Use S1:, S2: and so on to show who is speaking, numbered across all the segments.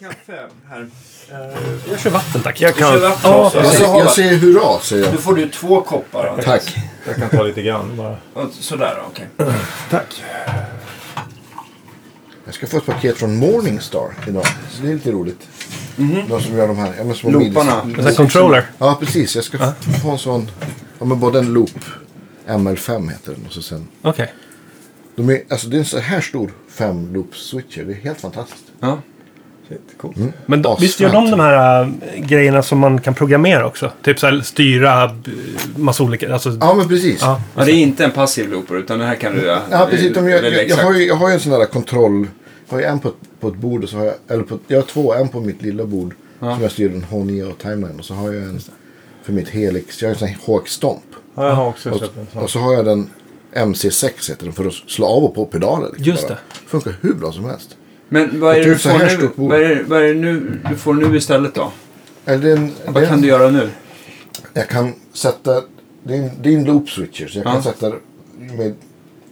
S1: kan fem här.
S2: Jag kör vatten tack.
S3: Jag
S1: Kör
S3: kan,
S1: vatten också.
S4: Jag, säger- jag säger hurra, säger
S1: Nu
S4: jag.
S1: får du två koppar. då.
S4: Tack.
S3: jag kan ta lite grann bara.
S1: Och Sådär, okej.
S3: Tack.
S4: Jag ska få ett paket från Morningstar idag. Så det är lite roligt. De som gör de här. Ja, men små
S1: Looparna.
S4: mils-
S2: En sån här controller.
S4: Ja, precis. Jag ska f- få en sån. Ja, men både en loop. ML5 heter den. Och så sen.
S2: Okej.
S4: De är, alltså, det är en så här stor 5-loop-switcher. Det är helt fantastiskt.
S1: Ja.
S3: Shit, coolt.
S2: Men då,
S4: Asfränt.
S2: visst gör de de här äh, grejerna som man kan programmera också? Typ så här, styra äh, massa olika... Alltså,
S4: Ja, men precis.
S2: Ja.
S1: Ja, det är inte en passiv looper utan det här kan du göra.
S4: Ja, precis. De gör,
S1: Eller
S4: jag, jag,
S1: exakt.
S4: har ju, jag har ju en sån där kontroll. Jag har ju en på ett, på ett bord. Och så har jag, eller på, jag har två. En på mitt lilla bord. Som jag styr en H9 och Timeline. Och så har jag en för mitt Helix. Jag har en sån här Hawk-stomp.
S3: Ja, jag har också köpt en
S4: Och,
S3: sån.
S4: och så har jag den MC6 heter den. För att slå av och på pedaler. liksom
S2: Just
S4: bara.
S2: det.
S4: Funkar hur bra som helst.
S1: Men vad är det
S4: Jag
S1: du
S4: tror så här
S1: får nu?
S4: stort bord.
S1: Vad är, det- vad är det nu du får nu istället då?
S4: Eller det är en, det
S1: Vad
S4: är en,
S1: kan du göra nu?
S4: Jag kan sätta... Det är en, det är en loop switcher. Så jag
S1: Ja.
S4: kan sätta det med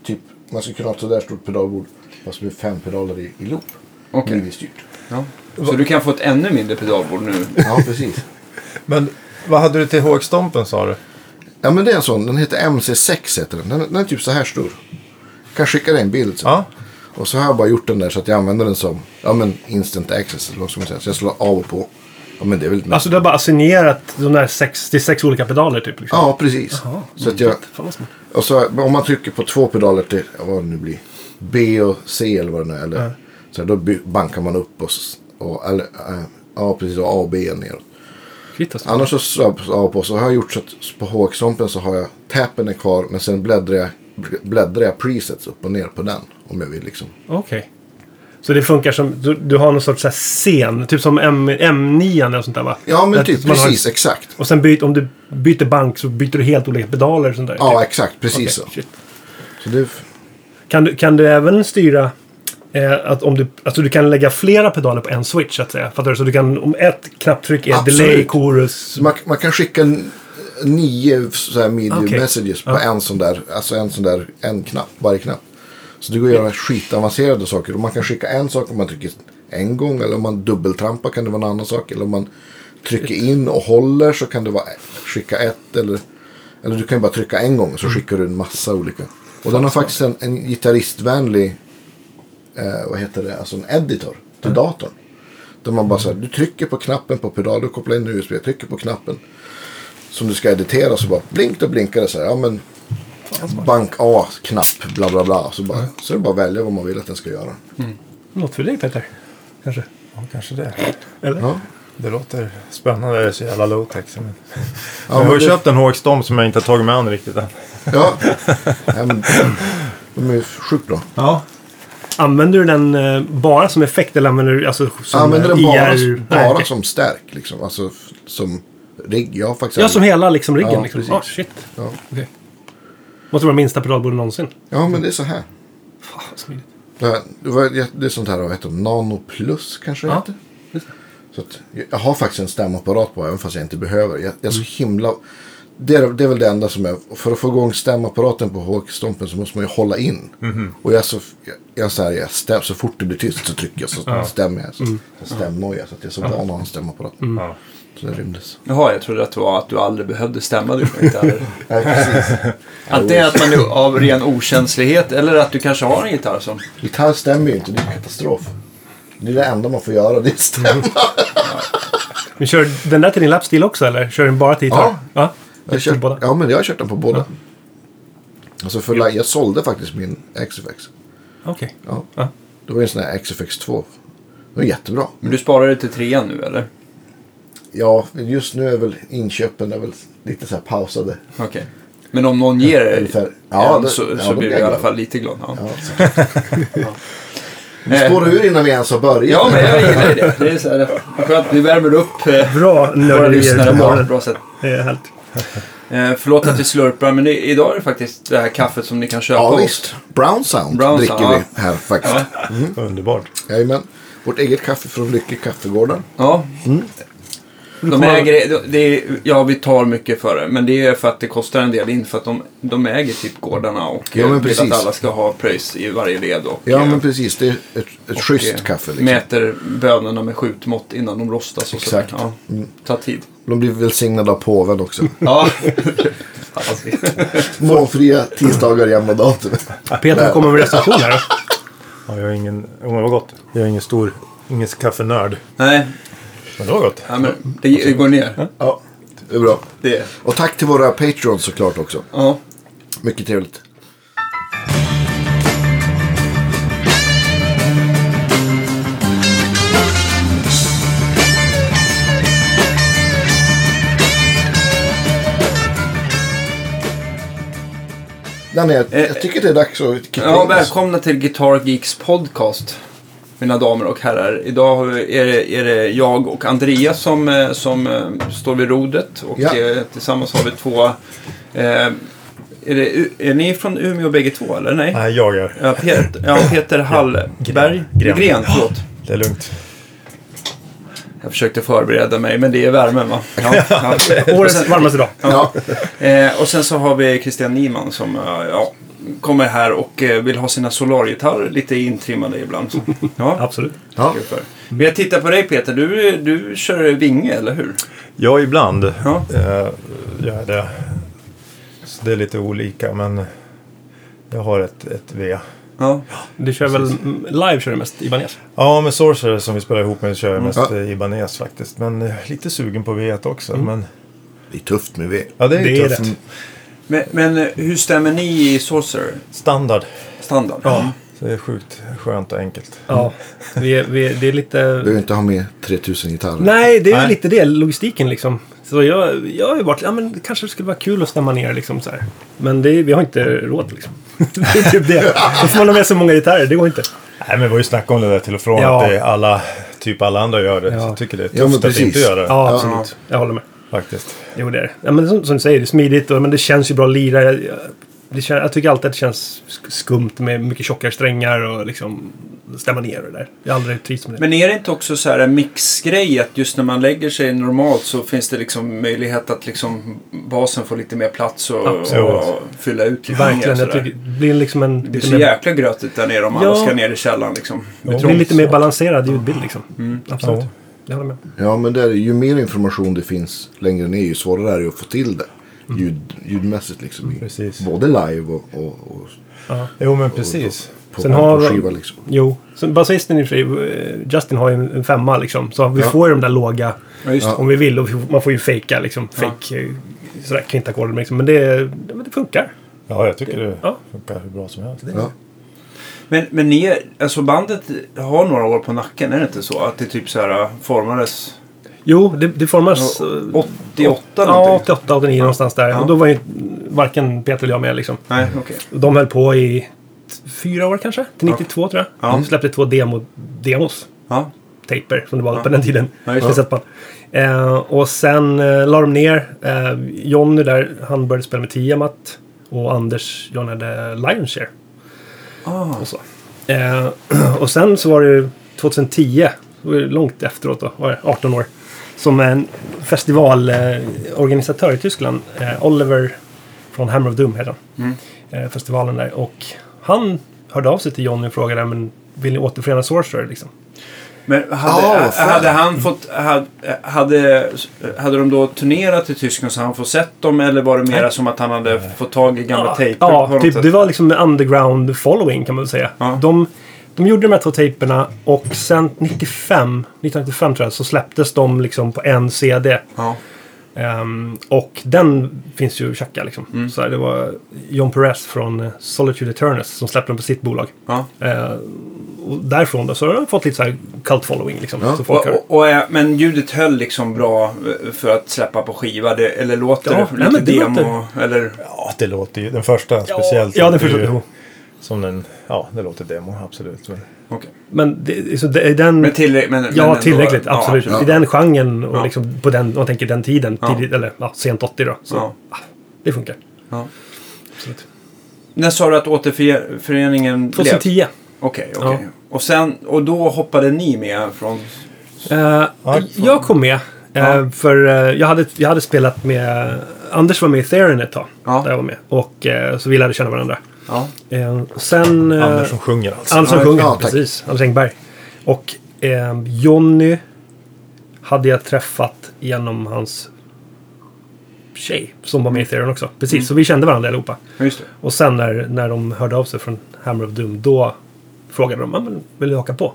S4: typ... Man skulle kunna ha ett sådär stort pedalbord. Fast med fem pedaler i, i loop.
S1: Okej.
S4: Ministyrt.
S1: Ja. Så du kan få ett ännu mindre pedalbord nu?
S4: Ja, precis.
S3: Men vad hade du till hågstompen sa du?
S4: Ja men det är en sån. Den heter MC6 heter den. Den, den är typ så här stor. Jag kan skicka dig en bild sen.
S3: Ja.
S4: Och så har jag bara gjort den där så att jag använder den som ja, men instant access. Eller vad ska man säga. Så jag slår av och på. Ja men det är väl nice.
S2: alltså du har bara assignerat de där 66 olika pedaler typ? Liksom.
S4: Ja precis. Så att jag,
S2: Fan vad smart.
S4: och så, men om man trycker på två pedaler till ja, vad det nu blir. B och C eller vad det nu är. Eller, så här, då by- bankar man upp och, s- och eller, äh, ja, precis, och A och B neråt.
S2: Shit, alltså.
S4: Annars så slår jag på- av på så har jag gjort så att på HX-ompen så har jag tappen är kvar men sen bläddrar jag, bläddrar jag presets upp och ner på den. Om jag vill liksom.
S2: Okej. Så det funkar som... Du, du har någon sorts så här scen. Typ som M, M9 eller sånt där va?
S4: Ja men
S2: Där
S4: typ
S2: man har-
S4: precis exakt.
S2: Och sen byt, om du byter bank så byter du helt olika pedaler och sånt där?
S4: Ja
S2: typ.
S4: exakt precis
S2: Okej,
S4: så.
S2: shit.
S4: så det,
S2: Kan du, kan du även styra eh, att om du, alltså du kan lägga flera pedaler på en switch så att säga? Fattar du? Så du kan, om ett knapptryck är
S4: Absolut.
S2: delay, chorus...
S4: man, man kan skicka n- nio så här media
S2: Okej.
S4: messages på en sån där. Alltså en sån där en knapp varje knapp. Så det går att göra skitavancerade saker. Och man kan skicka en sak om man trycker en gång. Eller om man dubbeltrampar kan det vara en annan sak. Eller om man trycker in och håller så kan det vara skicka ett. Eller, eller du kan ju bara trycka en gång så skickar du en massa olika. Och den har faktiskt en, en gitarristvänlig, eh, vad heter det, alltså en editor till datorn. Där man bara så här, du trycker på knappen på pedal, du kopplar in USB, trycker på knappen. Som du ska editera så bara blink, då blinkar det så här. Ja, men bank A-knapp, bla bla bla. Så, bara, så är det bara att välja vad man vill att den ska göra.
S2: Något för dig Peter? Kanske?
S3: Ja, kanske det.
S2: Eller?
S4: Ja.
S3: Det låter spännande. Det är så jävla low-tech. Men... jag
S4: men
S3: har ju
S4: det-
S3: köpt en hågstomp som jag inte har tagit mig an riktigt än.
S4: Ja. ja men, de är sjukt bra.
S3: Ja.
S2: Använder du den eh, bara som effekt eller använder du alltså, som
S4: Jag använder den bara,
S2: IR? Nej,
S4: bara
S2: okej.
S4: som stärk. Liksom. Alltså f- som rigg. Jag har faktiskt
S2: Ja, som hela liksom riggen.
S4: Ja,
S2: liksom.
S4: precis.
S2: Ah, shit.
S4: ja.
S2: Måste vara minsta pedalbordet någonsin.
S4: ja, men det är så här.
S2: Fan, vad smidigt.
S4: Det, här, det, var, det är sånt här, vad heter det? Nano Plus kanske det
S2: Ja,
S4: heter. Så att, jag- jag har faktiskt en stämapparat på även fast jag inte behöver. Jag, jag är så himla... Det är, det är väl det enda som jag... För att få igång stämapparaten på HX-stompen så måste man ju hålla in. Och jag är så... Jag, jag, är så, här, jag stäm, så fort det blir tyst så trycker jag så stämmer jag. Så, så stämnoja. Så att jag är så van att ha en stämapparat.
S3: Ja.
S4: Så det rymdes.
S1: Jaha, jag trodde att det var att du aldrig behövde stämma dig. Inte aldrig.
S4: Nej, precis.
S1: Att det är att man är av ren okänslighet eller att du kanske har en gitarr som...
S4: Gitarr stämmer ju inte. Det är ju katastrof. Det är det enda man får göra. Det är stämma.
S2: Men kör du den där till din lapstil också eller? Kör du den bara till gitarr?
S4: Ja. Jag
S2: Det
S4: har
S2: är till båda.
S4: kört, ja, men jag har kört den på båda. Alltså för, la- jag sålde faktiskt min XFX.
S2: Okej.
S4: Ja.
S2: Ja.
S4: Det var ju en sån här XFX2. Det var jättebra.
S1: Men du sparar det till trean nu eller?
S4: Ja, men just nu är väl inköpen är väl lite så här pausade.
S1: Okej. Men om någon ger dig
S4: Ungefär.
S1: ja,
S4: Ja,
S1: en
S4: det-
S1: Eh, så,
S4: ja,
S1: så
S4: då
S1: blir
S4: blir
S1: du i
S4: jag
S1: alla
S4: glad.
S1: fall lite glad. Ja. Eh,
S4: Ja, så. Vi spårar ur innan vi ens har börjat.
S1: Ja, men jag gillar ju det. Det är så här, skönt, vi värmer upp eh,
S2: Bra
S1: våra lyssnare
S2: nörderier.
S1: på
S2: Ja.
S1: ett bra sätt.
S2: Det är härligt.
S1: Eh, förlåt att vi slurpar, men i, idag är det faktiskt det här kaffet som ni kan köpa
S4: Ja,
S1: hos-
S4: visst. Brown Sound
S1: Brown
S4: dricker
S1: Sound,
S4: vi här faktiskt.
S3: Underbart.
S4: Mm. Jajamän. Vårt eget kaffe från Lycke Kaffegården.
S1: Ja.
S2: du
S1: De
S2: kommer-
S1: äger, de- det är, ja, vi tar mycket för det, men det är för att det kostar en del in för att de, de äger typ gårdarna och
S4: Ja, men
S1: eh, vill att
S4: precis.
S1: alla ska ha pröjs i varje led. Och,
S4: Ja,
S1: eh,
S4: men precis. Det är ett, ett
S1: och,
S4: schysst
S1: eh,
S4: kaffe. Liksom.
S1: Mäter bönorna med skjutmått innan de rostas. Och sådär.
S4: Exakt. Mm.
S1: Ja, ta tid.
S4: De blir välsignade av påven också.
S1: Ja.
S4: Målfria tisdagar jämna datum.
S2: Peter kommer med recension här.
S3: Ja, jag är ingen... Oh, vad gott. Jag är ingen stor... Ingen kaffenörd.
S1: Nej,
S3: Men det var gott.
S1: ja, men det, det går ner.
S4: Ja, det är bra.
S1: Det,
S4: Och tack till våra patreons såklart också.
S1: ja.
S4: Mycket trevligt. Danne, jag, jag tycker det är dags att kicka
S1: Ja,
S4: in oss.
S1: välkomna till Guitar Geeks podcast. Mina damer och herrar. Idag har vi- är det, är det jag och Andreas som, eh, som eh, står vid rodret. Och
S4: Ja.
S1: eh, tillsammans har vi två... Eh, är, det, U- är ni från Umeå bägge två eller? Nej.
S3: Nej, jag är.
S1: Ja, Peter, ja, Peter Hallberg. Gren.
S3: Gren.
S1: förlåt.
S3: Det är lugnt.
S1: Jag försökte förbereda mig, men det är värmen va? Ja, ja.
S2: Årets varmaste dag.
S1: Ja. Eh, och sen så har vi Christian Nyman som eh, ja, kommer här och eh, vill ha sina solargitarrer lite intrimmade ibland. Så. Ja,
S2: Absolut.
S4: Ja.
S1: kul för. Men jag tittar på dig Peter, du, du kör vinge eller hur?
S3: Ja, ibland
S1: Ja.
S3: eh, gör det. Så det är lite olika, men jag har ett, ett V.
S1: Ja,
S2: Du kör väl mm, live kör du mest, Ibanez?
S3: Ja, med Sorcerer som vi spelar ihop med kör jag mest
S4: Ja.
S3: mm. Ibanez faktiskt. Men eh, lite sugen på V också. Men,
S4: Det är tufft med V.
S3: ja, det är,
S2: Mm. Det är
S3: tufft.
S2: det.
S1: men, men eh, hur stämmer ni i Sorcerer?
S3: Standard.
S1: Standard?
S3: Så det är sjukt skönt och enkelt.
S2: Ja, vi, är- vi, är- det är lite...
S4: Behöver inte ha med 3000 gitarrer.
S2: Nej, det är
S3: Nej.
S2: lite det. Logistiken liksom. Så jag, jag har ju varit... Ja, men det kanske skulle vara kul att stämma ner liksom så här. Men det, är- vi har inte råd liksom. det är typ det. Då får man ha med så många gitarrer. Det går inte.
S3: Nej, men vi har ju snackat om det där till och från.
S2: Ja.
S3: Att det är alla, typ alla andra gör det.
S2: Ja.
S3: Så jag tycker det är
S4: Ja, men
S3: tufft att
S4: precis.
S3: inte göra det.
S2: Ja, absolut. Jag håller med.
S3: Faktiskt.
S2: Jo, det är det. ja, men som, som du säger, det är smidigt och men det känns ju bra att lira. Jag, jag- det kän, jag tycker alltid att det känns sk- skumt med mycket tjockare strängar och liksom stämma ner och det där. Jag har aldrig trivts med det.
S1: Men är det inte också så här en mixgrej att just när man lägger sig normalt så finns det liksom möjlighet att liksom basen får lite mer plats och,
S2: Absolut.
S1: och fylla ut lite mer
S2: Verkligen.
S1: sådär.
S2: Jag tycker, det blir liksom en...
S1: Det är
S2: lite
S1: så
S2: mer-
S1: jäkla grötigt där nere om alla
S2: Ja.
S1: ska ner i källaren liksom.
S2: det blir lite mer balanserad ljudbild liksom. Absolut.
S3: Ja.
S2: Jag håller med.
S4: Ja, men där, ju mer information det finns längre ner, ju svårare är det att få till det. Ljud, ljudmässigt liksom. i-
S3: Mm. Precis.
S4: Både live och, och, och
S2: Ja.
S3: Jo, men precis.
S4: på,
S2: Sen har-
S4: på skiva liksom.
S2: Jo. Så Basisten i och för sig, eh, Justin har ju en en femma liksom. Så vi
S4: Ja.
S2: får ju de där låga
S1: Ja, just det.
S2: om vi vill. Och vi får- man får ju fejka liksom. Fake, eh, sådär kvintackord liksom. Men det, men det funkar.
S3: Ja, jag tycker det
S2: Ja.
S3: funkar hur bra som helst.
S4: Ja.
S1: Men, men ni, är- alltså bandet har några år på nacken, är det inte så? Att det typ så här äh, formades
S2: Jo, det, det formas...
S1: Ja,
S2: eh,
S1: 88
S2: Ja,
S1: någonting?
S2: 88, 89 någonstans där.
S1: Ja.
S2: Och då var ju varken Peter eller jag med liksom.
S1: Nej, okej.
S2: Och De höll på i t- fyra år kanske, till 92 tror jag.
S1: Ja.
S2: De släppte två demo, demos,
S1: Ja.
S2: taper som det var på den tiden.
S1: Ja, just det.
S2: Kassettband. Eh, och sen eh, la de ner. Eh, Jonny där, han började spela med Tiamat. Och Anders, John hade Lionshare.
S1: Ah,
S2: Och, så. Eh, och sen så var det ju 2010, det var ju långt efteråt då, var det 18 år. Som en festivalorganisatör i Tyskland, eh, Oliver från Hammer of Doom heter han.
S1: Mm.
S2: Eh, festivalen där. Och han hörde av sig till Johnny och frågade men vill ni återförena Sorcerer liksom?
S1: men hade,
S4: Ah,
S1: äh,
S4: fan.
S1: hade han fått... Hade, hade, hade de då turnerat i Tyskland så han fått sett dem? Eller var det mera som att han hade fått tag i gamla tejper? på
S2: Ja,
S1: något
S2: typ,
S1: sätt?
S2: det var liksom en underground following kan man väl säga.
S1: Ja.
S2: De, de gjorde de här två tejperna och sen 95, 1995 tror jag, så släpptes de liksom på en CD.
S1: Ja.
S2: Ehm, och den finns ju att tjacka liksom.
S1: Mm.
S2: Så här, det var John Perez från eh, Solitude Eternus som släppte den på sitt bolag.
S1: ja.
S2: Eh, och därifrån då så har den fått lite så här cult following liksom.
S4: Ja.
S2: Så folk
S1: Och,
S2: har...
S1: och, och, äh, men ljudet höll liksom bra eh, för att släppa på skiva? Det, eller låter
S2: Ja,
S1: det
S2: nej,
S1: lite
S2: men det
S1: demo?
S2: låter-
S1: Eller?
S3: Ja, det låter ju. Den första speciellt.
S2: Ja, den
S3: låter
S2: förstår
S3: ju
S2: jag.
S3: Som den, ja, det låter demo, absolut. Men,
S1: Okej.
S2: Men det, så det, i den...
S1: Men tillräckligt? Men,
S2: ja,
S1: men ändå-
S2: tillräckligt. absolut.
S4: ja.
S2: I den genren och
S1: Ja.
S2: liksom på den, om man tänker den tiden.
S1: Ja.
S2: Tidigt, eller ja, sent 80 då. Så ah,
S1: Ja.
S2: det funkar.
S1: Ja.
S2: Absolut.
S1: När sa du att återföreningen blev?
S2: 2010.
S1: Okej, okej. Och, sen, och då hoppade ni med från...
S2: Eh,
S3: Ja,
S2: jag kom med. Eh, för eh, jag, hade, jag hade spelat med... Anders var med i Theron ett tag.
S1: Ja.
S2: Där jag var med. Och eh, så vi lärde känna varandra.
S1: Ja.
S2: Eh, sen... eh,
S3: Anders som sjunger alltså.
S2: Anders som
S4: Ja,
S2: sjunger,
S4: ja, tack.
S2: precis. Anders Engberg. Och eh, Jonny hade jag träffat genom hans tjej som var med i Theron också. Precis,
S1: Mm.
S2: så vi kände varandra allihopa.
S1: Ja, Just det.
S2: Och sen när, när de hörde av sig från Hammer of Doom, då frågade de "Ah, men vill du haka på.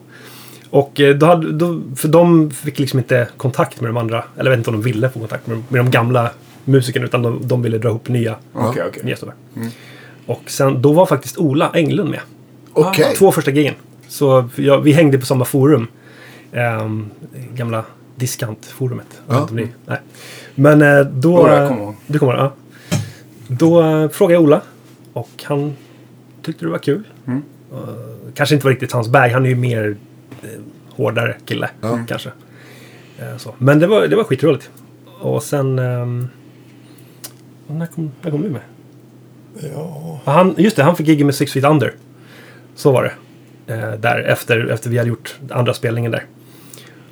S2: Och eh, då hade, då, för de fick liksom inte kontakt med de andra, eller jag vet inte om de ville få kontakt med, de- med de gamla musikerna, utan de, de ville dra ihop nya,
S1: Okej, okej.
S2: nya snubbar. Och sen, då var faktiskt Ola Englund med.
S4: Okej.
S2: Två första giggen. Så jag, vi hängde på samma forum. Ehm, gamla diskantforumet. Jag vet inte om ni- Nej. Men eh, då...
S1: Jo, jag kommer ihåg.
S2: Du kommer ihåg, ja. Då eh, frågade jag Ola. Och han tyckte det var kul.
S1: Mm.
S2: Eh, kanske inte var riktigt hans bag. Han är ju mer eh, hårdare kille. Kanske. Eh, så. Men det var, det var skitroligt. Och sen... ehm, när kom, när kom du med?
S3: Ja,
S2: Ja, Han, just det, han fick gigga med Six Feet Under. Så var det. Eh, där efter, efter vi hade gjort andra spelningen där.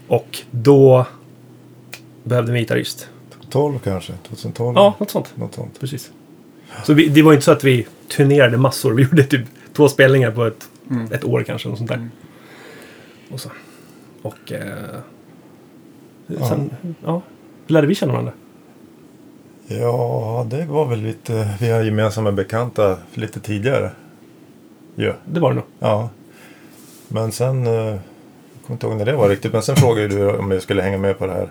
S2: Och då behövde vi en gitarrist.
S3: 12 kanske. 2012.
S2: Ja, något sånt.
S3: Något sånt.
S2: Precis. Så vi, det var inte så att vi turnerade massor. Vi gjorde typ två spelningar på ett, ett år kanske. Något sånt där. Och så. Och... Eh, sen, ja. Lärde vi känna varandra?
S3: Ja, det var väl lite... Vi har gemensamma bekanta lite tidigare. Ja.
S2: Det var det nog.
S3: ja. Men sen... eh, Jag kommer inte ihåg när det var riktigt. Men sen frågade du om jag skulle hänga med på det här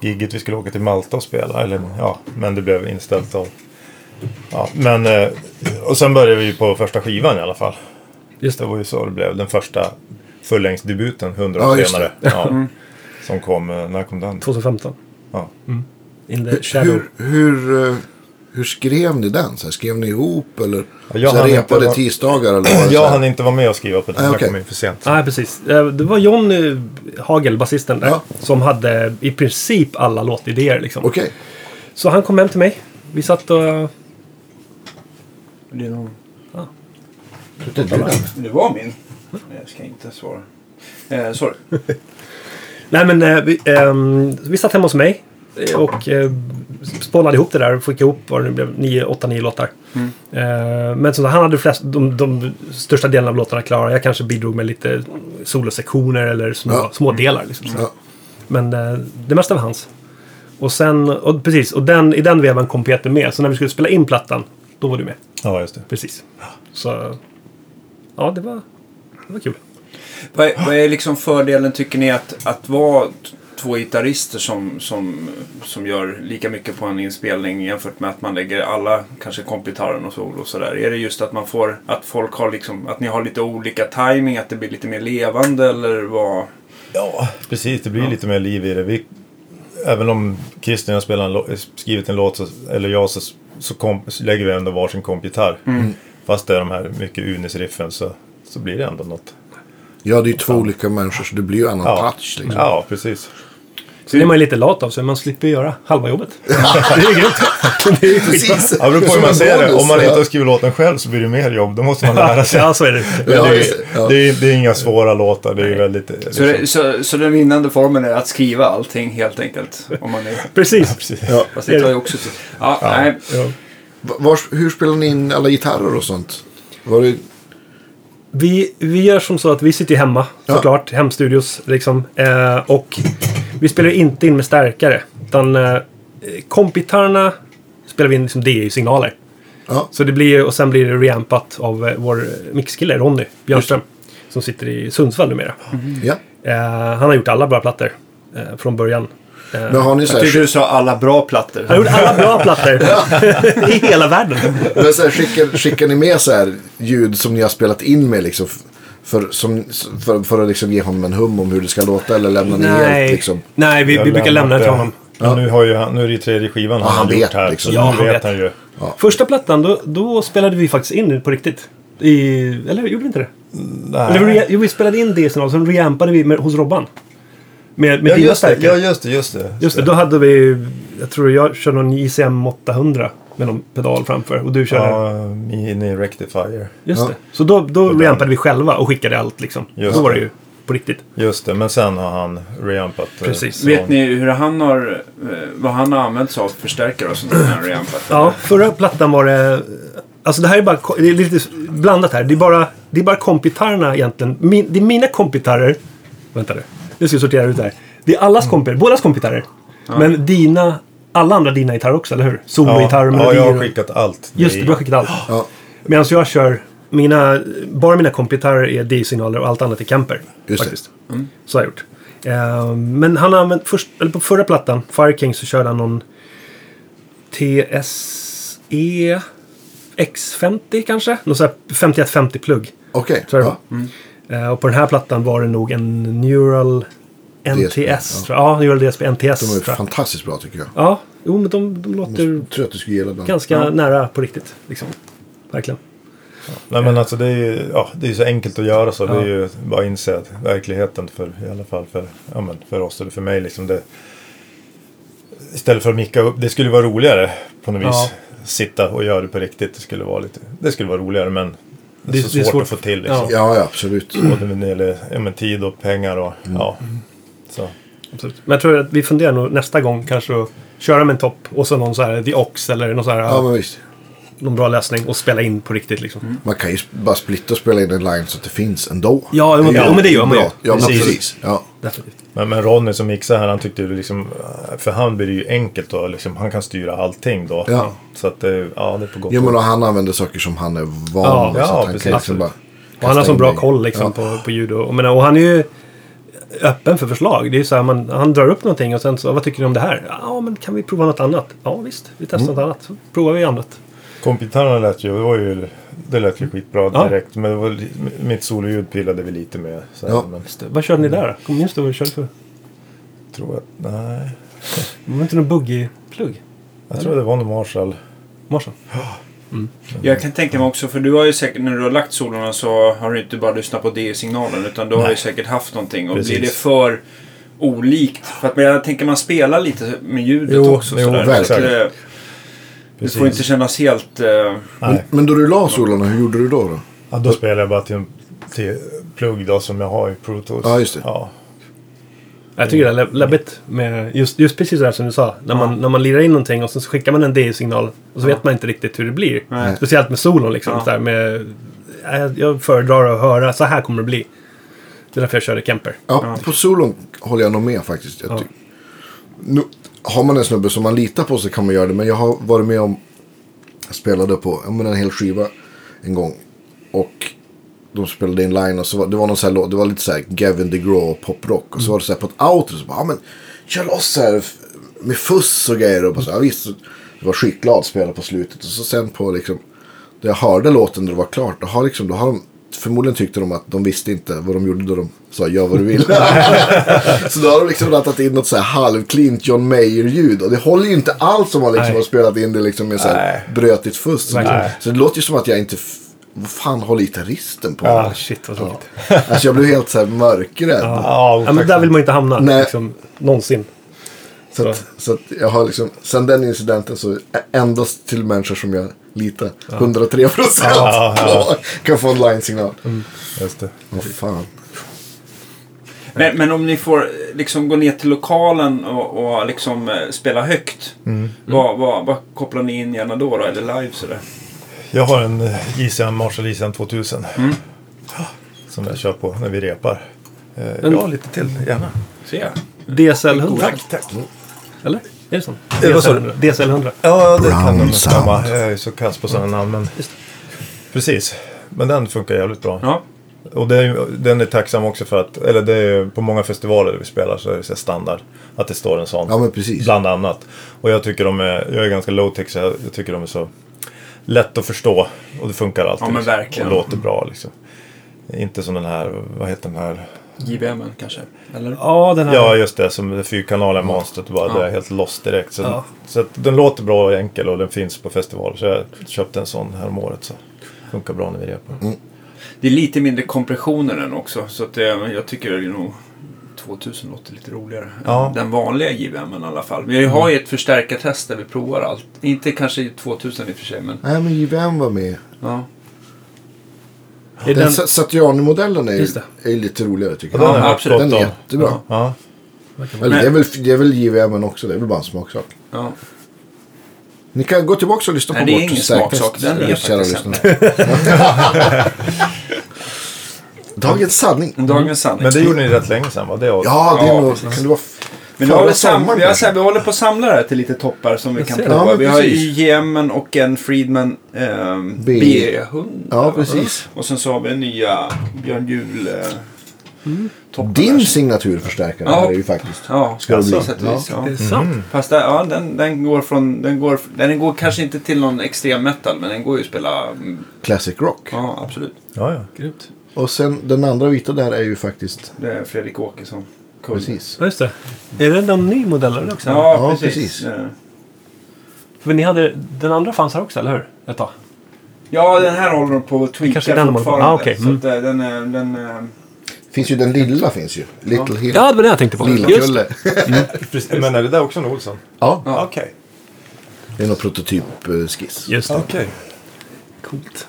S3: gigget. Vi skulle åka till Malta och spela. Eller, ja, men det blev inställt av... Ja, men... eh, Och sen började vi på första skivan i alla fall.
S2: Just
S3: Det var ju så det blev. Den första fullängdsdebuten, 100
S4: Ja,
S3: år
S4: just
S3: senare. Ja, som kom... eh, När kom den?
S2: 2015.
S3: Ja.
S2: Mm. In the shadow.
S4: Hur, hur, eh, hur skrev ni den? Så här, skrev ni ihop eller
S3: Ja, jag
S4: så här,
S3: hann inte
S4: repade
S3: vara-
S4: tisdagar? Eller vad det så
S3: Jag
S4: här?
S3: hann inte vara med och skriva på den.
S4: Nej,
S3: Jag
S4: okej.
S3: kom in för sent.
S2: Nej, precis. Eh, Det var John eh, Hagel, basisten där,
S4: Ja.
S2: som hade i princip alla låtidéer. Liksom.
S4: Okej.
S2: Så han kom hem till mig. Vi satt och...
S1: Det är nog-
S4: Det är du den.
S1: Det var min. Nej, Jag ska inte svara. Eh, sorry.
S2: Nej, men eh, vi, ehm, vi satt hemma hos mig eh, och eh, spånade ihop det där och fick ihop vad det nu blev, nio, åtta, nio låtar. Eh, men som sagt, han hade flest, de, de största delarna av låtarna klara. Jag kanske bidrog med lite solosektioner eller små,
S4: Ja. Mm.
S2: små delar. Liksom, så.
S4: Ja.
S2: Men eh, det mesta var hans. Och sen, och precis, och den, i den vevan kom Peter med. Så när vi skulle spela in plattan, då var du med.
S3: Ja, just det.
S2: Precis. Så, ja det var, det var kul.
S1: Vad är, vad är liksom fördelen tycker ni att, att vara t- två gitarrister som, som, som gör lika mycket på en inspelning jämfört med att man lägger alla, kanske kompgitarren och solo och sådär. Är det just att man får, att folk har liksom, att ni har lite olika timing, att det blir lite mer levande eller vad?
S3: Ja, precis. Det blir lite mer liv i det. Vi, även om Christian har spelat en lå- skrivit en låt, så, eller jag, så, så, kom, så lägger vi ändå varsin kompgitarr.
S2: Mm.
S3: Fast det är de här mycket Unis-riffen så, så blir det ändå något.
S4: ja, det är ju två olika människor så det blir ju annan touch. Liksom.
S3: ja precis.
S2: Sen är man ju lite lat av sig, man slipper göra halva jobbet. det är ju grymt. Det är ju skitbra.
S4: Precis.
S3: Ja, det beror på hur
S4: Som
S3: man
S4: en
S3: ser det.
S4: bonus,
S3: Om man inte
S4: ja.
S3: har skrivit låten själv så blir det mer jobb. Då måste man lära sig.
S2: Ja, så är det.
S3: Men
S4: Ja,
S3: det,
S4: just det. Ja.
S3: är, det, är, det är inga svåra låtar. Det är väldigt... Liksom,
S1: Så, det, så, så den vinnande formen är att skriva allting helt enkelt? Om man är,
S2: Precis.
S3: precis.
S1: fast det tar ju också tid. Ja, nej.
S2: Ja.
S4: Va- Vars, hur spelar ni in alla gitarrer och sånt? Var det,
S2: Vi, vi gör som så att vi sitter ju hemma
S4: Ja.
S2: såklart. Hemstudios liksom. Eh, och vi spelar ju inte in med stärkare. Utan eh, kompitarna spelar vi in liksom DI-signaler.
S4: ja.
S2: Så det blir ju, och sen blir det reampat av eh, vår mixkille Ronny Björnström. Som sitter i Sundsvall numera.
S4: ja.
S2: Eh, han har gjort alla bra plattor eh, från början. Eh,
S4: Men har ni så
S1: Jag tyckte
S4: här,
S1: du sa alla bra plattor.
S2: Han har gjort alla bra plattor i hela världen.
S4: men så här skickar, skickar ni med så här ljud som ni har spelat in med liksom? f- För, som, för, för att liksom ge honom en hum om hur det ska låta eller lämnar ni helt liksom?
S2: Nej vi,
S3: Jag
S2: vi brukar
S3: lämnar
S2: lämna det till
S3: det.
S2: honom.
S3: Men Nu, har ju, han- nu är det ju tredje skivan han,
S4: han
S3: har
S4: vet
S3: gjort här.
S4: liksom.
S3: Så
S2: Ja,
S3: nu
S2: han
S3: vet
S2: vet.
S3: han ju.
S2: Första plattan, då, då spelade vi faktiskt in på riktigt. I, eller gjorde vi inte det? Eller, vi re- jo, vi spelade in det sen och sen reampade vi med, hos Robban. Med, med
S3: Ja,
S2: dina
S3: just det.
S2: stärkare.
S3: Ja, just det. Just det.
S2: Just det, då hade vi... Jag tror jag körde någon ICM 800 med någon pedal framför och du körde...
S3: Ja, mini rectifier.
S2: Just
S4: Ja.
S2: det. Så då, då reampade vi själva och skickade allt liksom.
S3: Just
S2: då var det
S3: det.
S2: ju på riktigt.
S3: Just det, men sen har han reampat. eh,
S2: Precis.
S3: så-
S1: Vet ni hur han har, eh, vad han har använt sig av för förstärkare och sånt här reampat?
S2: Ja, förra plattan var det... Alltså det här är bara... Det är lite blandat här. Det är bara, det är bara kompitarerna egentligen. Min, det är mina kompitarrer. Vänta nu. Nu ska jag sortera ut det här. Det är allas
S3: Mm.
S2: kompitar, bådas kompitarrer. Men dina... Alla andra dina gitarrer också, eller hur?
S3: Ja,
S2: Sologitarrer,
S3: ja, jag har
S2: melodier.
S3: skickat allt.
S2: Just det, du har skickat allt.
S4: Ja.
S2: Medan jag kör... Mina, bara mina kompitarrer är D-signaler och allt annat är camper.
S4: Just det.
S2: faktiskt. Så har jag gjort. Eh, men han har använt... Först, eller på förra plattan, Fire King, så körde han någon... TSE X50 E kanske? Någon sån här 5150-plugg.
S4: Okej.
S2: Tror jag
S4: Ja.
S2: Eh, Och på den här plattan var det nog en Neural NTS.
S4: DSP, ja.
S2: tror jag. Ja, Neural DSP NTS.
S4: De är
S2: tror jag.
S4: fantastiskt bra tycker jag.
S2: Ja, jo men de, de låter
S4: Tror att du skulle gilla den.
S2: ganska nära på riktigt. Liksom. Verkligen.
S3: Nej men alltså det är ju ja, det är ju så enkelt att göra så. Det är ju bara att inse att verkligheten för i alla fall för, ja, men för oss eller för mig liksom det. Istället för att micka upp. Det skulle vara roligare på något vis.
S2: Ja.
S3: Sitta och göra det på riktigt. Det skulle vara lite. Det skulle vara roligare men det är
S2: Det-
S3: så
S2: det är
S3: svårt,
S2: svårt.
S3: att få till liksom.
S2: Ja. Mm.
S4: Ja, ja, absolut.
S3: Både när det gäller ja, men tid och pengar och ja. Så.
S2: Absolut. Men jag tror att vi funderar nog nästa gång kanske att köra med en topp och så någon så här The Ox eller någon, så här,
S4: Ja, men Mm. visst.
S2: någon bra lösning och spela in på riktigt. Liksom.
S4: Man kan ju bara splitta och spela in en line så att det finns ändå.
S2: Ja, jo, men- jo, men det gör man ju.
S4: Ja, ja precis.
S2: Precis.
S4: precis. Ja.
S2: Definitivt.
S3: Men, men Ronny som mixar här han tyckte ju liksom. För han blir det ju enkelt då. Liksom, han kan styra allting då.
S4: Ja.
S3: Så att det, ja det är på gott
S4: Jo,
S3: och
S4: men och han använder saker som han är van
S2: Ja,
S4: med. så
S3: ja,
S4: att han
S3: precis.
S4: kan liksom bara
S2: Och han har
S4: kasta
S2: sån
S4: in
S2: bra
S4: dig.
S2: koll liksom,
S4: Ja.
S2: på, på ljud. Och, jag menar, och han är ju öppen för förslag. Det är ju så här, man, han drar upp någonting och sen så, vad tycker ni om det här? Ja, men kan vi prova något annat? Ja, visst, vi testar något annat. Så provar vi annat.
S3: Kompgitarrerna lät ju, det, var ju, det lät ju skitbra
S2: Ja.
S3: direkt. Men det var, li- mitt sololjud pillade vi lite med. Så här,
S4: Ja.
S3: Men
S2: Just det. Vad körde ni där då? Kommer ni ihåg vad ni körde för?
S3: tror att, nej.
S2: Det var inte någon buggy-plugg?
S3: Jag tror det var nog Marshall.
S2: Marshall?
S1: Jag kan tänka mig också, för du har ju säkert, när du har lagt solorna så har du inte bara lyssnat på DE-signalen utan du har ju säkert haft någonting. Och blir
S3: Precis.
S1: det för olikt? För att, men jag tänker man spelar lite med ljudet
S3: Jo,
S1: också.
S3: jo,
S1: sådär.
S4: verkligen.
S1: Så att, eh, det
S3: Precis.
S1: får inte kännas helt... Eh,
S3: Nej.
S4: Men då du la solarna, hur gjorde du då? då?
S3: Ja, då spelade jag bara till en till plugg då, som jag har i Pro Tools.
S4: Ja, just det.
S3: Ja.
S2: Jag tycker det är läbb- läbbigt med just, just precis det här som du sa. När man, när man lirar in någonting och sen så skickar man en DI-signal och så vet man inte riktigt hur det blir.
S1: Nej.
S2: Speciellt med solon liksom.
S1: Ja.
S2: Så här med, jag, jag föredrar att höra, så här kommer det bli. Det är därför jag körde Kemper.
S4: Ja, På solon håller jag nog med faktiskt. Jag ty- nu, har man en snubbe som man litar på så kan man göra det. Men jag har varit med om, jag spelade på ja, men en hel skiva en gång. Och de spelade in line och så var, det var någon så här låt, det var lite så här Gavin DeGraw och poprock.
S2: Mm.
S4: Och så var det så här på ett outro så bara, ja men kör loss här f- med fuss och grejer. Och bara så, här, ja, visst, så, det var skitglad spelare på slutet. Och så sen på liksom, då jag hörde låten när det var klart, då har liksom, då har de Förmodligen tyckte de att de visste inte vad de gjorde då de sa gör vad du vill. så då har de liksom rattat in något så här halvklint John Mayer-ljud. Och det håller ju inte alls om man liksom
S2: Nej.
S4: har spelat in det liksom med så här brötigt fuss. Så,
S2: Verkligen.
S4: det- så det låter ju som att jag inte... f- Vad fan håller gitarristen på?
S2: Ah, shit vad tråkigt.
S4: Alltså jag blev helt så här mörkrädd.
S3: Ja,
S2: Ja, men där vill man ju inte hamna
S4: Nej.
S2: liksom, någonsin.
S4: Så, att, så att jag har liksom, sen den incidenten så ä- endast till människor som jag litar 103 procent
S3: Ja, Mm.
S4: kan få en line-signal.
S3: just det.
S4: Vad fan.
S1: men, men om ni får eh, liksom gå ner till lokalen och, och liksom eh, spela högt.
S3: Mm.
S1: Vad, vad, vad kopplar ni in gärna då? då eller live sådär?
S3: Jag har en eh, JCM Marshall JCM 2000.
S2: Mm.
S3: Som jag kör på när vi repar. Eh, Ja, lite till gärna.
S1: Se.
S2: DSL 100.
S3: tack.
S2: Eller? Är det så?
S3: Eh, vad sa
S2: DSL
S3: du?
S2: 100. DSL 100.
S3: Ja, det
S4: Brown
S3: kan de stämma.
S4: sound.
S3: Jag är ju så kass på sådana namn. Men...
S2: Just det.
S3: Precis. Men den funkar jävligt bra.
S1: Ja.
S3: Och det är, ju- den är tacksam också för att, eller det är ju på många festivaler vi spelar så är det så här standard. Att det står en sån.
S4: Ja, men precis.
S3: Bland annat. Och jag tycker de är, jag är ganska low tech så jag, jag tycker de är så lätt att förstå. Och det funkar alltid.
S1: Ja, men
S3: liksom.
S1: verkligen.
S3: Och låter bra liksom. Inte som den här, vad heter den här?
S1: JBM kanske? Eller?
S2: Ja, den här.
S3: Ja just det, som det fyrkanaliga monstret och bara det är helt lost direkt. Så,
S2: Ja.
S3: så att den låter bra och enkel och den finns på festivaler. Så jag köpte en sån här om året så funkar bra när vi repar.
S1: Det är lite mindre kompressioner än också. Så att, eh, jag tycker det är nog 2000 låter lite roligare. än
S3: Ja.
S1: Den vanliga JVM i alla fall. Vi har ju ett förstärkartest där vi provar allt. Inte kanske 2000 i och för sig men.
S4: Nej men JVM var med.
S1: Ja.
S2: Är
S4: Den
S2: den,
S4: Satriani-modellen är, ju-
S2: Just det.
S4: är lite roligare tycker
S3: Ja,
S4: jag.
S3: den har jag
S1: absolut.
S3: förstått
S4: Den är
S3: om.
S4: jättebra.
S3: Ja.
S4: Eller, det, är väl, det är väl JVM också, det är väl bara en smaksak.
S1: Ja.
S4: Ni kan gå tillbaka och lyssna
S1: Nej,
S4: på
S1: det är
S4: vårt
S1: ingen
S4: säkert-
S1: smaksak, den är
S4: kära
S1: faktiskt
S4: lyssnare. Dagens sanning.
S1: Dagens sanning.
S3: Men det gjorde ni rätt länge sedan va? Det är
S4: Ja, det är
S1: Ja,
S4: nog... Kan det vara f-
S1: Men nu har
S4: förra
S1: vi, sam-
S4: sommaren
S1: vi, har, så
S4: kanske?
S1: här, vi håller på att samla det här till lite toppar som vi
S2: Jag
S1: kan
S2: ser det.
S1: prova.
S4: Ja, men
S1: vi har
S4: precis.
S1: JM och en Friedman ehm,
S4: B.
S1: B100.
S4: Ja, precis.
S1: Och sen så har vi nya Björn Juhl eh, toppen
S4: Mm. Din
S1: där.
S4: signaturförstärkare
S1: Ja.
S4: här är ju faktiskt...
S1: Ja,
S4: Ska det
S1: alltså,
S4: bli?
S1: så att vis, ja.
S2: det är sant.
S3: Mm.
S1: Fast där, ja, den, den går från, den går, den går kanske inte till någon extrem metal men den går ju att spela, mm,
S4: Classic Rock.
S1: ja absolut.
S3: Ja, ja.
S2: Grymt.
S4: Och sen den andra vita där är ju faktiskt...
S1: Det är Fredrik Åkesson. Cool.
S4: Precis.
S2: Ja, just det. Är det någon ny modell av den också?
S1: Ja,
S4: Ja,
S1: precis.
S4: precis.
S1: Eh,
S2: För ni hade, den andra fanns här också, eller hur? Ett tag.
S1: Ja, den här håller de på att tweaka
S2: Kanske den de håller på-
S1: fortfarande.
S2: Ah, okej.
S1: Så att, eh, den, är- den, eh,
S4: Finns ju den lilla finns ju. Little Hill.
S2: Ja, det var det jag tänkte på. Just
S4: Lillkulle.
S3: Precis. Men är det där också en Olsson?
S4: Ja,
S1: Ja.
S3: Okej.
S4: det är någon prototypskiss.
S2: Just det.
S3: Okej.
S2: Coolt.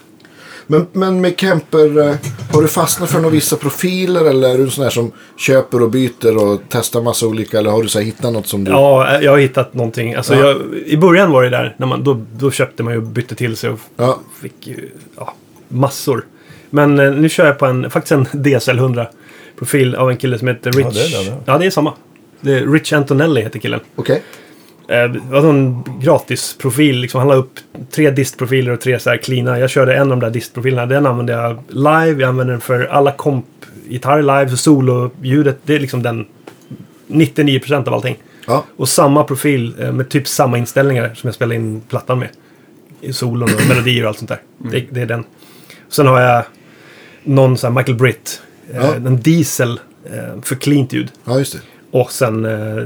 S4: Men, men med Kemper, eh, har du fastnat för några vissa profiler eller är du en sån här som köper och byter och testar massa olika eller har du så här hittat något som du...
S2: Ja, jag har hittat någonting. Alltså,
S4: Ja.
S2: jag, I början var det där, när man, då, då köpte man ju och bytte till sig och
S4: Ja.
S2: fick ju, ja, massor. Men eh, nu kör jag på en, faktiskt en DSL100-profil av en kille som heter Rich.
S3: Ja, det är den, ja.
S2: ja, det är samma. Det är Rich Antonelli heter killen.
S4: Okej.
S2: Eh, Det var en gratisprofil. Liksom, han la upp tre distprofiler och tre så här cleana. Jag körde en av de där distprofilerna. Den använde jag live. Jag använde den för alla komp-gitarrer live. för Solo-ljudet. Det är liksom den 99% av allting.
S4: Ja.
S2: Och samma profil eh, med typ samma inställningar som jag spelade in plattan med. I solon och melodier och allt sånt där. Det, det är den. Sen har jag någon sån här Michael Britt. eh,
S4: Ja.
S2: En diesel eh, för cleant ljud.
S4: ja, just det.
S2: Och sen eh,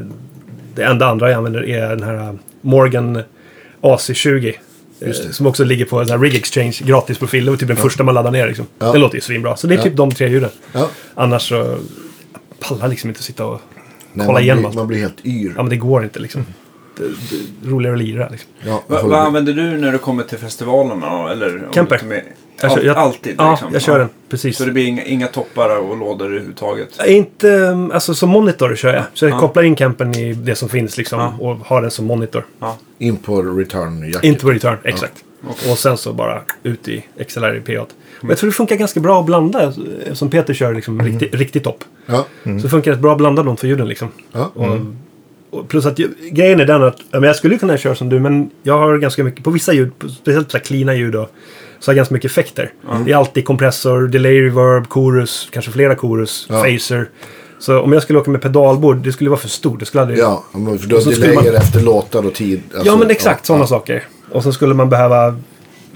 S2: det enda andra jag använder är den här eh, Morgan AC20. eh,
S4: Just det.
S2: Som också ligger på en sån här Rig Exchange gratisprofil. Det var typ den första man laddade ner. Liksom.
S4: Ja.
S2: Det låter ju svinbra. Så det är
S4: Ja.
S2: typ de tre ljuden.
S4: Ja.
S2: Annars så jag pallar liksom inte sitta och
S4: Nej,
S2: kolla
S4: man,
S2: igenom
S4: blir,
S2: allt.
S4: man blir helt yr.
S2: Ja men det går inte liksom. Det, det, är roligare att lira liksom.
S4: Ja, jag håller
S1: Va, vad
S4: med.
S1: använder du när du kommer till festivalerna? Eller, om
S2: Kemper.
S1: du tar med-
S2: Jag kör-
S1: Al-
S2: jag-
S1: alltid?
S2: Ja,
S1: liksom.
S2: jag kör den. Precis.
S1: Så det blir inga, inga toppar och lådor överhuvudtaget?
S2: Eh, Inte, eh, alltså som monitor kör jag. Så jag
S1: Ja.
S2: kopplar in campen i det som finns liksom.
S1: Ja.
S2: Och har den som monitor.
S1: Ja,
S4: In på return jacket.
S2: Inte på return, exakt. Och sen så bara ut i XLR i P8. Men jag tror det funkar ganska bra att blanda, eh, som Peter kör liksom
S4: Mm.
S2: riktigt, riktigt topp.
S4: Ja.
S2: Så det funkar rätt bra att blanda de två ljuden liksom.
S4: Ja.
S1: Mm.
S2: Och, och plus att ju- grejen är den att, ja, men jag skulle kunna köra som du, men jag har ganska mycket, på vissa ljud, på- speciellt så här cleana ljud och så har jag ganska mycket effekter.
S4: Mm.
S2: Det är alltid kompressor, delay reverb, chorus, kanske flera chorus,
S4: Ja.
S2: phaser. Så om jag skulle åka med pedalbord, det skulle vara för stort. Det skulle aldrig...
S4: Ja, men för du har
S2: så skulle
S4: delayer
S2: man-
S4: efter låtar och tid. alltså,
S2: Ja men exakt sådana
S4: ja.
S2: saker. Och sen skulle man behöva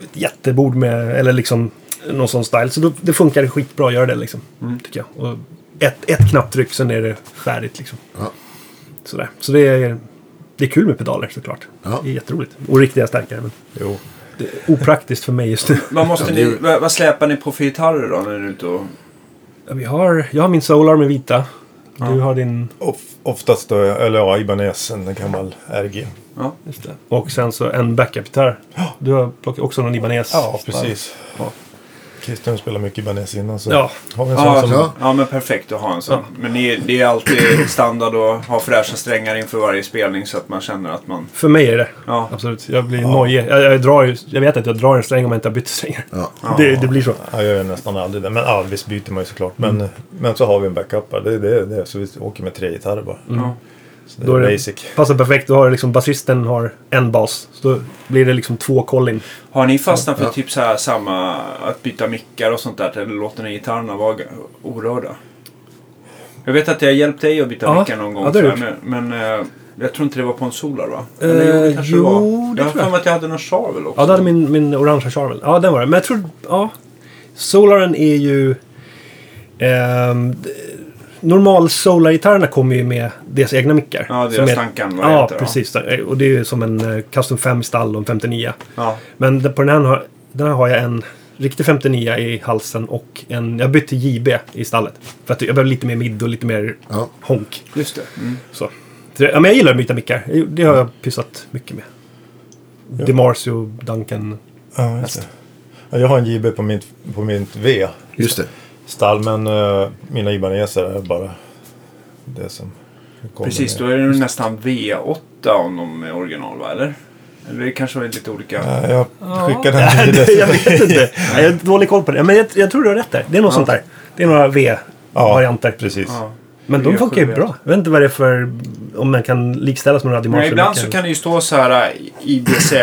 S2: ett jättebord med, eller liksom någon sån style. Så då, det funkar skitbra att göra det liksom.
S4: Mm.
S2: Tycker jag. Och ett, ett knapptryck sen är det färdigt liksom.
S4: Ja.
S2: Sådär. Så det är, det är kul med pedaler såklart.
S4: Ja.
S2: Det är jätteroligt. Och riktiga stärkare. Men
S3: Jo.
S2: det är opraktiskt för mig just nu.
S1: Vad, måste
S4: Ja, det är
S1: ni,
S4: ju-
S1: vad, vad släpar ni på för gitarrer då när ni är ute och...
S2: Ja, Vi har, jag har min Solar med vita. Du har din...
S3: Of, oftast då, eller ja, Ibanez, en gammal RG.
S1: Ja.
S2: Och sen så en backup-gitarr. Du har plockat också någon Ibanez.
S3: Ja, precis.
S2: Ja.
S3: Christian spelade mycket Ibanez innan så
S2: Ja.
S3: har vi en sån
S1: Ja,
S3: som...
S1: ja. men perfekt att ha en sån. Men ni, det är alltid standard att ha fräscha strängar inför varje spelning så att man känner att man...
S2: För mig är det.
S1: Ja.
S2: Absolut. Jag blir nojig. Jag, jag, drar, ju- jag vet att jag drar en sträng om jag inte har bytt strängar.
S4: Ja.
S2: Det, det blir så.
S3: Ja, jag gör nästan aldrig det. Men ja, visst byter man ju såklart. Men, men så har vi en backup där. Det, det, det. Så vi åker med tre gitarrer bara.
S1: Ja.
S3: Så det
S2: Då är
S3: är
S2: det-
S3: basic.
S2: Passar perfekt. Då har liksom, basisten har en bas. Så då blir det liksom två Colin.
S1: Har ni fastnat för
S4: Ja.
S1: typ så här samma, att byta mickar och sånt där? Eller låter ni gitarrerna vara g- orörda? Jag vet att jag hjälpte dig att byta
S2: Ja.
S1: mickar någon gång.
S2: Ja, det har
S1: så
S2: du
S1: här, men men eh, jag tror inte det var på en Solar va?
S2: Eh,
S1: kanske
S2: jo,
S1: var.
S2: det tror
S1: jag
S2: jag.
S1: för mig att jag hade någon Charvel också.
S2: Ja, det hade min, min orangea Charvel. Ja, den var det. Men jag tror... Ja. Solaren är ju... ehm, d- normal Solar-gitarrerna kommer ju med deras egna mickar.
S1: Ja, deras
S2: Som är-
S1: Duncan
S2: Ja,
S1: varianter, va?
S2: precis. Och det är ju som en eh, Custom 5 stall och en 59.
S1: Ja.
S2: Men den- på den här, har- den här har jag en riktig 59 i halsen och en... Jag bytte JB i stallet. För att jag behöver lite mer midd och lite mer
S4: Ja.
S2: honk.
S1: Just det. Mm.
S2: Så. Så det- Ja, men jag gillar att byta mickar. Jag- Det har jag pysslat mycket med. DeMarcio, Duncan.
S3: Ja, just det. Jag har en JB på mitt, på mitt V.
S4: Just det.
S3: Stalmen, eh, mina ibaneser är bara det som kommer
S1: Precis,
S3: med.
S1: då är det nästan V8 om de är original va? Eller? Eller det kanske är lite olika.
S3: Nej, Jag skickade den
S2: Nej,
S3: till
S2: det- jag
S3: Desiree.
S2: vet inte. Nej, Jag har dålig koll på det. Men jag, jag tror du har rätt där. Det är något sånt där. Det är några V-varianter.
S3: Precis.
S1: Ja.
S2: Men de
S1: V7
S2: funkar ju
S1: vet.
S2: bra. Jag vet inte vad det är för... Om den kan likställas med radiomarschen.
S1: Men ibland så kan det ju stå så här eh, IBZ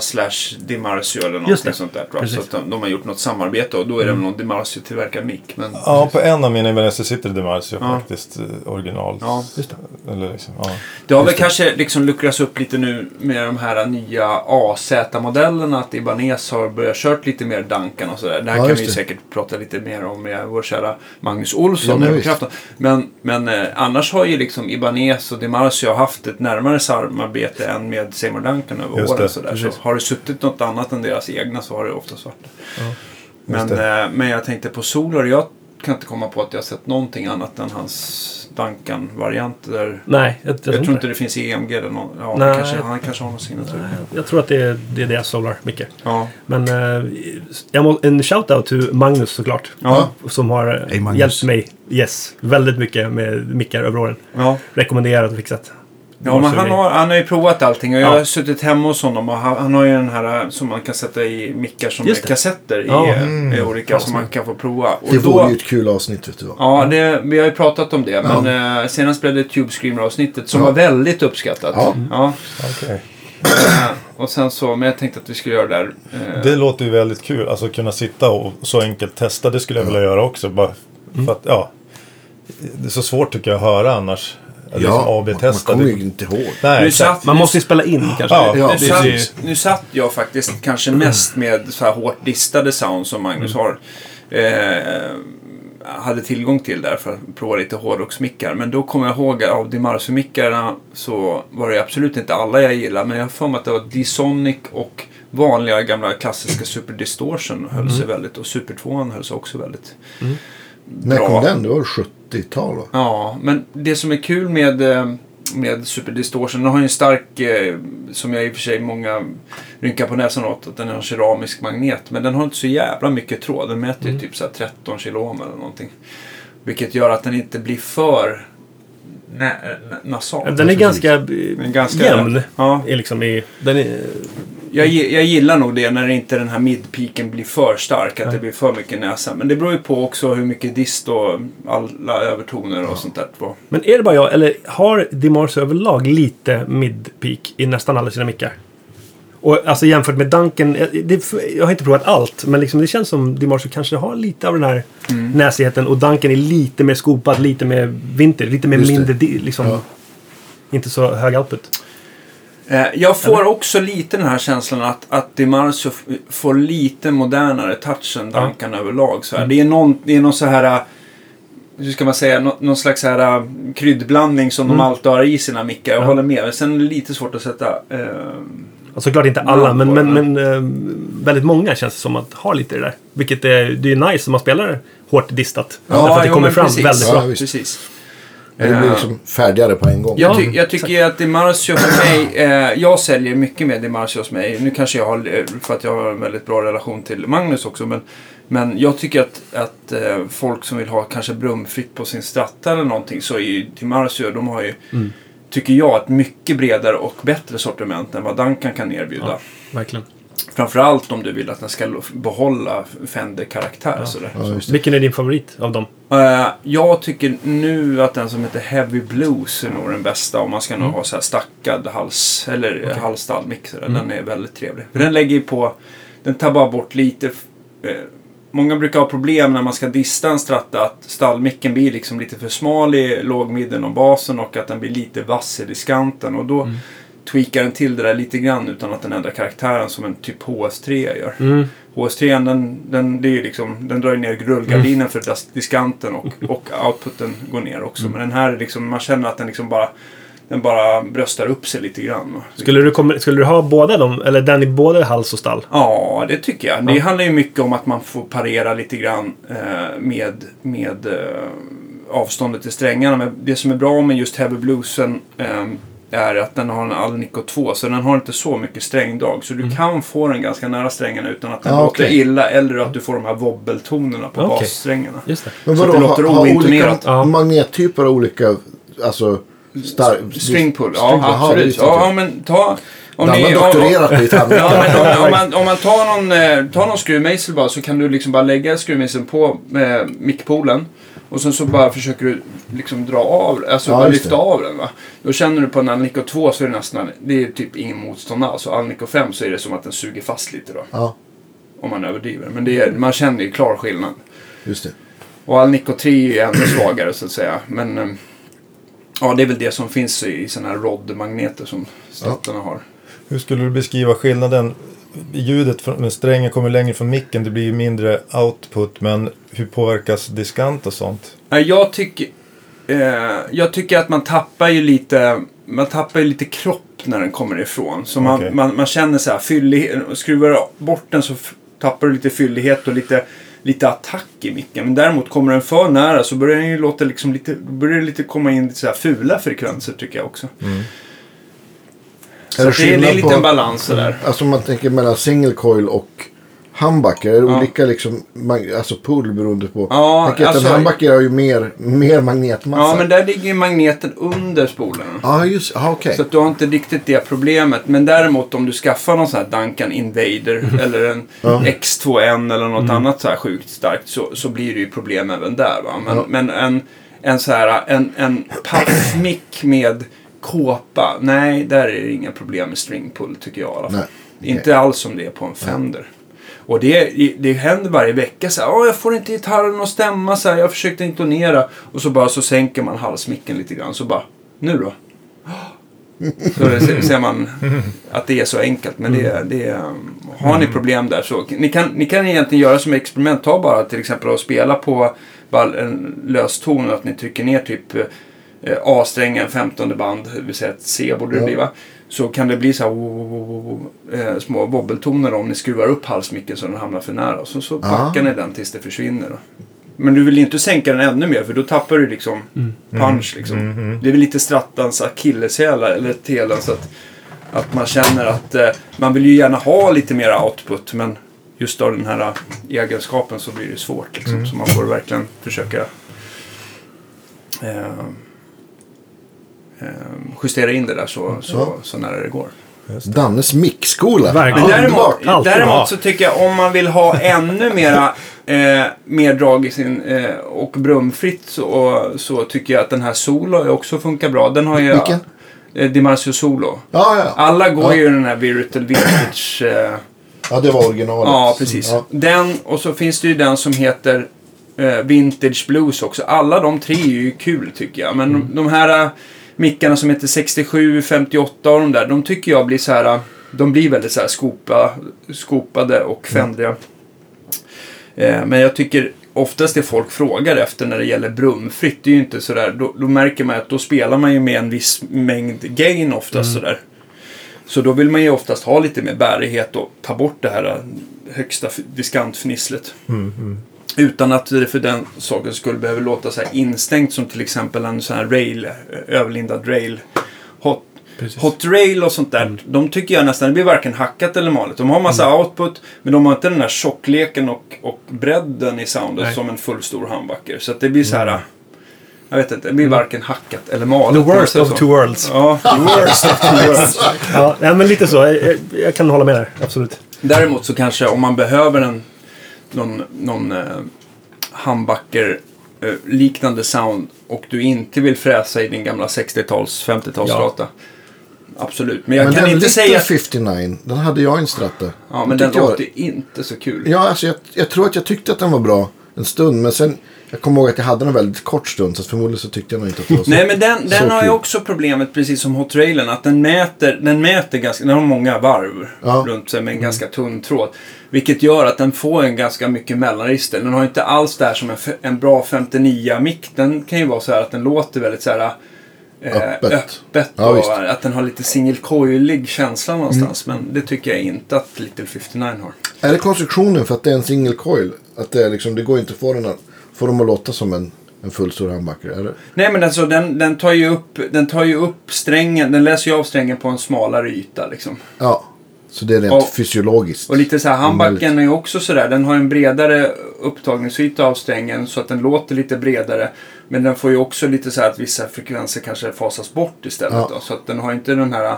S1: slash Dimarsio eller
S2: Just
S1: någonting
S2: det.
S1: sånt där. Tror jag.
S2: Precis. Mm.
S1: Så att de, de har gjort något samarbete och då är det väl någon Dimarsio-tillverkad mick. Men
S3: Ja, på en av mina ibaneser sitter det Demarcio
S1: Ja.
S3: faktiskt. eh, Original.
S1: Ja,
S2: Just det.
S3: Eller liksom, ja.
S1: det har väl kanske liksom luckrats upp lite nu med de här nya AZ-modellerna. Att Ibanez har börjat kört lite mer Duncan och sådär. Det här
S4: Ja,
S1: kan
S4: just
S1: vi ju
S4: det.
S1: säkert prata lite mer om med vår kära Magnus
S4: Ja,
S1: Olsson.
S4: men
S1: med
S4: visst.
S1: Kraften. men men eh, annars har ju liksom Ibanez och Dimarsio haft ett närmare samarbete än med Seymour Duncan över
S3: Just
S1: åren.
S3: det,
S1: Så, där. så
S3: precis.
S1: har det suttit något annat än deras egna så har det oftast varit det. Men,
S3: Just
S1: eh, men jag tänkte på Solor. Jag kan inte komma på att jag har sett någonting annat än hans Duncan-variant. Där.
S2: Nej, jag, jag,
S1: Jag, tror inte
S2: det.
S1: det finns i EMG eller någon, ja,
S2: Nej.
S1: kanske, Han kanske har någon signatur.
S2: Jag tror att det är, det är deras solar, mycket.
S1: Ja.
S2: Men eh, jag må, en shout-out till Magnus såklart.
S1: Ja.
S2: Som har eh,
S4: Hej, Magnus.
S2: hjälpt mig yes, väldigt mycket med mickar över åren.
S1: Ja.
S2: Rekommenderat och fixat.
S1: Ja, men han, har, han har ju provat allting och jag
S2: Ja.
S1: har suttit hemma hos honom och han, han har ju den här eh, som man kan sätta i mickar som är
S2: Just det.
S1: kassetter
S2: Ja.
S1: i, eh, i olika som man kan få prova. Och
S4: Mm. Det
S1: då-
S4: vore ju ett kul avsnitt vet du vad.
S1: Ja, det, vi har ju pratat om det. Men eh, senast blev det Tube Screamer-avsnittet som
S4: Ja.
S1: var väldigt uppskattat.
S4: Ja.
S1: Ja,
S3: Okej.
S1: eh, och sen så, men jag tänkte att vi skulle göra det där. eh,
S3: Det låter ju väldigt kul. Alltså kunna sitta och så enkelt testa. Det skulle jag vilja göra också. Bara
S4: Mm.
S3: för att, ja. Det är så svårt tycker jag att höra annars. Ja, liksom
S4: man, man
S3: AB-testa.
S4: kommer
S3: Det-
S4: ju
S1: liksom.
S4: inte ihåg.
S3: Nej,
S1: Nu
S3: exakt.
S1: satt,
S2: Man måste ju spela in kanske.
S3: Ja,
S4: Ja,
S1: nu, satt,
S3: precis.
S1: nu satt jag faktiskt kanske mest med så här hårt distade sound som Magnus har. Eh, hade tillgång till där för att prova lite hårdrocksmickar. Men då kommer jag ihåg av Dimarsio-mickarna så var det absolut inte alla jag gillade. Men jag har för mig att det var D-Sonic och vanliga gamla klassiska Super Distortion höll sig väldigt. Och Super 2 höll sig också väldigt.
S4: När
S1: Bra.
S4: kom den? Det var 70-tal va?
S1: Ja, men det som är kul med, eh, med Super Distortion, den har ju en stark, eh, som jag i och för sig många rynkar på näsan åt, att den har en keramisk magnet. Men den har inte så jävla mycket tråd. Den mäter ju
S2: Mm.
S1: typ så här 13 kilo ohm eller någonting. Vilket gör att den inte blir för nä- nä- nasal.
S2: Den är ganska, eh,
S1: Den är ganska
S2: jämn.
S1: Ja,
S2: Är liksom i, den är,
S1: jag, gi- jag gillar nog det när inte den här midpiken blir för stark, att det blir för mycket näsa. Men det beror ju på också hur mycket dist och alla övertoner och sånt där var.
S2: men är det bara jag, eller har Dimars överlag lite mid-peak i nästan alla sina mickar? Och alltså jämfört med Duncan, eh, det, jag har inte provat allt, men liksom det känns som Dimars kanske har lite av den här
S4: Mm.
S2: näsigheten och Duncan är lite mer skopad, lite mer vinter, lite mer
S4: Just det.
S2: mindre, di- liksom.
S4: Ja.
S2: Inte så hög output.
S1: Eh, Jag får också lite den här känslan att, att DiMarzio f- får lite modernare touch än Duncan överlag. Så här.
S2: Mm.
S1: Det, är någon, det är någon så här, eh, hur ska man säga, nå- någon slags så här, eh, kryddblandning som
S2: Mm.
S1: de alltid har i sina mickar. Jag håller med. Men sen är det lite svårt att sätta... Eh,
S2: Och såklart Alltså, inte alla, men,
S1: Namn på
S2: men, men eh, väldigt många känns det som att ha lite det där. Vilket är, det är ju nice om man spelar hårt distat. därför att det
S1: jo,
S2: kommer
S1: men
S2: fram
S1: precis.
S2: väldigt bra.
S4: Ja, visst.
S1: precis.
S4: Men det blir
S1: Eh,
S4: liksom färdigare på en gång.
S1: Jag, ty jag tycker att Dimarzio för mig, eh, jag säljer mycket med Dimarzio hos mig. Nu kanske jag har, eh, för att jag har en väldigt bra relation till Magnus också, men, men jag tycker att, att eh, folk som vill ha kanske brumfritt på sin stratta eller någonting så är ju Dimarzio, de har ju, tycker jag, ett mycket bredare och bättre sortiment än vad Duncan kan erbjuda.
S2: Verkligen.
S1: Framförallt om du vill att den ska lo- behålla Fender-karaktär. sådär.
S4: Ja, just det.
S2: Vilken är din favorit av dem?
S1: Eh, jag tycker nu att den som heter Heavy Blues är nog den bästa om man ska nog ha så här stackad hals eller okay. halsstallmick. sådär. Den är väldigt trevlig. För Den lägger ju på, den tar bara bort lite. f- Eh, många brukar ha problem när man ska dista en stratta att stallmicken blir liksom lite för smal i lågmidden och basen och att den blir lite vass i diskanten. Och då tweakar den till det där lite grann utan att den ändrar karaktären som en typ HS3 gör. HS3 den, den, det är ju liksom, den drar ju ner rullgardinen för dis- diskanten och, och outputen går ner också. Men den här är liksom, man känner att den liksom bara, den bara bröstar upp sig lite grann.
S2: Skulle du, komma, skulle du ha båda dem? Eller den i både hals och stall?
S1: Ja, det tycker jag. Det handlar ju mycket om att man får parera lite grann eh, med, med eh, avståndet till strängarna. Men det som är bra med just Heavy Bluesen eh, är att den har en Alnico 2 så den har inte så mycket strängdrag. Så du kan få den ganska nära strängarna utan att den
S4: Mm. Ja,
S1: låter
S4: okej.
S1: illa eller att du får de här wobbeltonerna på
S2: Okej.
S1: bassträngarna.
S2: Just det.
S4: Men
S1: Så
S4: vadå,
S1: att det låter
S4: har, har olika
S1: ointonerat.
S2: Ja.
S4: magnettyper och olika... Alltså... Star,
S1: Stringpull, ja
S4: stringpull, jaha,
S1: absolut.
S4: det är
S1: Ja, men ta... Om
S4: Danne har
S1: ja,
S4: doktorerat i tandläkare.
S1: Ja, men om, om, man, om man tar någon, eh, tar någon skruvmejsel bara så kan du liksom bara lägga skruvmejseln på eh, mickpolen. Och sen så bara försöker du liksom dra av, alltså
S4: Ja,
S1: bara
S4: just
S1: lyfta
S4: det.
S1: av den va. Då känner du på en Alnico 2 så är det nästan, det är typ ingen motstånd alls. Och Alnico 5 så är det som att den suger fast lite då.
S4: Ja,
S1: Om man överdriver. Men det är, man känner ju klar skillnad.
S4: just det.
S1: Och Alnico 3 är ju ännu svagare så att säga. Men eh, ja, det är väl det som finns i, i sådana här roddmagneter som stöttarna har.
S3: Hur skulle du beskriva skillnaden? Ljudet från när strängen kommer längre från micken, det blir ju mindre output. Men hur påverkas diskant och sånt?
S1: Nej, jag tycker... Eh, jag tycker att man tappar ju lite... Man tappar ju lite kropp när den kommer ifrån. Så man,
S3: Okej.
S1: man, man känner så här, fyllighet, skruvar du bort den så f- tappar du lite fyllighet och lite, lite attack i micken. Men däremot kommer den för nära så börjar den ju låta liksom lite, börjar det lite komma in lite så här fula frekvenser tycker jag också. Så
S4: Är det
S1: det, är- det är
S4: skillnad
S1: en
S4: på-
S1: liten balans det där.
S4: Alltså om man tänker mellan single coil och humbucker. Är det
S1: Ja.
S4: olika liksom, mag- alltså pull beroende på?
S1: Ja,
S4: Tänker att
S1: alltså-
S4: en humbucker har ju mer, mer magnetmassa.
S1: Ja, men där ligger ju magneten under spolen.
S4: Ja, just ja, okej.
S1: Så att du har inte riktigt det problemet. Men däremot om du skaffar någon sån här Duncan
S4: Mhm.
S1: Invader eller en X2N eller något
S4: Mm.
S1: annat så här sjukt starkt så, så blir det ju problem även där. Va? Men, men en, en så här en, en paffmick med kåpa. Nej, där är det inga problem med stringpull tycker jag i alla fall.
S4: Nej.
S1: Inte alls som det är på en Fender. Och det, det händer varje vecka så här, "Åh, jag får inte gitarren att stämma så här, jag försökte intonera. Och så bara så sänker man halsmicken lite grann så bara, nu då? Så det ser, ser man att det är så enkelt. Men det, det, um, har ni problem där så ni kan ni kan egentligen göra som experiment. Ta bara till exempel och spela på bara en lös ton och att ni trycker ner typ eh, A-strängen, 15 band, det vill säga ett C borde det
S4: Ja.
S1: bli va. Så kan det bli så här wo, wo, wo, wo, wo, eh, små wobbeltoner om ni skruvar upp halsmicken så den hamnar för nära. Och så, så backar ni den tills det försvinner. Då. Men du vill inte sänka den ännu mer för då tappar du liksom punch. Liksom. Det är väl lite strattans akilleshäl eller telen. Så att, att man känner att eh, man vill ju gärna ha lite mer output men just av den här eh, egenskapen så blir det svårt. Liksom. Så man får verkligen försöka eh, eh, justera in det där så, så,
S4: Ja.
S1: så nära det går.
S4: Dannes mickskola.
S2: Verkligen.
S1: Men däremot,
S2: Underbart. Alltid bra.
S1: däremot så tycker jag om man vill ha ännu mera, eh, mer drag i sin eh, och brumfritt så, så tycker jag att den här Solo ju också funkar bra. Den har ju...
S4: Vilken?
S1: Eh, Dimarzio Solo.
S4: Ja, ja, ja.
S1: Alla går
S4: Ja.
S1: ju i den här Virutal Vintage. Eh,
S4: ja, det var originalet.
S1: ja, precis.
S4: Ja.
S1: Den och så finns det ju den som heter eh, Vintage Blues också. Alla de tre är ju kul tycker jag. Men de, de här eh, mickarna som heter 67, 58 och de där. De tycker jag blir så här. eh, De blir väldigt så här skopa, skopade och fändriga. Eh, men jag tycker oftast det folk frågar efter när det gäller brumfritt. Det är ju inte sådär. Då, då märker man att då spelar man ju med en viss mängd gain oftast sådär. Så då vill man ju oftast ha lite mer bärighet och ta bort det här äh, högsta f- diskantfnisslet.
S2: Mm,
S1: Utan att det för den sakens skull behöver låta så här instängt som till exempel en sån här rail, äh, överlindad rail. Hot,
S2: Precis. Mm.
S1: hot rail och sånt där, de tycker jag nästan, det blir varken hackat eller malet. De har massa output, men de har inte den här tjockleken och, och bredden i soundet
S2: Nej. Mm.
S1: som en full stor handbacker. Så att det blir så här, jag vet inte, det blir varken hackat eller malet.
S2: The
S1: om man
S2: worst
S1: säger
S2: of
S1: så.
S2: two worlds.
S1: Ja, the worst of two worlds.
S2: Ja, nej, men lite så. Jag, jag- jag kan hålla med där. Absolut.
S1: Däremot så kanske om man behöver en någon, någon eh, humbucker eh, liknande sound och du inte vill fräsa i din gamla 60-tals, 50-tals
S2: Ja.
S1: strata. Absolut, men jag
S4: Men
S1: kan
S4: den
S1: inte
S4: Little
S1: säga...
S4: 59, den hade jag i en stratta.
S1: Ja,
S4: Den
S1: men den
S4: tyckte jag var-
S1: låter inte så kul.
S4: Ja, alltså jag, jag tror att jag tyckte att den var bra en stund. Men sen, jag kommer ihåg att jag hade den väldigt kort stund. Så att förmodligen så tyckte jag nog inte att det var så.
S1: Nej men den,
S4: så
S1: den har ju
S4: kul.
S1: också problemet precis som Hot Railen att den mäter, den mäter ganska, den har många varv
S4: Ja. Mm.
S1: runt sig med en ganska tunn tråd. Vilket gör att den får en ganska mycket mellanregister. Den har ju inte alls det här som en, f- en bra 59-mick. Den kan ju vara så här att den låter väldigt så här eh,
S4: Öppet.
S1: öppet
S4: Ja,
S1: och
S4: visst. Mm.
S1: att den har lite singelcoilig känsla någonstans. Men det tycker jag inte att Little 59 har.
S4: Är det konstruktionen för att det är en single coil? Att det, är liksom, det går inte att få, den att, få dem att låta som en En full stor handbackare. Eller?
S1: Nej men alltså den, den, tar ju upp, den tar ju upp strängen, den läser ju av strängen på en smalare yta liksom.
S4: Ja, så det är rent
S1: Och-
S4: fysiologiskt.
S1: Och lite så här, handbacken är ju också sådär, den har en bredare upptagningsyta av strängen så att den låter lite bredare. Men den får ju också lite så här att vissa frekvenser kanske fasas bort istället
S4: Ja.
S1: då. Så att den har ju inte den här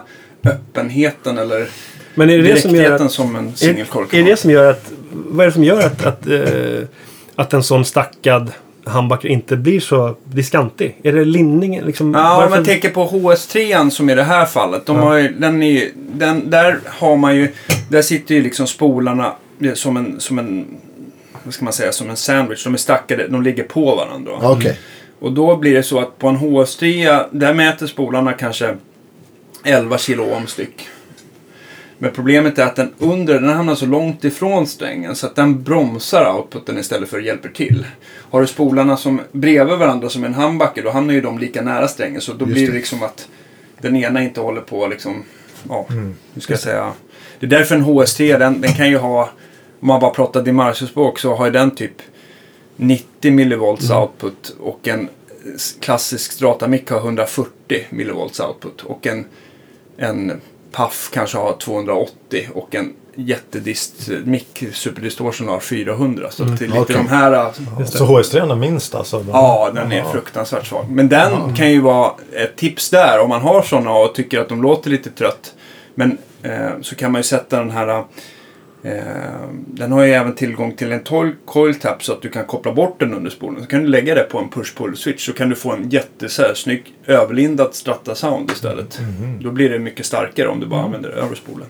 S1: öppenheten eller
S2: Men är det det som gör
S1: direktheten
S2: att...
S1: som en singelkork
S2: Är, är
S1: har.
S2: det det som gör att... Vad är det som gör att, att, eh, att en sån stackad handbacker inte blir så diskantig? Är det linningen? Liksom,
S1: Ja, om
S2: varför-
S1: man tänker på HS3 som i det här fallet. De har ju, den är, ju- den, där har man ju, där sitter ju liksom spolarna eh, som en, som en, vad ska man säga, som en sandwich. De är stackade, de ligger på varandra.
S4: Ja, Okej.
S1: Och då blir det så att på en HS3, där mäter spolarna kanske 11 kilo om styck. Men problemet är att den undre, den hamnar så långt ifrån strängen så att den bromsar outputen istället för att hjälper till. Har du spolarna som bredvid varandra som en handbacker då hamnar ju de lika nära strängen så då
S4: Just
S1: blir det
S4: det.
S1: liksom att den ena inte håller på liksom, ja, hur ska jag säga. Det är därför en HS3, den, den kan ju ha, om man bara pratar Dimarcio-språk så har ju den typ 90 millivolts output och en eh, s- klassisk Strata-mic har 140 millivolts output och en, en PAF kanske har 280 och en jättedist eh, mic superdistortion har 400. Så det är lite
S4: Okej.
S1: de här... eh,
S3: Så HS3 är minst alltså? Den-
S1: Ja, den är fruktansvärt svag. Men den kan ju vara ett tips där om man har sådana och tycker att de låter lite trött. Men eh, så kan man ju sätta den här... Eh, den har ju även tillgång till en tol- coil tap så att du kan koppla bort den under spolen. Så kan du lägga det på en push-pull-switch så kan du få en jättesnygg överlindad stratta-sound istället. Då blir det mycket starkare om du bara använder över spolen.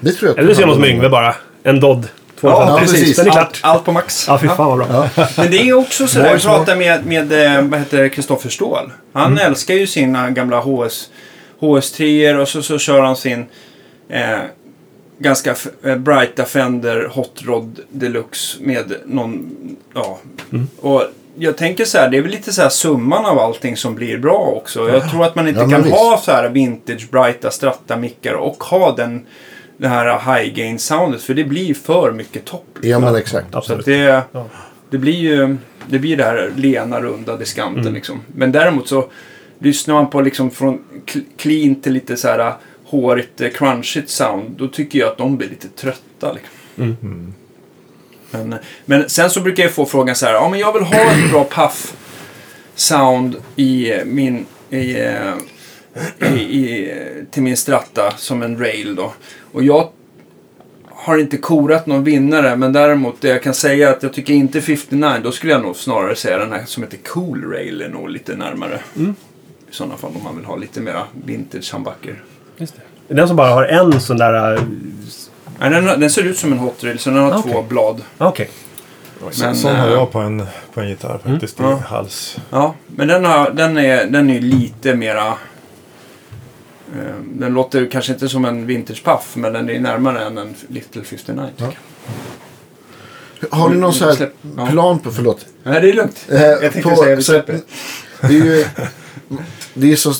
S4: Det tror jag.
S2: Eller så gör man som Yngve bara. En Dodd. 250.
S4: Ja, precis.
S2: Den är
S1: Allt,
S2: klart.
S1: allt på max.
S2: Ja, fy fan vad bra.
S1: Men det är också sådär, jag pratade med, med eh, vad heter det, Kristoffer Ståhl. Han
S4: Mm.
S1: älskar ju sina gamla HS, HS3 och så, så kör han sin eh, ganska f- eh, brighta Fender Hot Rod Deluxe med någon, ja.
S4: Mm.
S1: Och jag tänker så här, det är väl lite så här summan av allting som blir bra också. Jag tror att man inte
S4: Ja, men
S1: kan
S4: visst.
S1: ha så här vintage brighta stratta-mickar och ha den det här high gain soundet för det blir för mycket topp.
S4: Ja, men exakt.
S1: Så att
S2: Absolut.
S1: det,
S2: Ja.
S1: det blir ju det blir det här lena, runda diskanten
S2: Mm.
S1: liksom. Men däremot så lyssnar man på liksom från cl- clean till lite så här hårigt, eh, crunchigt sound. Då tycker jag att de blir lite trötta liksom.
S2: Mm.
S1: Men, men sen så brukar jag få frågan så här, ja men jag vill ha ett bra puff sound i eh, min, i, eh, i, i, eh, till min stratta som en rail då. Och jag har inte korat någon vinnare, men däremot det jag kan säga är att jag tycker inte 59, då skulle jag nog snarare säga den här som heter Cool Rail är nog lite närmare.
S2: Mm.
S1: I sådana fall om man vill ha lite mera vintage handbacker.
S2: Just det. Den som bara har en sån där... eh, s-
S1: Nej, den, har- den ser ut som en Hot Rail, så den har
S2: Ah, okej.
S1: två blad.
S2: ah, Okej.
S1: Men,
S3: Sån har
S1: eh,
S3: jag på en, på en gitarr
S2: Mm,
S3: faktiskt.
S1: Ja.
S3: I hals.
S1: Ja, men den, har, den är ju den är ju lite mera... eh, Den låter ju kanske inte som en vintage puff, men den är närmare än en Little 59. tycker jag.
S4: Har du någon så här
S1: Mm, Släpp- ja.
S4: plan på, förlåt.
S1: Nej, det är lugnt.
S4: Eh,
S1: Jag tänkte säga vi
S4: så-
S1: släpper.
S4: Det är ju... Det är så,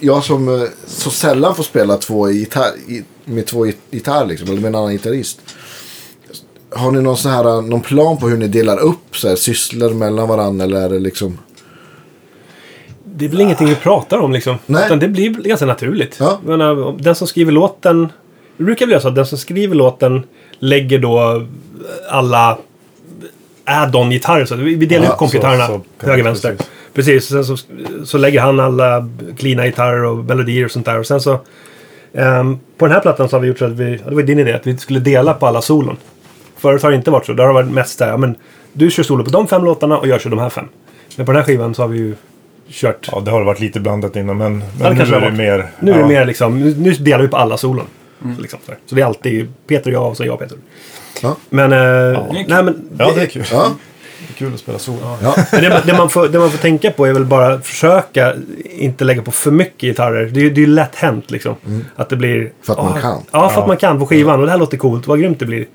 S4: jag som eh, så sällan får spela två gitarr, i- med två git- gitarr liksom, eller med en annan gitarrist. Har ni någon, sån här, eh, någon plan på hur ni delar upp så här, sysslor mellan varandra? Eller är det liksom...
S2: Det är väl ingenting vi pratar om liksom.
S4: Nej.
S2: Utan det blir väl ganska naturligt.
S4: Ja.
S2: Jag menar, om den som skriver låten... Det brukar bli så att den som skriver låten lägger då alla add-on gitarrer. Så att vi vi delar
S4: Ja,
S2: upp kompgitarrerna
S3: så- så kan det-
S2: höger vänster.
S3: precis.
S2: Precis. precis. och Sen så, så lägger han alla cleana gitarrer och melodier och sånt där. Och sen så... ehm, på den här plattan så har vi gjort så att vi... ja, Det var din idé att vi skulle dela på alla solon. Förut har det inte varit så. Där har det varit mest där, ja, men du kör solo på de fem låtarna och jag kör de här fem. Men på den här skivan så har vi ju kört...
S3: Ja, det har varit lite blandat innan men,
S2: Ja, det
S3: men nu
S2: kanske
S3: är
S2: har
S3: det
S2: varit.
S3: mer...
S2: Nu är
S3: ja.
S2: det mer liksom, nu nu delar vi på alla solon.
S4: Mm.
S2: Liksom, så, här. så det är alltid Peter och jag och så jag och Peter.
S4: Ja.
S2: Men, eh, nej, men,
S3: Ja, det är kul.
S4: Ja.
S3: Det är kul att spela solo.
S4: Ja.
S2: men det, det, man får, det man får tänka på är väl bara försöka inte lägga på för mycket gitarrer. Det är ju det är ju lätt hänt liksom. Att det blir...
S4: Mm. För att man
S2: ah,
S4: kan.
S2: Ja, för att man kan på skivan. Och det här låter coolt. Vad grymt det blir.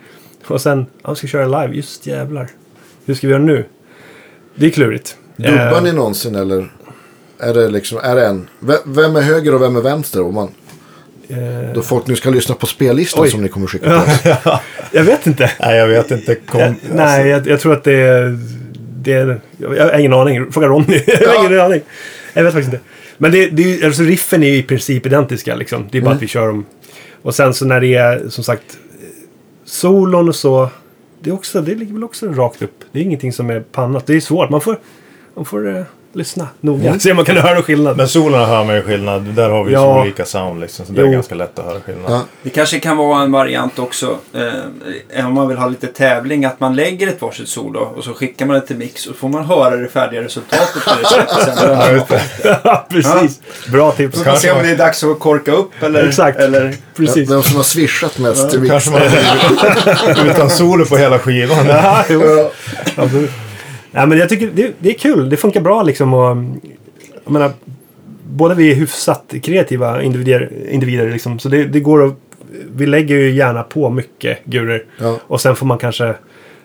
S2: Och sen, ja, vi ska köra live. Just jävlar. Hur ska vi göra nu? Det är klurigt.
S4: Dubbar
S2: Eh,
S4: ni någonsin eller? Är det liksom, är det en? ve- Vem är höger och vem är vänster? Om man,
S2: eh,
S4: då folk nu ska lyssna på spellistan
S2: Oj.
S4: som ni kommer skicka till oss.
S2: Eh, jag vet inte.
S3: Nej, jag vet inte. Kom, alltså,
S2: Jag, nej, jag, jag tror att det är... det är, jag har ingen aning. Fråga Ronny. jag har ingen aning. Jag vet faktiskt inte. Men det, det är, ju- alltså riffen är ju i princip identiska. Liksom. Det är bara att vi kör dem. Och sen så när det är som sagt eh, solon och så. Det, är också, det ligger väl också rakt upp. Det är ingenting som är pannat. Det är svårt. Man får, man får eh, lyssna noga. Se om man kan höra någon skillnad.
S3: Men solen hör man ju skillnad. Där har vi ju
S2: Ja.
S3: så olika sound liksom. Så det är
S2: Jo.
S3: ganska lätt att höra skillnad.
S4: Ja.
S1: Det kanske kan vara en variant också, eh, om man vill ha lite tävling, att man lägger ett varsitt solo och så skickar man det till mix och får man höra det färdiga resultatet på det sättet sen.
S3: Ja, just det.
S2: Ja, precis. Bra tips.
S1: Så får man se om det är dags att korka upp eller...
S2: Exakt.
S1: eller
S2: Precis.
S4: Vem som har swishat mest till Vix.
S3: Kanske man blir utan solo på hela skivan.
S2: Ja, jo.
S4: Ja.
S2: Absolut. Nej, men jag tycker det, det är kul. Det funkar bra liksom. Och, jag menar, båda vi är hyfsat kreativa individer. individer liksom, så det, det går att, Vi lägger ju gärna på mycket gurer.
S4: Ja.
S2: Och sen får man kanske...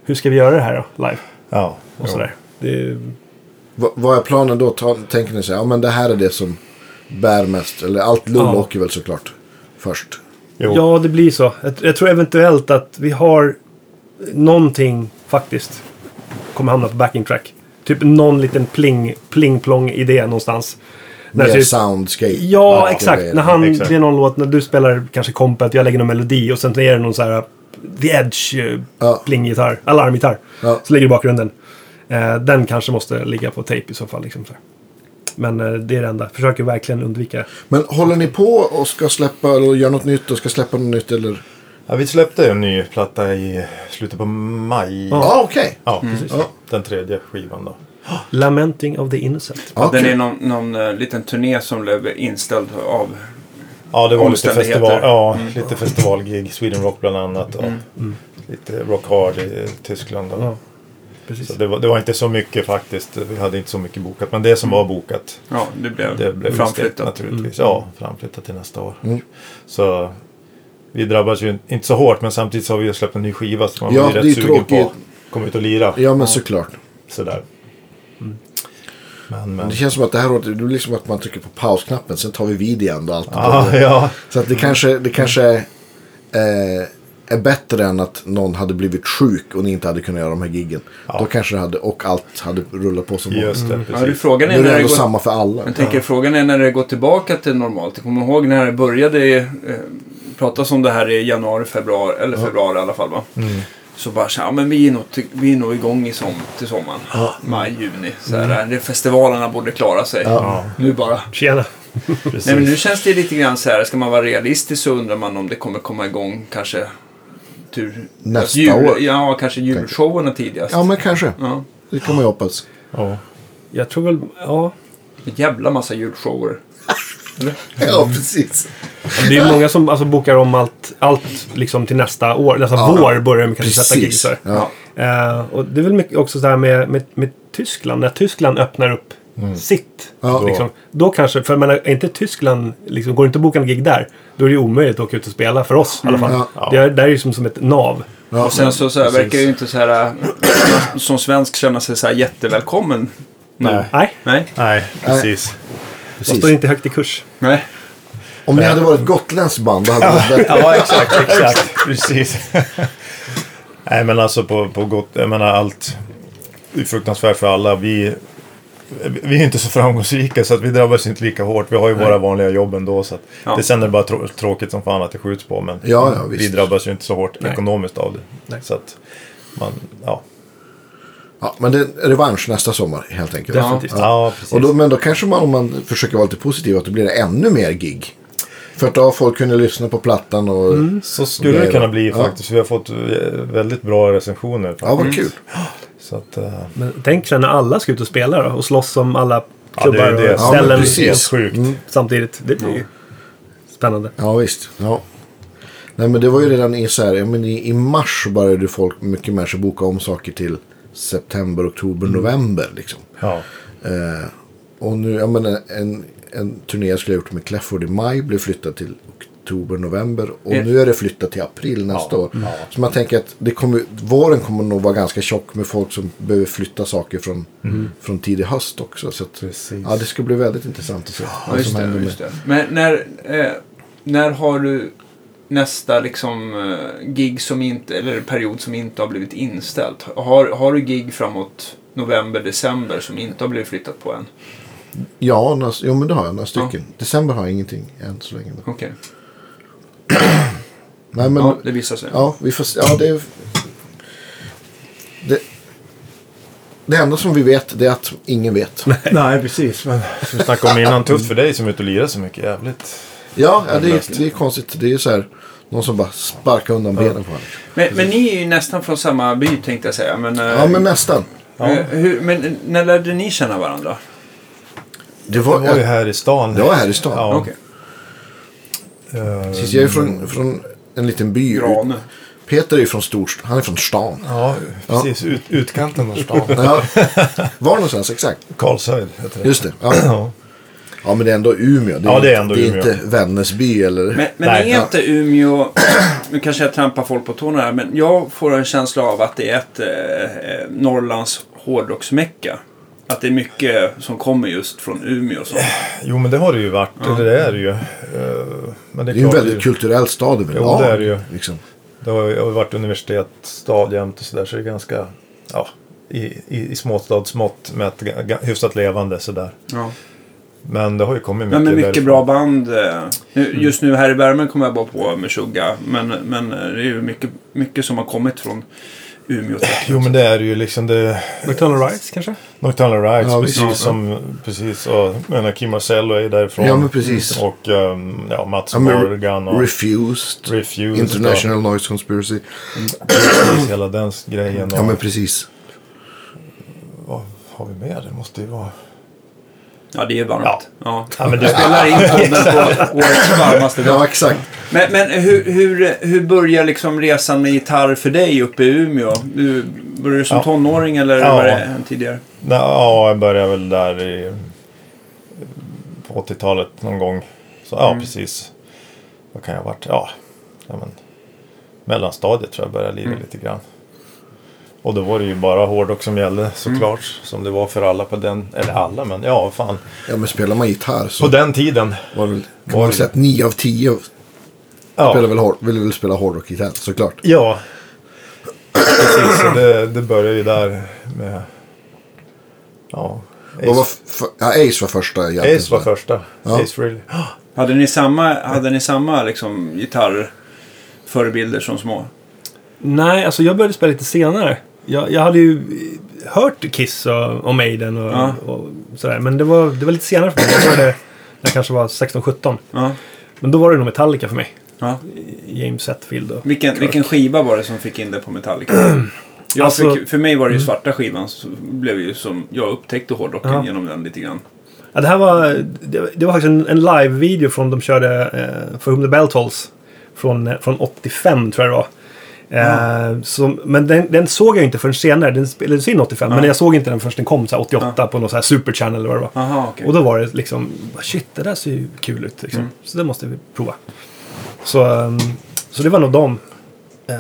S2: Hur ska vi göra det här då? Live
S3: Ja.
S2: och sådär. Det,
S4: V- vad är planen då? Ta, tänker ni så här, ja men det här är det som bär mest. Eller allt lull
S2: Ja.
S4: åker väl såklart först.
S3: Jo.
S2: ja, det blir så. Jag, jag tror eventuellt att vi har någonting faktiskt. Kommer hamna på backing track. Typ någon liten pling, pling-plong-idé någonstans. När
S4: Mer
S2: typ-
S4: soundscape.
S2: Ja,
S4: och
S2: exakt.
S4: grejer.
S2: När han,
S3: Exakt.
S2: Det är någon låt, när du spelar kanske kompet, jag lägger någon melodi och sen är det någon så här uh, The Edge eh,
S4: Ja.
S2: plinggitarr, alarmgitarr.
S4: Ja.
S2: Så ligger i bakgrunden. Eh, den kanske måste ligga på tejp i så fall. Liksom, så här. Men eh, det är det enda. Försöker verkligen undvika det.
S4: Men håller ni på och ska släppa eller gör något nytt och ska släppa något nytt eller?
S3: Ja, vi släppte ju en ny platta i slutet på maj.
S4: Ja,
S3: Ja,
S4: okej.
S2: Mm.
S3: precis.
S4: Ja.
S3: Den tredje skivan då.
S2: Lamenting of the Innocent.
S4: Ja,
S1: Den
S4: kul.
S1: är någon, någon eh, liten turné som blev inställd av...
S3: Ja, det var lite
S1: Omständigheter.
S3: festival. Ja, lite festivalgig. Sweden Rock bland annat. Och Lite Rock Hard i Tyskland. Då.
S2: Mm. Ja,
S3: Så
S2: precis.
S3: det, var, det var inte så mycket faktiskt. Vi hade inte så mycket bokat. Men det som var bokat.
S1: Ja, det blev,
S3: Det blev inställt,
S1: framflyttat.
S3: naturligtvis. Ja, framflyttat till nästa år.
S4: Mm.
S3: Så vi drabbas ju inte så hårt. Men samtidigt så har vi ju släppt en ny skiva. Så man
S4: Ja,
S3: blir rätt
S4: det är
S3: sugen på
S4: tråkigt.
S3: att komma ut och lira.
S4: Ja, men såklart.
S3: Sådär. Men, men.
S4: Det känns som att det här året, det är liksom att man trycker på pausknappen, sen tar vi vid igen och allt.
S3: Ah, ja.
S4: Så
S2: Mm.
S4: att det kanske, det kanske eh, är bättre än att någon hade blivit sjuk och ni inte hade kunnat göra de här giggen. Då kanske det hade, och allt hade rullat på som vanligt.
S3: Just det,
S1: Ja, det är
S3: precis.
S1: frågan
S4: Nu
S1: är
S4: är det
S1: när det
S4: ändå
S1: går...
S4: samma för alla.
S1: Jag tänker frågan är när det går tillbaka till normalt. Jag kommer ihåg när det började eh, pratas om det här i januari, februari, eller februari i alla fall va?
S4: Mm.
S1: Så bara så här, ja, men vi är nog, till- vi är nog igång i som, till sommaren. Maj, juni. Så här,
S4: Mm.
S1: det, festivalerna borde klara sig. Nu bara.
S2: Tjena.
S1: Nej, men nu känns det lite grann så här, ska man vara realistisk så undrar man om det kommer komma igång kanske tur,
S4: Nästa
S1: jul,
S4: år.
S1: Ja, kanske julshowerna tidigast.
S4: Ja, men kanske.
S1: Ja.
S4: Det kan man ju hoppas.
S3: Ja.
S2: Jag tror väl... Ja.
S1: En jävla massa julshower.
S4: Ja, precis.
S2: Det är många som alltså, bokar om allt, allt liksom, till nästa år. Nästa vår börjar de kanske sätta gig.
S4: Precis.
S2: så här.
S4: Ja.
S2: Eh, och det är väl mycket också så här med, med, med Tyskland. När Tyskland öppnar upp
S3: Mm.
S2: sitt.
S4: Ja.
S2: Liksom, då kanske, för jag menar, är inte Tyskland, liksom, går det inte att boka en gig där. Då är det ju omöjligt att åka ut och spela för oss i alla fall.
S3: Mm. Ja.
S2: Det är, där är ju som, som ett nav.
S1: Och sen så, så här, verkar ju inte så här, äh, som svensk känna sig så här jättevälkommen.
S3: Nej.
S2: Nej,
S1: Nej.
S3: Nej, precis.
S2: de
S4: precis.
S2: står inte högt i kurs.
S1: Nej.
S4: Om ni hade varit ett gotländskt band, då hade det varit bättre.
S3: Ja, exakt, exakt. precis. Nej, men alltså på, på gott, jag menar allt. Det är fruktansvärt för alla. Vi, vi är inte så framgångsrika så att vi drabbas inte lika hårt. Vi har ju våra vanliga jobb ändå. Så att
S1: Ja.
S3: Det sen är det bara trå- tråkigt som fan att det skjuts på. Men
S4: Ja, ja,
S3: vi
S4: visst.
S3: drabbas ju inte så hårt
S2: Nej.
S3: ekonomiskt av det.
S2: Nej.
S3: Så att man, ja.
S4: Ja, men det är revansch nästa sommar, helt enkelt.
S2: Definitivt.
S3: Ja, precis.
S4: Och då, men då kanske man, om man försöker vara lite positiv, att det blir ännu mer gig. För att då har folk kunnat lyssna på plattan och...
S3: Så skulle det
S4: Mer,
S3: kunna bli
S4: ja.
S3: faktiskt. Vi har fått eh, väldigt bra recensioner.
S4: Ja, vad kul.
S3: Så att, eh,
S2: Men tänk sen när alla ska ut och spela då, och slåss om alla
S3: ja, det
S2: klubbar
S3: är ju det.
S2: och
S4: Ja, men
S2: ställen
S4: precis. Mm.
S3: Sjukt.
S2: samtidigt. Det blir ju spännande.
S4: Ja, visst. Ja. Nej, men det var ju redan i så här, ja, men i, i mars började ju folk, mycket människor boka om saker till september, oktober, november liksom.
S3: Ja.
S4: Eh, och nu, ja men en- en, en turné jag skulle ha gjort med Clefford i maj blev flyttad till oktober, november. Och
S1: Mm.
S4: nu är det flyttat till april nästa år. Så man tänker att det kommer, våren kommer nog vara ganska tjock med folk som behöver flytta saker från,
S1: Mm.
S4: från tidig höst också. Så att,
S3: Precis.
S4: ja, det ska bli väldigt intressant att se
S1: Ja, just det,
S4: händer
S1: just det. Men när, eh, när har du nästa liksom, eh, gig som inte, eller period som inte har blivit inställt? Har, har du gig framåt november, december som inte har blivit flyttat på än.
S4: Ja, några, jo, men det har jag. Några stycken. December har jag ingenting än så länge.
S1: Okej.
S4: Nej, men,
S1: Ja,
S4: ja,
S1: det visar sig.
S4: vi får se. Ja, det, är- det, det enda som vi vet det är att ingen vet.
S3: Nej, precis. Men som vi snackade om innan, tufft för dig som är ute och lirar så mycket. Jävligt.
S4: Ja, ja det, är, det är konstigt. Det är ju så här. Någon som bara sparkar undan benen på en.
S1: Men, men ni är ju nästan från samma by tänkte jag säga. Men, eh,
S4: Ja, men nästan.
S1: eh, hur, men när lärde ni känna varandra?
S3: Det
S4: Det
S3: var ju
S4: var,
S3: här i stan.
S4: det var här i stan.
S3: Ja.
S1: Okej.
S3: Eh,
S4: Precis, jag är från, från en liten by.
S1: Grane.
S4: Peter är ju från storst... Han är från stan.
S3: Ja, precis. Ut, utkanten av stan.
S4: Ja. Var någonstans exakt?
S3: Karlshöjd heter det.
S4: Just det. Ja.
S3: Ja.
S4: ja, men det är ändå Umeå. Det är,
S3: Ja, det är
S4: inte-
S3: ändå
S4: det är
S3: Umeå.
S4: inte Vännäsby eller...
S1: Men, men
S3: Nej,
S1: är
S4: ja.
S1: inte Umeå, nu kanske jag trampar folk på tårna här, men jag får en känsla av att det är ett eh, eh, Norrlands hårdrocksmecka. Att det är mycket som kommer just från Umeå. och sånt.
S3: Jo, men det har det ju varit. Det är det ju. Eh, Men det är,
S4: det är ju en
S3: klart,
S4: väldigt kulturell stad överlag.
S3: det är det ju.
S4: Liksom.
S3: Det har ju varit universitetsstad jämt och sådär så det är ganska, ja, i, i, i småstadsmått mätt ga- ga- hyfsat levande sådär.
S1: Ja.
S3: Men det har ju kommit mycket
S1: Men med mycket
S3: därifrån.
S1: bra band. eh, Nu, just nu här i värmen kommer jag bara på Meshuggah. Men, men eh, det är ju mycket, mycket som har kommit från Umeå.
S3: Jo men det är ju liksom det,
S2: McDonald Rights kanske?
S3: Nocturnal Rights
S4: Ja,
S3: precis
S4: visst.
S3: som, precis och jag menar Kim Marcello är ju därifrån.
S4: Ja, men precis.
S3: Och ehm, ja, Mats
S4: Ja, men
S3: Morgan och
S4: Refused.
S3: Refused
S4: International Noise Conspiracy.
S3: och precis hela den grejen. Och,
S4: Ja, men precis.
S3: Vad har vi mer? Det måste ju vara...
S1: Ja, det är varmt. Ja.
S3: Ja. Ja, men
S1: Vi
S3: det,
S1: spelar in podden på årets varmaste dag.
S4: Ja, exakt.
S1: Men, men hur, hur, hur börjar liksom resan med gitarr för dig uppe i Umeå? Du, började du som
S3: Ja.
S1: tonåring eller
S3: Ja.
S1: var det än tidigare?
S3: Nej, ja, jag började väl där i, på 80-talet någon gång. Så ja,
S4: Mm.
S3: precis. Vad kan jag ha varit? Ja, ja men, mellanstadiet tror jag började
S4: Mm.
S3: lira lite grann. Och då var det ju bara hårdrock som gällde såklart.
S4: Mm.
S3: Som det var för alla på den, eller alla men ja fan.
S4: Ja, men spelar man gitarr
S3: På
S4: så
S3: den tiden.
S4: var det väl...
S3: var
S4: Kan man
S3: det-
S4: säga att 9 av 10 spelar
S3: Ja,
S4: väl hår, vill väl spela hårdrockgitarr, såklart.
S3: ja. precis. Så det, det började ju där med... Ja, Ace,
S4: Och var f- ja, Ace var första egentligen.
S3: Ace var första.
S4: Ja.
S3: Ace Frehley.
S1: Hade ni samma, hade ni samma liksom, gitarrförebilder som små?
S2: Nej, alltså jag började spela lite senare. Jag, jag hade ju eh, hört Kiss och, och Maiden och,
S1: Ja.
S2: och sådär. Men det var, det var lite senare för mig. Jag började när jag kanske var 16-17.
S1: Ja.
S2: Men då var det nog Metallica för mig.
S1: Ja.
S2: James Hetfield och...
S1: Vilken, vilken skiva var det som fick in det på Metallica? Jag
S2: Alltså-
S1: fick, för mig var det
S3: Mm.
S1: ju svarta skivan som blev ju som jag upptäckte hårdrocken
S2: Ja.
S1: genom den lite grann.
S2: Ja, det här var, det, var- det var faktiskt en, en live-video från de körde eh, för Whom the Bell Tolls. Från, eh, från 85 tror jag det var. Eh, som, men den, den såg jag inte förrän senare. Den spelades in 85 men
S1: Ja.
S2: jag såg inte den förrän den kom så här, 88 på någon så här super channel eller vad det var.
S1: Aha, okej.
S2: Och då var det liksom, shit det där ser ju kul ut liksom. Så det måste vi prova. Så, ehm, så det var nog dem. Eh,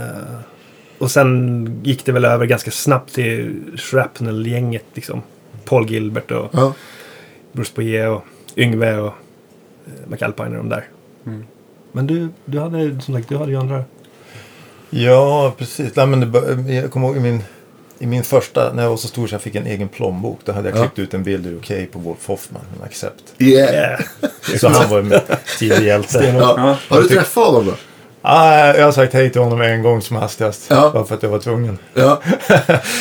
S2: och sen gick det väl över ganska snabbt till Shrapnel-gänget liksom. Paul Gilbert och
S4: Ja.
S2: Bruce Boye och Yngve och eh, McAlpine och de där. Men du, du hade som sagt, du hade ju andra.
S3: Ja, precis. Nej, men det, bör- jag kommer ihåg i min, i min första, när jag var så stor så jag fick en egen plånbok. Då hade jag
S4: Ja.
S3: klippt ut en bild ur Okej på Wolf Hoffman, en accept.
S4: Yeah.
S2: Yeah.
S3: Så han var ju min tidig hjälte.
S4: Ja. Har du träffat honom då?
S3: Ah, jag har sagt hej till honom en gång som hastigast.
S4: Ja.
S3: Bara för att jag var tvungen.
S4: Ja.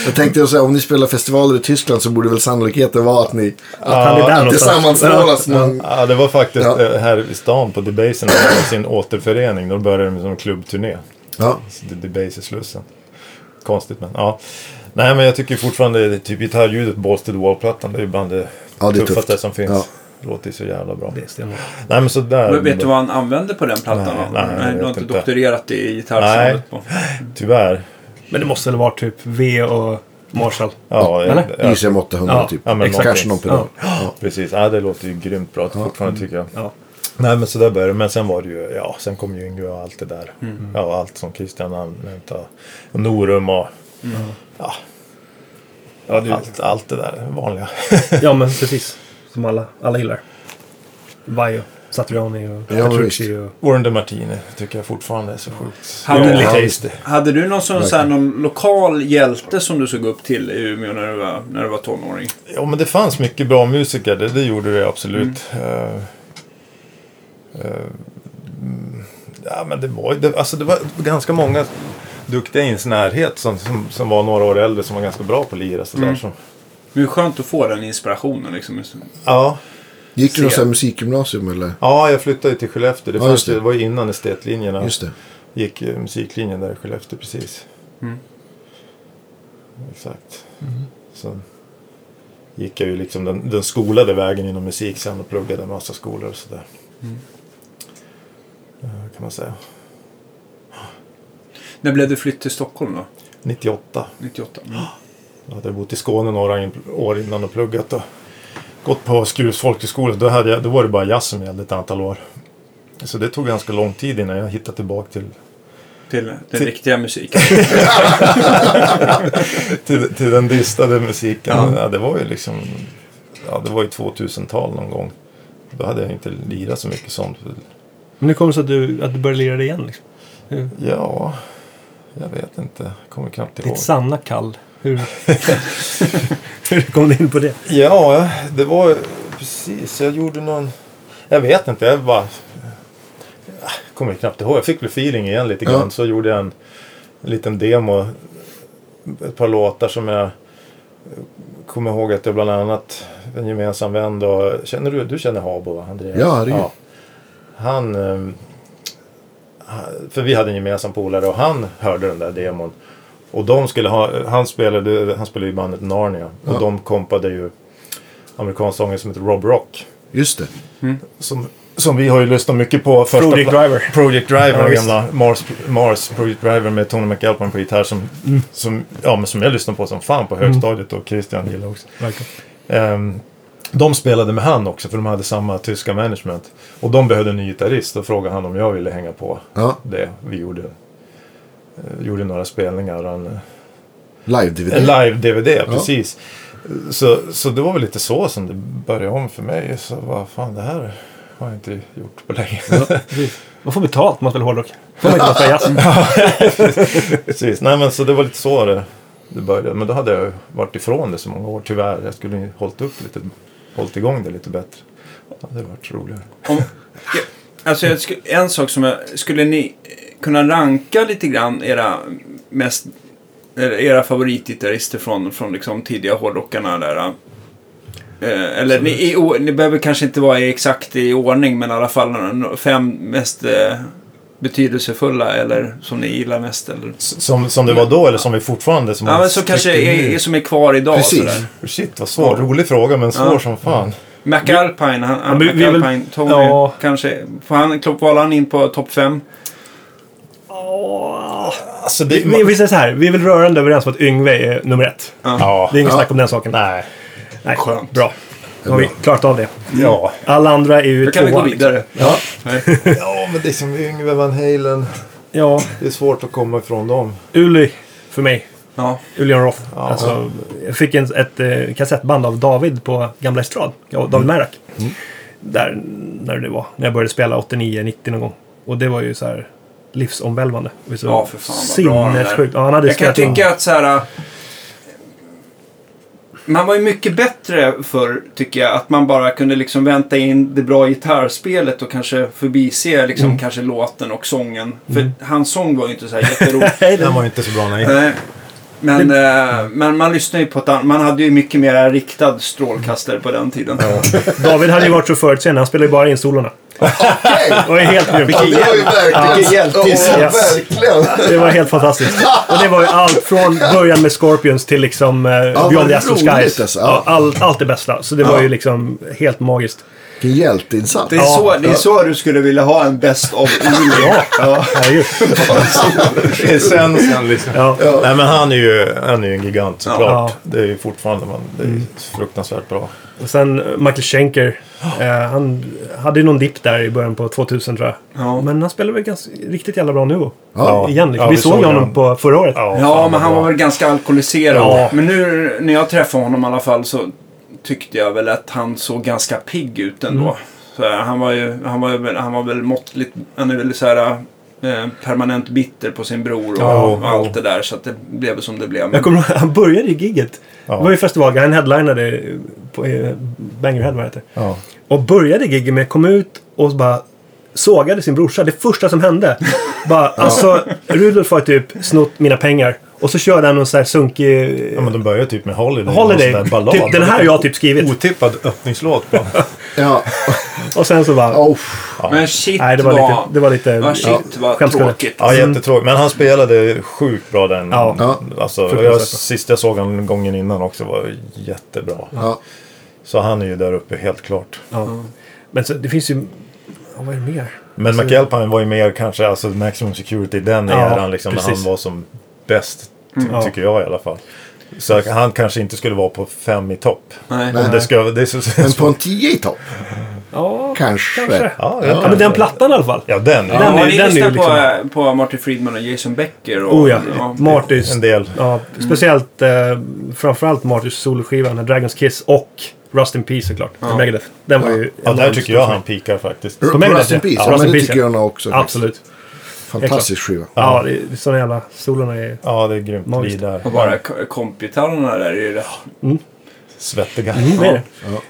S4: Jag tänkte säga, om ni spelar festivaler i Tyskland så borde väl sannolikheten vara att ni
S2: Att han är där
S4: att det
S2: någonstans.
S4: sammanstrålas någon...
S3: Ja, det var faktiskt
S4: Ja.
S3: eh, här i stan på Debasen när de hade sin återförening. Då började de med som klubbturné.
S4: Ja.
S3: Så det- Debase i Slussen. Konstigt men ja. Nej men jag tycker fortfarande det är typ gitarrljudet på Ballstead Wall-plattan. Det är ju bland det,
S4: Ja, det är
S3: tuffaste
S4: tufft.
S3: som finns.
S4: Ja.
S3: Låter ju så jävla bra.
S2: Det är stenhårt.
S3: Nej men sådär.
S1: Men vet du vad han använde på den plattan?
S3: Nej,
S1: då?
S3: nej, jag
S1: du har
S3: vet
S1: inte
S3: inte.
S1: doktorerat i
S3: Nej.
S1: gitarrsoundet på.
S3: Tyvärr.
S2: Men det måste väl vara typ V och Marshall.
S3: Ja,
S2: Eller?
S3: eh, ja,
S4: ICM 800
S2: Ja,
S4: typ.
S3: ja, men
S4: Exakt. Kanske någon
S3: någonting.
S4: pedal.
S3: precis. Ja, det låter ju grymt bra fortfarande tycker jag.
S2: Ja.
S3: Nej men sådär började det. Men sen var det ju, ja sen kom ju Yngve och allt det där. Ja och allt som Christian har nämnt. och- Och Norum och ja. allt, allt det där vanliga.
S2: ja, men precis. Som alla, alla gillar. Vajo. Satriani och
S4: Ja,
S2: Petrucci. Och,
S3: Warren de Martini tycker jag fortfarande är så sjukt.
S1: Han är
S3: jävla
S4: lite-
S3: tasty.
S1: Hade du någon, sån, sån här, någon lokal hjälte som du såg upp till i Umeå när du var, när du var tonåring?
S3: Ja men det fanns mycket bra musiker, det, det gjorde det absolut. Eh, eh, mm, ja men det var, ju- det, alltså det var ganska många duktiga i ens närhet som, som, som var några år äldre som var ganska bra på lira sådär. Som,
S1: Det är skönt att få den inspirationen liksom.
S3: ja.
S4: Gick du något
S3: Se.
S4: sånt här musikgymnasium eller?
S3: ja, jag flyttade ju till Skellefteå. Det,
S4: Ja,
S3: fanns,
S4: just
S3: det.
S4: det.
S3: det var ju innan estetlinjerna
S4: Just det.
S3: gick eh, musiklinjen där i Skellefteå precis.
S1: Mm.
S3: Exakt. Sen gick jag ju liksom den, den skolade vägen inom musik sen och pluggade en massa skolor och sådär. Eh, Kan man säga.
S1: När blev du flytt till Stockholm då? Mm.
S3: 98.
S1: 98?
S3: Jag hade bott i Skåne några in- år innan och pluggat och gått på Skurus folkhögskola. Då, hade jag, då var det bara jazz som gällde ett antal år. Så det tog ganska lång tid innan jag hittade tillbaka till
S1: Till den riktiga musiken?
S3: till, till den dystade musiken. Ja. det var ju liksom... Ja, det var ju 2000-tal någon gång. Då hade jag inte lirat så mycket sånt.
S2: men nu kommer det sig att du, att du börjar lira det igen. Liksom. Hur,
S3: Ja, jag vet inte. Jag kommer knappt ihåg.
S2: ditt sanna kall. Hur, hur kom du in på det?
S3: Ja, det var precis. Jag gjorde någon... Jag vet inte, jag bara... Jag kommer knappt ihåg. Jag fick väl feeling igen lite
S4: Ja.
S3: grann. Så gjorde jag en, en liten demo. Ett par låtar som jag kommer ihåg att jag bland annat en gemensam vän då. Känner du, du känner Habo va, Andreas?
S4: Ja, herregud.
S3: Han... eh, han- För vi hade en gemensam polare och han hörde den där demon. Och de skulle ha, han spelade, han spelade ju i bandet Narnia. Och
S4: Ja.
S3: de kompade ju amerikansk sångare som heter Rob Rock.
S4: Just det.
S3: Som, som vi har ju lyssnat mycket på. Första
S2: Project
S3: pla-
S2: Driver.
S3: Project Driver,
S2: Ja,
S3: den
S2: visst.
S3: gamla Mars, Mars Project Driver med Tony McAlpine på gitarr. Som,
S2: Mm.
S3: som, ja, men som jag lyssnade på som fan på högstadiet och Christian gillade också.
S2: Verkligen.
S3: Ehm, de spelade med han också för de hade samma tyska management. Och de behövde en ny gitarrist och frågade han om jag ville hänga på
S4: Ja.
S3: det. Vi gjorde, eh, gjorde några spelningar. och En, en
S4: Live-DVD.
S3: live-DVD, precis. Så, så det var väl lite så som det började om för mig. Så vad fan, det här har jag inte gjort på länge.
S2: Man får betalt om man spelar hårdrock. Får man inte bara säga jazz?
S3: precis. Nej, men så det var lite så det, det började. Men då hade jag ju varit ifrån det så många år, tyvärr. Jag skulle ju hållit upp lite, hållit igång det lite bättre. Det hade varit roligare.
S1: Om, Ja, alltså jag sku, en sak som jag... Skulle ni kunna ranka lite grann era mest... eller Era favoritgitarrister från, från liksom tidiga hårdrockarna där? äh? Eh, eller ni, i, o- ni behöver kanske inte vara i exakt i ordning men i alla fall några- fem mest eh, betydelsefulla eller som ni gillar mest eller?
S3: Som, som det var då eller som vi fortfarande som
S1: Ja men så kanske är, är, som är kvar idag
S4: Precis.
S1: sådär.
S3: Shit vad svår, rolig fråga men svår
S1: Ja.
S3: som fan.
S1: McAlpine, han, han,
S2: vi- vi är väl-
S1: McAlpine, Tony
S2: ja.
S1: kanske. Får han, kvalar han in på topp fem?
S3: Alltså det...
S2: Vi, vi säger så här, vi är väl rörande överens om att Yngve är nummer ett.
S3: ja.
S2: Det är inget snack om den saken.
S3: Nej.
S2: Nej.
S1: Skönt.
S2: Bra. Då har vi klarat av det.
S3: Ja.
S2: Alla andra är ju
S1: Då kan vi
S2: tvåa,
S1: gå vidare.
S2: Ja.
S3: ja men det är som Yngve Van Halen.
S2: liksom. ja,
S3: Det är svårt att komma ifrån dem.
S2: Uli för mig.
S1: Ja.
S2: Julian Roth. Alltså, jag fick en, ett eh, kassettband av David på Gamla Estrad. Ja, David
S1: Mm.
S2: Märak. Där, när det var. När jag började spela 89-90 någon gång. Och det var ju så här livsomvälvande. Det var så
S1: Ja, för fan, vad bra den där.
S2: Sinnessjukt. Ja, han hade
S1: Jag kan
S2: spelat in.
S1: tycka att så här. äh, Man var ju mycket bättre för tycker jag. Att man bara kunde liksom vänta in det bra gitarrspelet och kanske förbise liksom kanske låten och sången. För hans sång var ju inte så här jätterolig.
S2: Nej, det
S3: Den var ju inte så bra nej.
S1: Nej. Men, eh, men man lyssnade ju på ett annat. Man hade ju mycket mer riktad strålkastare på den tiden.
S2: David hade ju varit så förutseende. Han spelade ju bara in solorna. Det var ju helt grymt.
S4: Det var ju verkligen...
S1: vilken hjältis.
S4: Ja,
S2: Yes.
S4: verkligen.
S2: Det var helt fantastiskt. Och det var ju allt från början med Scorpions till liksom eh,
S4: vad
S2: Beyond the Astro
S4: roligt
S2: Skies.
S4: alltså.
S2: Ja,
S4: Ja.
S2: allt, allt det bästa. Så det var ju liksom helt magiskt.
S4: Vilken hjälteinsats.
S1: Det är, så, det är så du skulle vilja ha en Best of Umeå. ja.
S2: Herregud.
S3: Essensen liksom.
S2: Ja.
S3: Nej men han är ju, han är ju en gigant såklart.
S2: Ja.
S3: Det är ju fortfarande man, det är ju fruktansvärt bra.
S2: Och sen eh, Michael Schenker. Eh, han hade ju någon dipp där i början på 2000 tror jag.
S1: Ja.
S2: Men han spelar väl ganska, riktigt jävla bra nu.
S4: Ja.
S2: Igen liksom.
S3: Ja,
S2: Vi
S3: vi
S2: såg
S3: såg
S2: ju honom
S3: honom.
S2: på förra året.
S3: fan,
S1: Ja,
S3: vad
S1: men han
S3: bra.
S1: var väl ganska alkoholiserad.
S2: Ja.
S1: Men nu
S2: Mm.
S1: när jag träffade honom i alla fall så tyckte jag väl att han såg ganska pigg ut ändå. Så här, han, var ju, han, var ju, han var väl måttligt, han är väl så här, eh, permanent bitter på sin bror och,
S3: Ja,
S1: och allt
S3: ja.
S1: det där. Så att det blev som det blev.
S2: Jag kommer ihåg, han började i gigget.
S3: Ja.
S2: Det var ju festival, han headlinade på eh, Bangerhead vad det heter.
S3: Ja.
S2: Och började gigget med, kom ut och bara sågade sin brorsa. Det första som hände. Bara, alltså Rudolf har typ snott mina pengar. Och så körde han någon sån här sunkig...
S3: ja, men de börjar typ med Holiday.
S2: Holiday.
S3: någon sån där ballad.
S2: Typ, den här har jag typ skrivit.
S3: Otippad öppningslåt. På.
S4: Ja,
S2: Och sen så bara...
S4: oh,
S1: Men shit
S2: Nej, det var lite... Det var lite
S1: vad shit vad
S2: skämskudde.
S1: tråkigt.
S3: Ja, jättetråkigt. Men han spelade sjukt bra den.
S2: Ja.
S4: Ja.
S3: Alltså, jag,
S2: Fruktansvärt.
S3: sist jag såg honom gången innan också var jättebra.
S4: ja.
S3: Så han är ju där uppe helt klart.
S1: Mm.
S2: Ja. Men så, det finns ju... Ja, vad är det mer?
S3: Men McAlpine var ju mer kanske alltså Maximum Security den
S2: Ja,
S3: eran liksom när han
S2: precis. Mm.
S3: var som bäst. ty-
S2: Ja.
S3: Tycker jag i alla fall. Så han kanske inte skulle vara på fem i topp.
S1: Nej.
S4: Nej.
S3: Det ska, det är så,
S4: Men på en 10 i topp,
S2: Ja,
S4: kanske.
S2: kanske.
S3: ja, jag
S2: Ja,
S3: kan-
S2: men den plattan i alla fall.
S3: ja, den.
S1: Ja,
S2: Den är-
S1: har ni
S2: den är ju
S1: lyssnat på,
S2: liksom-
S1: på Martin Friedman och Jason Becker? Och,
S2: Oh ja,
S1: ja. Mm.
S2: Martys.
S3: En del.
S2: Ja, speciellt eh, framförallt Martys soloskiva, den här Dragons Kiss och Rust in Peace såklart.
S1: Ja.
S2: Ja. Megadeth. Den var
S4: Ja.
S2: ju...
S3: Ja,
S2: en
S3: där
S2: av de
S3: tycker jag
S2: stora.
S3: han pikar faktiskt.
S2: På mig
S4: Rust in
S2: vet jag.
S4: Peace,
S2: Ja,
S4: ja,
S2: Rust
S4: men
S2: in
S4: det
S2: Peace,
S4: tycker
S2: ja.
S4: jag nog också.
S2: Absolut.
S4: Fantastisk skiva.
S2: Ja, det är sådana jävla solorna är...
S3: Ja, det är grymt. Vi
S2: Magiskt.
S3: där.
S1: Och bara k- kompgitarrerna där är ju rätt.
S3: Svettiga.
S2: Mm, det är det.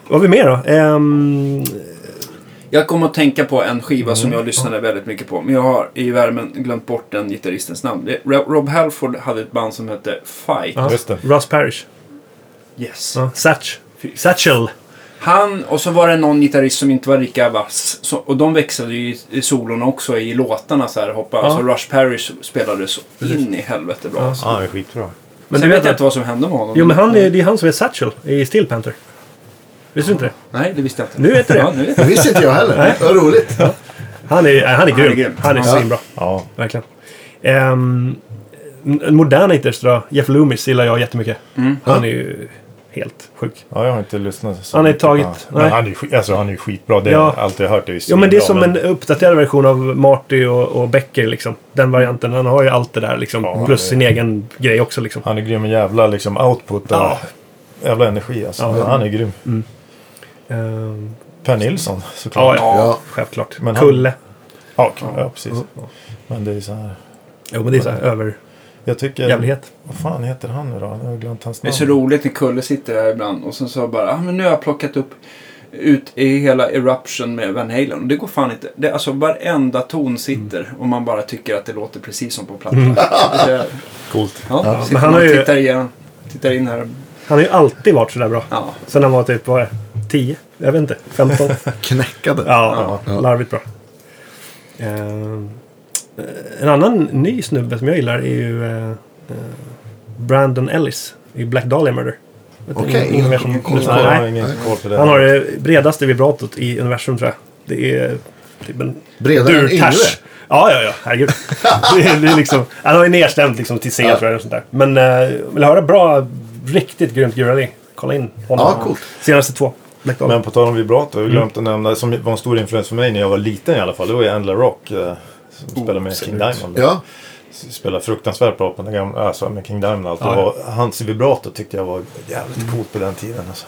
S2: Vad har vi mer då? Ehm,
S1: Jag kom att tänka på en skiva som
S2: Mm.
S1: jag lyssnade väldigt mycket på. Men jag har i värmen glömt bort den gitarristens namn. Det- Ro- Rob Halford hade ett band som hette Fight.
S2: ja.
S3: Just det.
S2: Russ Parrish.
S1: Yes.
S2: Ja. Satch. Satchel.
S1: Han och så var det någon gitarrist som inte var lika vass. Så, och de växlade ju i solorna också i låtarna så här. Hoppa. Alltså Rush Parrish spelade så in i helvete bra.
S2: Ja.
S1: alltså.
S3: Ja, han är skitbra.
S2: Men
S1: Sen
S2: du
S1: vet
S2: vet
S1: jag
S2: att...
S1: inte vad som hände med honom.
S2: Jo, men han är, det är han som är Satchel i Steel Panther. Visste du inte det?
S1: Nej, det visste jag inte.
S2: Nu vet du det.
S1: Ja, nu vet
S4: Det
S1: jag.
S4: visste inte jag heller. Vad roligt.
S2: Han är, han är grym. Han är,
S1: grym.
S4: Ja.
S2: svinbra.
S3: Ja.
S2: Verkligen. Um, moderna hitters då. Jeff Loomis gillar jag jättemycket. Han är ju helt sjuk.
S3: ja, jag har inte lyssnat så
S2: Han har
S3: mycket
S2: tagit-
S3: på han. Men
S2: nej.
S3: han är ju skit- alltså, han är ju skitbra. Det
S2: Ja.
S3: har jag alltid hört. Det är ju
S2: Ja men det är
S3: svinbra,
S2: som en uppdaterad version av Marty och, och Becker liksom. Den varianten. Han har ju allt det där liksom.
S3: Ja,
S2: plus
S3: det-
S2: sin egen grej också liksom.
S3: Han är grym med jävla liksom, output och
S2: Ja.
S3: jävla energi. Alltså.
S2: Ja. Mm.
S3: Han är grym.
S2: Ehm,
S3: Per Nilsson
S2: ja,
S3: såklart.
S2: ja.
S4: Ja.
S2: Självklart.
S3: Men han-
S2: Kulle.
S3: Ja, ja, ja precis.
S2: Mm.
S3: Men det är så här.
S2: Jo men det är så här över...
S3: Jag tycker...
S2: Jävlighet.
S3: Vad fan heter han nu då? Jag har glömt hans
S1: Det är
S3: namn.
S1: så roligt när Kulle sitter här ibland och sen så bara, ah, men nu har jag plockat upp ut i hela Eruption med Van Halen. Och det går fan inte. Det, alltså varenda ton sitter och man bara tycker att det låter precis som på plattan. Det-
S3: Coolt.
S1: Ja, sitter
S2: Mm. men han
S1: man
S2: har
S1: och
S2: ju-
S1: tittar, igen, tittar in här.
S2: Han har ju alltid varit sådär bra.
S1: Ja.
S2: Sen han var typ, vad är det? 10? Jag vet inte. 15?
S4: Knäckade.
S2: Ja,
S4: Ja.
S2: larvigt bra. Ehm, eh, en annan ny snubbe som jag gillar är ju eh, eh, Brandon Ellis i Black Dahlia Murder. Vet inte,
S4: Okej,
S2: ingen mer som
S4: ingen
S3: Nej,
S2: lyssnar?
S3: jag har
S2: Nej.
S3: ingen koll på det.
S2: Han har det bredaste vibratot i universum tror jag. Det är typ en
S4: Bredare än
S2: durtash.
S4: Yngve.
S2: Ja, ja, ja. Herregud. det är, det är liksom, han har ju nedstämt liksom till C
S4: Ja.
S2: tror jag. Och sånt där. Men eh, vill du höra bra, riktigt grymt gurali? Kolla in honom.
S4: Ja, coolt.
S2: Senaste två. Black Dahlia.
S3: Men på tal om vibrato,
S2: Mm.
S3: jag har glömt att nämna, som var en stor influens för mig när jag var liten i alla fall. Det var ju Angela Rock eh,
S1: Oh,
S3: som spelade med King Diamond.
S4: Ja,
S3: Spelade fruktansvärt bra på den gamla, alltså med King Diamond och allt.
S2: Ja, ja.
S3: Och hans vibrato tyckte jag var jävligt coolt på den tiden. Alltså.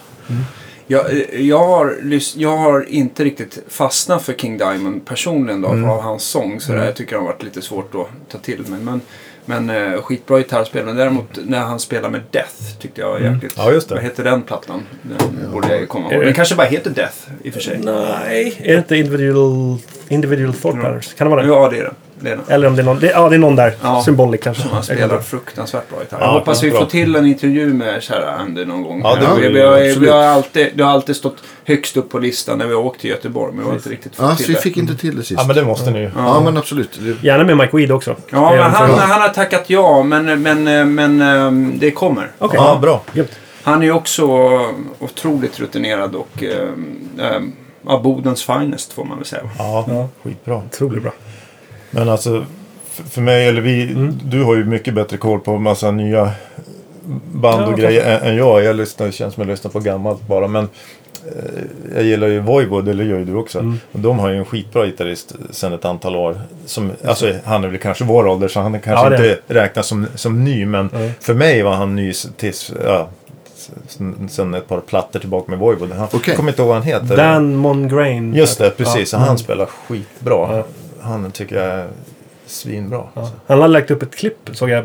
S1: Jag, eh, jag, har, lys- jag har inte riktigt fastnat för King Diamond personligen då, av hans sång. Så där. Jag tycker det har varit lite svårt att ta till mig. Men, men eh, skitbra gitarrspel. Men däremot när han spelar med Death tyckte jag var jäkligt...
S3: Ja, just det.
S1: Vad heter den plattan? Den borde jag ju komma ihåg. Den kanske bara heter Death i och för sig.
S2: Nej, är det inte individual, individual thought patterns? Kan det vara det?
S1: Ja, det är den. Det är den.
S2: Eller om det är någon, det, ja, det är någon där.
S1: Ja.
S2: Symbolic kanske.
S1: Han
S2: Jag kan
S1: spelar
S2: inte-
S1: fruktansvärt bra gitarr.
S3: Ja,
S1: Jag hoppas vi
S3: bra.
S1: får till en intervju med kära Andy någon gång.
S3: Ja, det
S1: vi,
S3: vore
S1: vi,
S3: ju-
S1: har, vi
S4: absolut.
S1: har alltid, det har alltid stått högst upp på listan när vi har åkt till Göteborg. Men vi har inte riktigt fått
S4: ja så
S1: till
S4: vi
S1: det.
S4: fick inte till det sist.
S3: Ja men det måste ni ju.
S4: Ja, men absolut. Det-
S2: Gärna med Mike Weed också.
S1: Ja, men
S2: Även för-
S1: han, han har tackat ja, men, men, eh, men ehm, det kommer.
S2: Okej.
S3: Ja, bra.
S2: Grymt.
S1: Han är ju också otroligt rutinerad och ehm, ehm, ja, Bodens finest får man väl säga.
S3: Ja, skitbra.
S2: Otroligt bra.
S3: Men alltså, för, för mig, eller vi,
S2: Mm.
S3: du har ju mycket bättre koll på massa nya band
S2: Ja,
S3: och
S2: kanske.
S3: grejer än, än jag. Jag lyssnar, det känns som jag lyssnar på gammalt bara. Men eh, jag gillar ju Voivod, eller gör ju du också.
S2: Mm.
S3: Och de har ju en skitbra gitarrist sedan ett antal år. Som, alltså, han är väl kanske vår ålder så han kanske
S2: Ja, det är
S3: inte räknas som, som ny. Men för mig var han ny s- tills, ja, sen- sen ett par plattor tillbaka med Voivod. Han
S4: Okej.
S3: kommer inte ihåg vad han heter.
S2: Dan Mongrain.
S3: Just det, precis.
S2: Ja.
S3: Han spelar skitbra.
S2: Ja.
S3: Han tycker jag är svinbra.
S2: Ja. Han har lagt upp ett klipp, såg jag,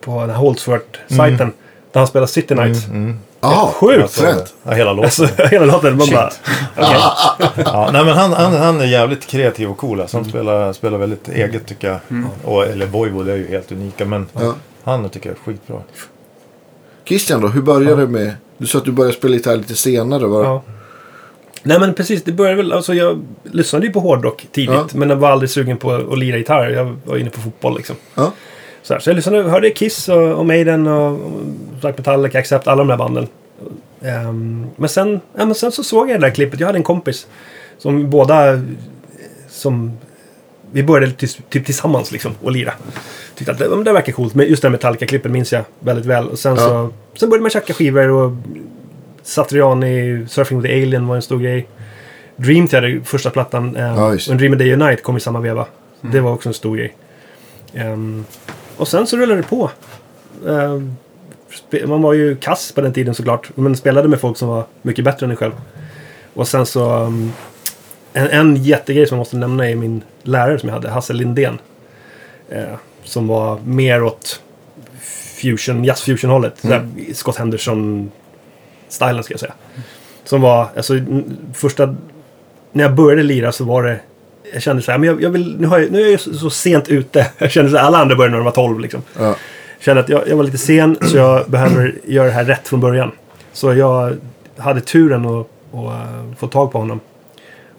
S2: på den här Holdsworth-sajten.
S3: Mm.
S2: Där han spelar City Nights.
S4: Jaha,
S2: Sjukt!
S4: fränt.
S3: Alltså, ja, hela låten.
S2: Alltså, hela låten. Man
S3: mm. Shit.
S2: bara...
S3: Ja, nej, men han, han, han är jävligt kreativ och cool. Alltså. Han
S2: Mm.
S3: spelar, spelar väldigt eget tycker jag. Och, eller Voivod är ju helt unika men
S4: Ja.
S3: han tycker jag är skitbra.
S4: Christian då, hur började det med... Du sa att du började spela gitarr lite senare. Var...
S2: Ja. Nej men precis, det började väl... Alltså jag lyssnade ju på hårdrock tidigt.
S4: Ja.
S2: Men jag var aldrig sugen på att lira gitarr. Jag var inne på fotboll liksom.
S4: Ja.
S2: Så, här, så jag lyssnade, hörde Kiss och, och Maiden och, och som sagt, Metallica, Accept, alla de där banden. Ehm, men, sen, ja, men sen så såg jag det där klippet. Jag hade en kompis som båda... eh, Som, vi började typ, typ tillsammans liksom och lira. Tyckte att det, ja, men det verkar coolt. Men just den Metallica-klippen minns jag väldigt väl. Och sen,
S4: Ja.
S2: så, sen började man tjacka skivor och Satriani, Surfing with the Alien var en stor grej. Dream Theater, första plattan. ehm,
S4: Ja, just det.
S2: och Dream a Day and Night kom i samma veva. Det var också en stor grej. Ehm, och sen så rullade det på. Ehm, spe- man var ju kass på den tiden såklart. Men spelade med folk som var mycket bättre än en själv. Och sen så... ehm, en, en jättegrej som jag måste nämna är min lärare som jag hade, Hasse Lindén. Eh, som var mer åt fusion, jazz fusion hållet. Scott Henderson-stilen ska jag säga. Som var, alltså n- första... När jag började lira så var det... Jag kände så här, men jag, jag vill, nu, har jag, nu är jag ju så, så sent ute. Jag kände så här, alla andra började när de var 12 liksom.
S4: Ja.
S2: Kände att jag, jag var lite sen så jag behöver göra det här rätt från början. Så jag hade turen att, att eh, få tag på honom.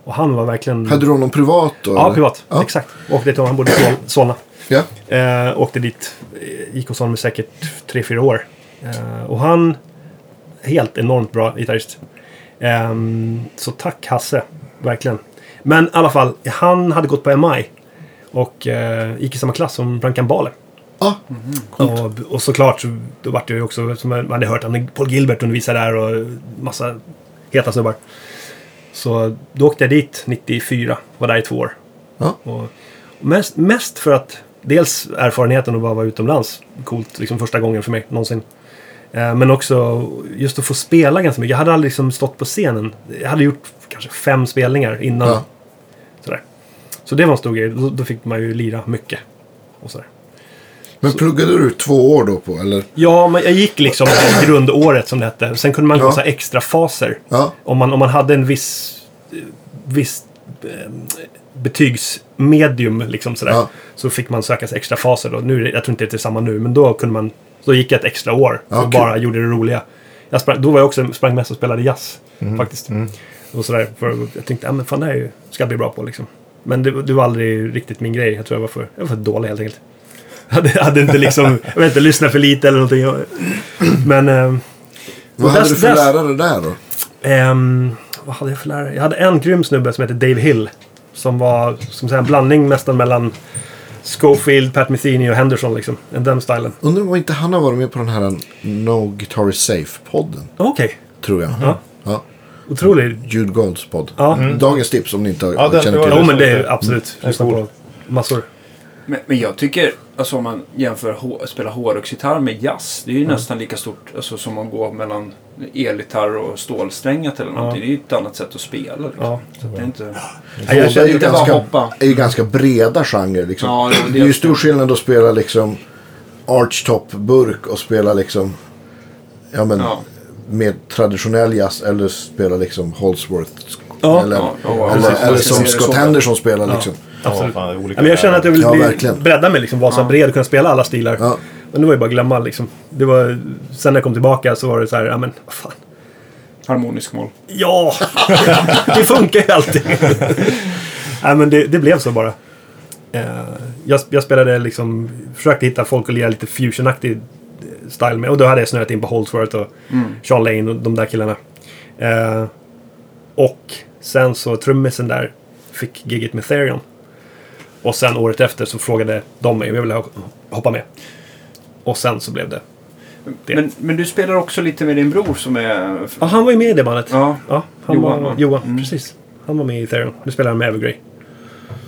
S2: Och han var verkligen...
S4: Hade du honom privat då?
S2: Ja,
S4: eller?
S2: privat.
S4: Ja.
S2: Exakt. Åkte till, han bodde i Sol- Solna.
S4: Ja.
S2: Eh, åkte dit. eh, Gick hos honom i säkert tre fyra år. Eh, och han... Helt enormt bra gitarrist. Ehm, så tack Hasse. Verkligen. Men i alla fall, han hade gått på MI. Och eh, gick i samma klass som Brankan Bale.
S4: Ja.
S2: Och, och såklart, så- då vart det ju också, som man hade hört, han- Paul Gilbert undervisade där och massa heta snubbar. Så då åkte jag dit 94, var där i två år.
S4: Ja.
S2: Och mest, mest för att, dels erfarenheten att bara vara utomlands, coolt liksom första gången för mig någonsin. Eh, Men också just att få spela ganska mycket. Jag hade aldrig liksom stått på scenen. Jag hade gjort kanske fem spelningar innan.
S4: Ja.
S2: Sådär. Så det var en stor grej. Då, då fick man ju lira mycket. Och sådär.
S4: Men pluggade du två år då på? Eller?
S2: Ja, men jag gick liksom det här grundåret som det hette. Sen kunde man gå
S4: Ja.
S2: så här extra faser.
S4: Ja.
S2: Om, man, om man hade en viss, eh, viss eh, betygsmedium liksom sådär.
S4: Ja.
S2: Så fick man söka sig extra faser. Då. Nu, är det- jag tror inte det är samma nu, men då kunde man... Då gick jag ett extra år och
S4: Ja, kul.
S2: bara gjorde det roliga. Jag sprang, då var jag också, sprang mest och spelade jazz
S4: Mhm,
S2: faktiskt. Och sådär, för jag tänkte, ja men fan det här är ju- ska jag bli bra på liksom. Men det, det var aldrig riktigt min grej. Jag tror jag var för, jag var för dålig helt enkelt. Jag hade, jag hade inte liksom, jag vet inte, lyssnat för lite eller någonting. Jag- Men... Eh,
S4: Vad
S2: och
S4: hade
S2: dess-
S4: du för
S2: dess-
S4: lärare där då?
S2: Ehm, vad hade jag för lärare? Jag hade en grym snubbe som hette Dave Hill. Som var som säga, en blandning nästan mellan Schofield, Pat Metheny och Henderson. Liksom. Den stilen.
S4: Undrar om inte han har varit med på den här No Guitar is Safe-podden.
S2: Okej,
S4: Tror jag.
S2: Ja.
S4: Ja.
S2: otroligt.
S4: Jude Golds podd. Mm.
S2: Ja. Mm.
S4: Dagens tips om ni inte har,
S3: Ja, den-
S4: känner
S3: det
S4: till
S3: var-
S2: Jo
S4: det.
S2: men det är absolut.
S3: Det är
S2: Lyssna på
S3: cool.
S2: massor.
S1: Men, men jag tycker, alltså om man jämför hå- spela hårdrocksgitarr med jazz, det är ju nästan lika stort alltså, som att gå mellan elgitarr och stålsträngat eller någonting. Det är ju ett annat sätt att spela. Liksom.
S2: Ja.
S1: Så att det är inte...
S2: Ja, jag
S4: Båda är
S2: känner,
S4: ju,
S1: inte bara
S4: ganska,
S1: hoppa.
S4: är ju ganska breda genrer. Liksom.
S1: Ja, jo, det-
S4: det, är ju stor skillnad att spela liksom archtop-burk och spela liksom ja, men,
S1: Ja.
S4: med traditionell jazz eller spela liksom Holsworth.
S2: Ja.
S4: eller,
S1: Ja, ja,
S4: eller,
S1: precis.
S4: eller
S1: Precis.
S4: som
S1: Det är
S4: Scott
S1: så.
S4: Henderson spelar. Liksom.
S2: absolut.
S3: Ja, fan, det är olika
S2: Ja, men jag känner att jag vill
S4: Ja,
S2: bli,
S4: verkligen.
S2: bredda mig, liksom, vara så bred och kunna spela alla stilar.
S4: Ja.
S2: Men det var ju bara att glömma liksom. Det var, sen när jag kom tillbaka så var det så här, ja men vad fan.
S1: Harmonisk mål.
S2: Ja, det funkar ju alltid. Nej, men det, det blev så bara. Eh, jag, jag spelade liksom, försökte hitta folk att lira lite fusionaktig eh, style med. Och då hade jag snöat in på Holdsworth och Sean Lane och de där killarna. Eh, och sen så trummisen där fick gigget med Therion. Och sen året efter så frågade de mig om jag ville ho- hoppa med. Och sen så blev det. Det.
S1: Men, men du spelar också lite med din bror som är...
S2: Ja, han var ju med i det bandet.
S1: Ja,
S2: Ja, han
S1: Johan,
S2: Johan. Var,
S1: va?
S2: Johan precis. Han var med i Ethereum. Nu spelar han med Evergrey.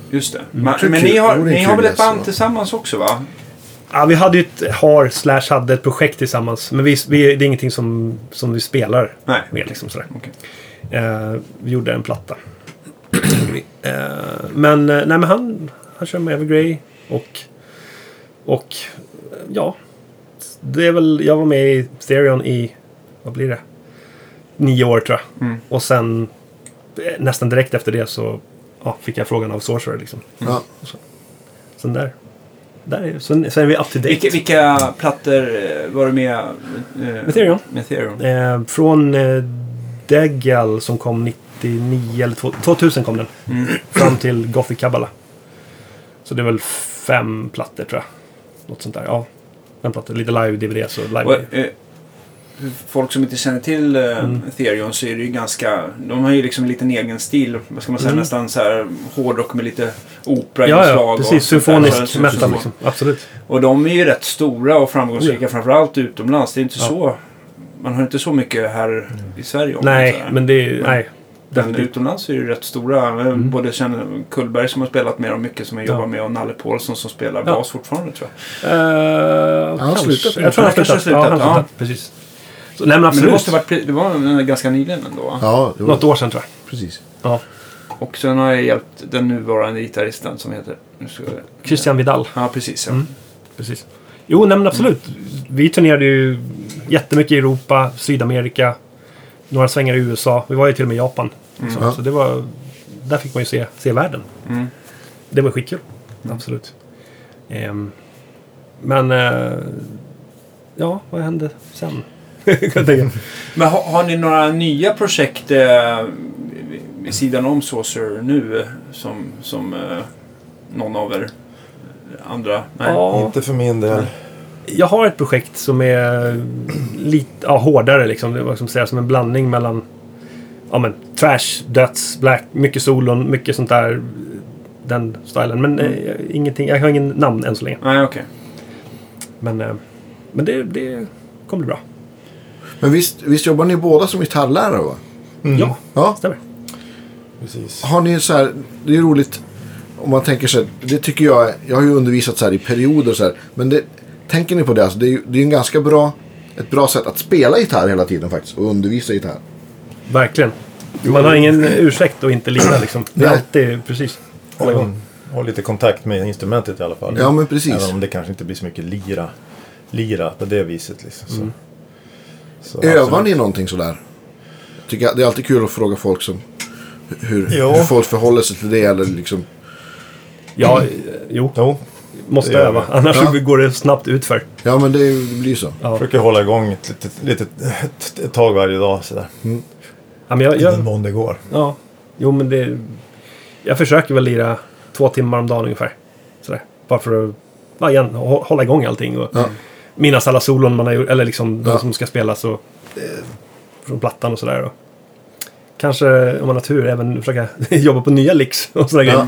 S1: just det. Men,
S4: tror
S1: men
S4: kul-
S1: ni har,
S4: det vore
S1: ni har
S4: kul
S1: väl ett
S4: jazz,
S1: band
S4: va?
S1: tillsammans också va?
S2: Ja, vi hade ju ett, har, slash hade ett projekt tillsammans. Men vi, vi, det är ingenting som, som vi spelar
S1: Nej.
S2: med. Liksom, sådär.
S1: Okej.
S2: Eh, vi gjorde en platta. Gjorde vi. eh, men, eh, nej, men han, han kör med Evergrey och, och eh, ja. Det är väl, jag var med i Stereon i, vad blir det? Nio år tror jag.
S1: Mm.
S2: Och sen eh, nästan direkt efter det så ja, fick jag frågan av Sorcerer liksom.
S4: Ja.
S2: Sen där. där är, sen, sen är vi up to date.
S1: Vilka, vilka plattor eh, var du med? eh,
S2: Ethereum.
S1: Med Ethereum?
S2: Eh, från eh, Degal som kom 99 eller två- 2000 kom den.
S1: Mm.
S2: Fram till Gothic Kabbala. Så det är väl fem plattor tror jag. Något sånt där. Ja, fem plattor. Lite live-DVD så live
S1: Och, eh, för folk som inte känner till eh,
S2: Mm.
S1: Ethereum så är det ju ganska... De har ju liksom lite en egen stil. Vad ska man säga?
S2: Mm.
S1: Nästan så här hårdrock med lite
S2: Ja,
S1: opera
S2: ja, precis. Symfonisk metal
S1: metal.
S2: liksom. Absolut.
S1: Och de är ju rätt stora och framgångsrika.
S2: Oh, ja.
S1: Framförallt utomlands. Det är inte
S2: Ja.
S1: så... Man har inte så mycket här i Sverige. om man
S2: Nej,
S1: säger.
S2: men det är... Nej.
S1: Men
S2: definitivt.
S1: utomlands är det ju rätt stora. Eh, Både Kjell Kullberg som har spelat med dem mycket som jag
S2: Mm. Ja.
S1: jobbar med och Nalle Paulsson som spelar
S2: Ja.
S1: bas fortfarande tror jag.
S2: Eh,
S4: har
S2: kanske.
S4: slutat.
S2: Jag tror han har
S1: Kanske
S2: slutat. Ja, han har
S1: slutat,
S2: slutat. Precis. Så, nej, men
S1: Men
S2: absolut.
S1: det, måste ha varit, pre- det var eh, ganska nyligen ändå va?
S4: ja, det var
S2: Något år sedan tror jag.
S4: precis.
S2: Ja.
S1: Och sen har jag hjälpt den nuvarande gitarristen som heter... Nu ska jag...
S2: Christian Vidal.
S1: Ja, precis.
S2: Mm.
S1: Ja.
S2: Precis. Jo, nej men absolut. Vi turnerade ju jättemycket i Europa, Sydamerika, några svängar i USA. Vi var ju till och med i Japan. Liksom.
S4: Ja.
S2: Så det var... Där fick man ju se, se världen.
S1: Mm.
S2: Det var skitkul. Absolut. Ehm, men... eh, ja, vad hände sen? Kan jag tänka.
S1: Men har, har ni några nya projekt eh, vid- vid sidan om Saucer nu eh, som, som eh, någon av er andra?
S2: ja,
S3: Inte för min del.
S2: jag har ett projekt som är lite ja, hårdare. Liksom. Det var som, säga, som en blandning mellan ja, men, trash, döds, black, mycket solon, mycket sånt där. Den stilen. Men
S3: Mm.
S2: eh, jag- ingenting, jag har ingen namn än så länge.
S1: Nej, okej.
S2: Men, eh, men det, det kommer bli bra.
S4: Men visst, visst jobbar ni båda som gitarrlärare va?
S3: Mm.
S2: Ja,
S4: Ja.
S2: stämmer.
S3: Precis.
S4: Har ni så här, det är roligt om man tänker så här, det tycker jag, är- jag har ju undervisat så här i perioder så här, men det, tänker ni på det? Alltså, det är ju det är en ganska bra, ett bra sätt att spela gitarr hela tiden faktiskt och undervisa gitarr.
S2: Verkligen. Man har ingen ursäkt att inte lira liksom. Det är
S4: Nej.
S2: alltid precis. Hålla igång.
S3: Och lite kontakt med instrumentet i alla fall.
S4: Ja, men precis.
S3: Även om det kanske inte blir så mycket lira, lira på det viset. Liksom. Så.
S2: Mm.
S3: Så,
S4: Övar
S3: absolut.
S4: ni någonting sådär? Tycker jag, det är alltid kul att fråga folk som, hur,
S3: Jo.
S4: hur folk förhåller sig till det eller liksom.
S2: Ja, eh, jo.
S3: Jo,
S2: Måste
S3: Det gör
S2: öva.
S3: vi.
S2: Annars
S4: Ja.
S2: så går det snabbt utför.
S4: Ja men det, är ju- det blir ju så.
S2: Ja.
S3: försöker hålla igång ett, litet- litet- ett, ett tag varje dag. Sådär.
S2: Ja, men jag,
S3: I
S2: jag,
S3: den mån det går.
S2: Ja, jo men det... Jag försöker väl lira två timmar om dagen ungefär. Sådär. Bara för att ja, igen, hå- hålla igång allting och
S4: Ja.
S2: minnas alla solon man har gjort, eller liksom de
S4: Ja.
S2: som ska spelas och eh, från plattan och sådär. Och kanske, om man har tur, även försöka jobba på nya licks och sådär
S4: Ja.
S2: grejer.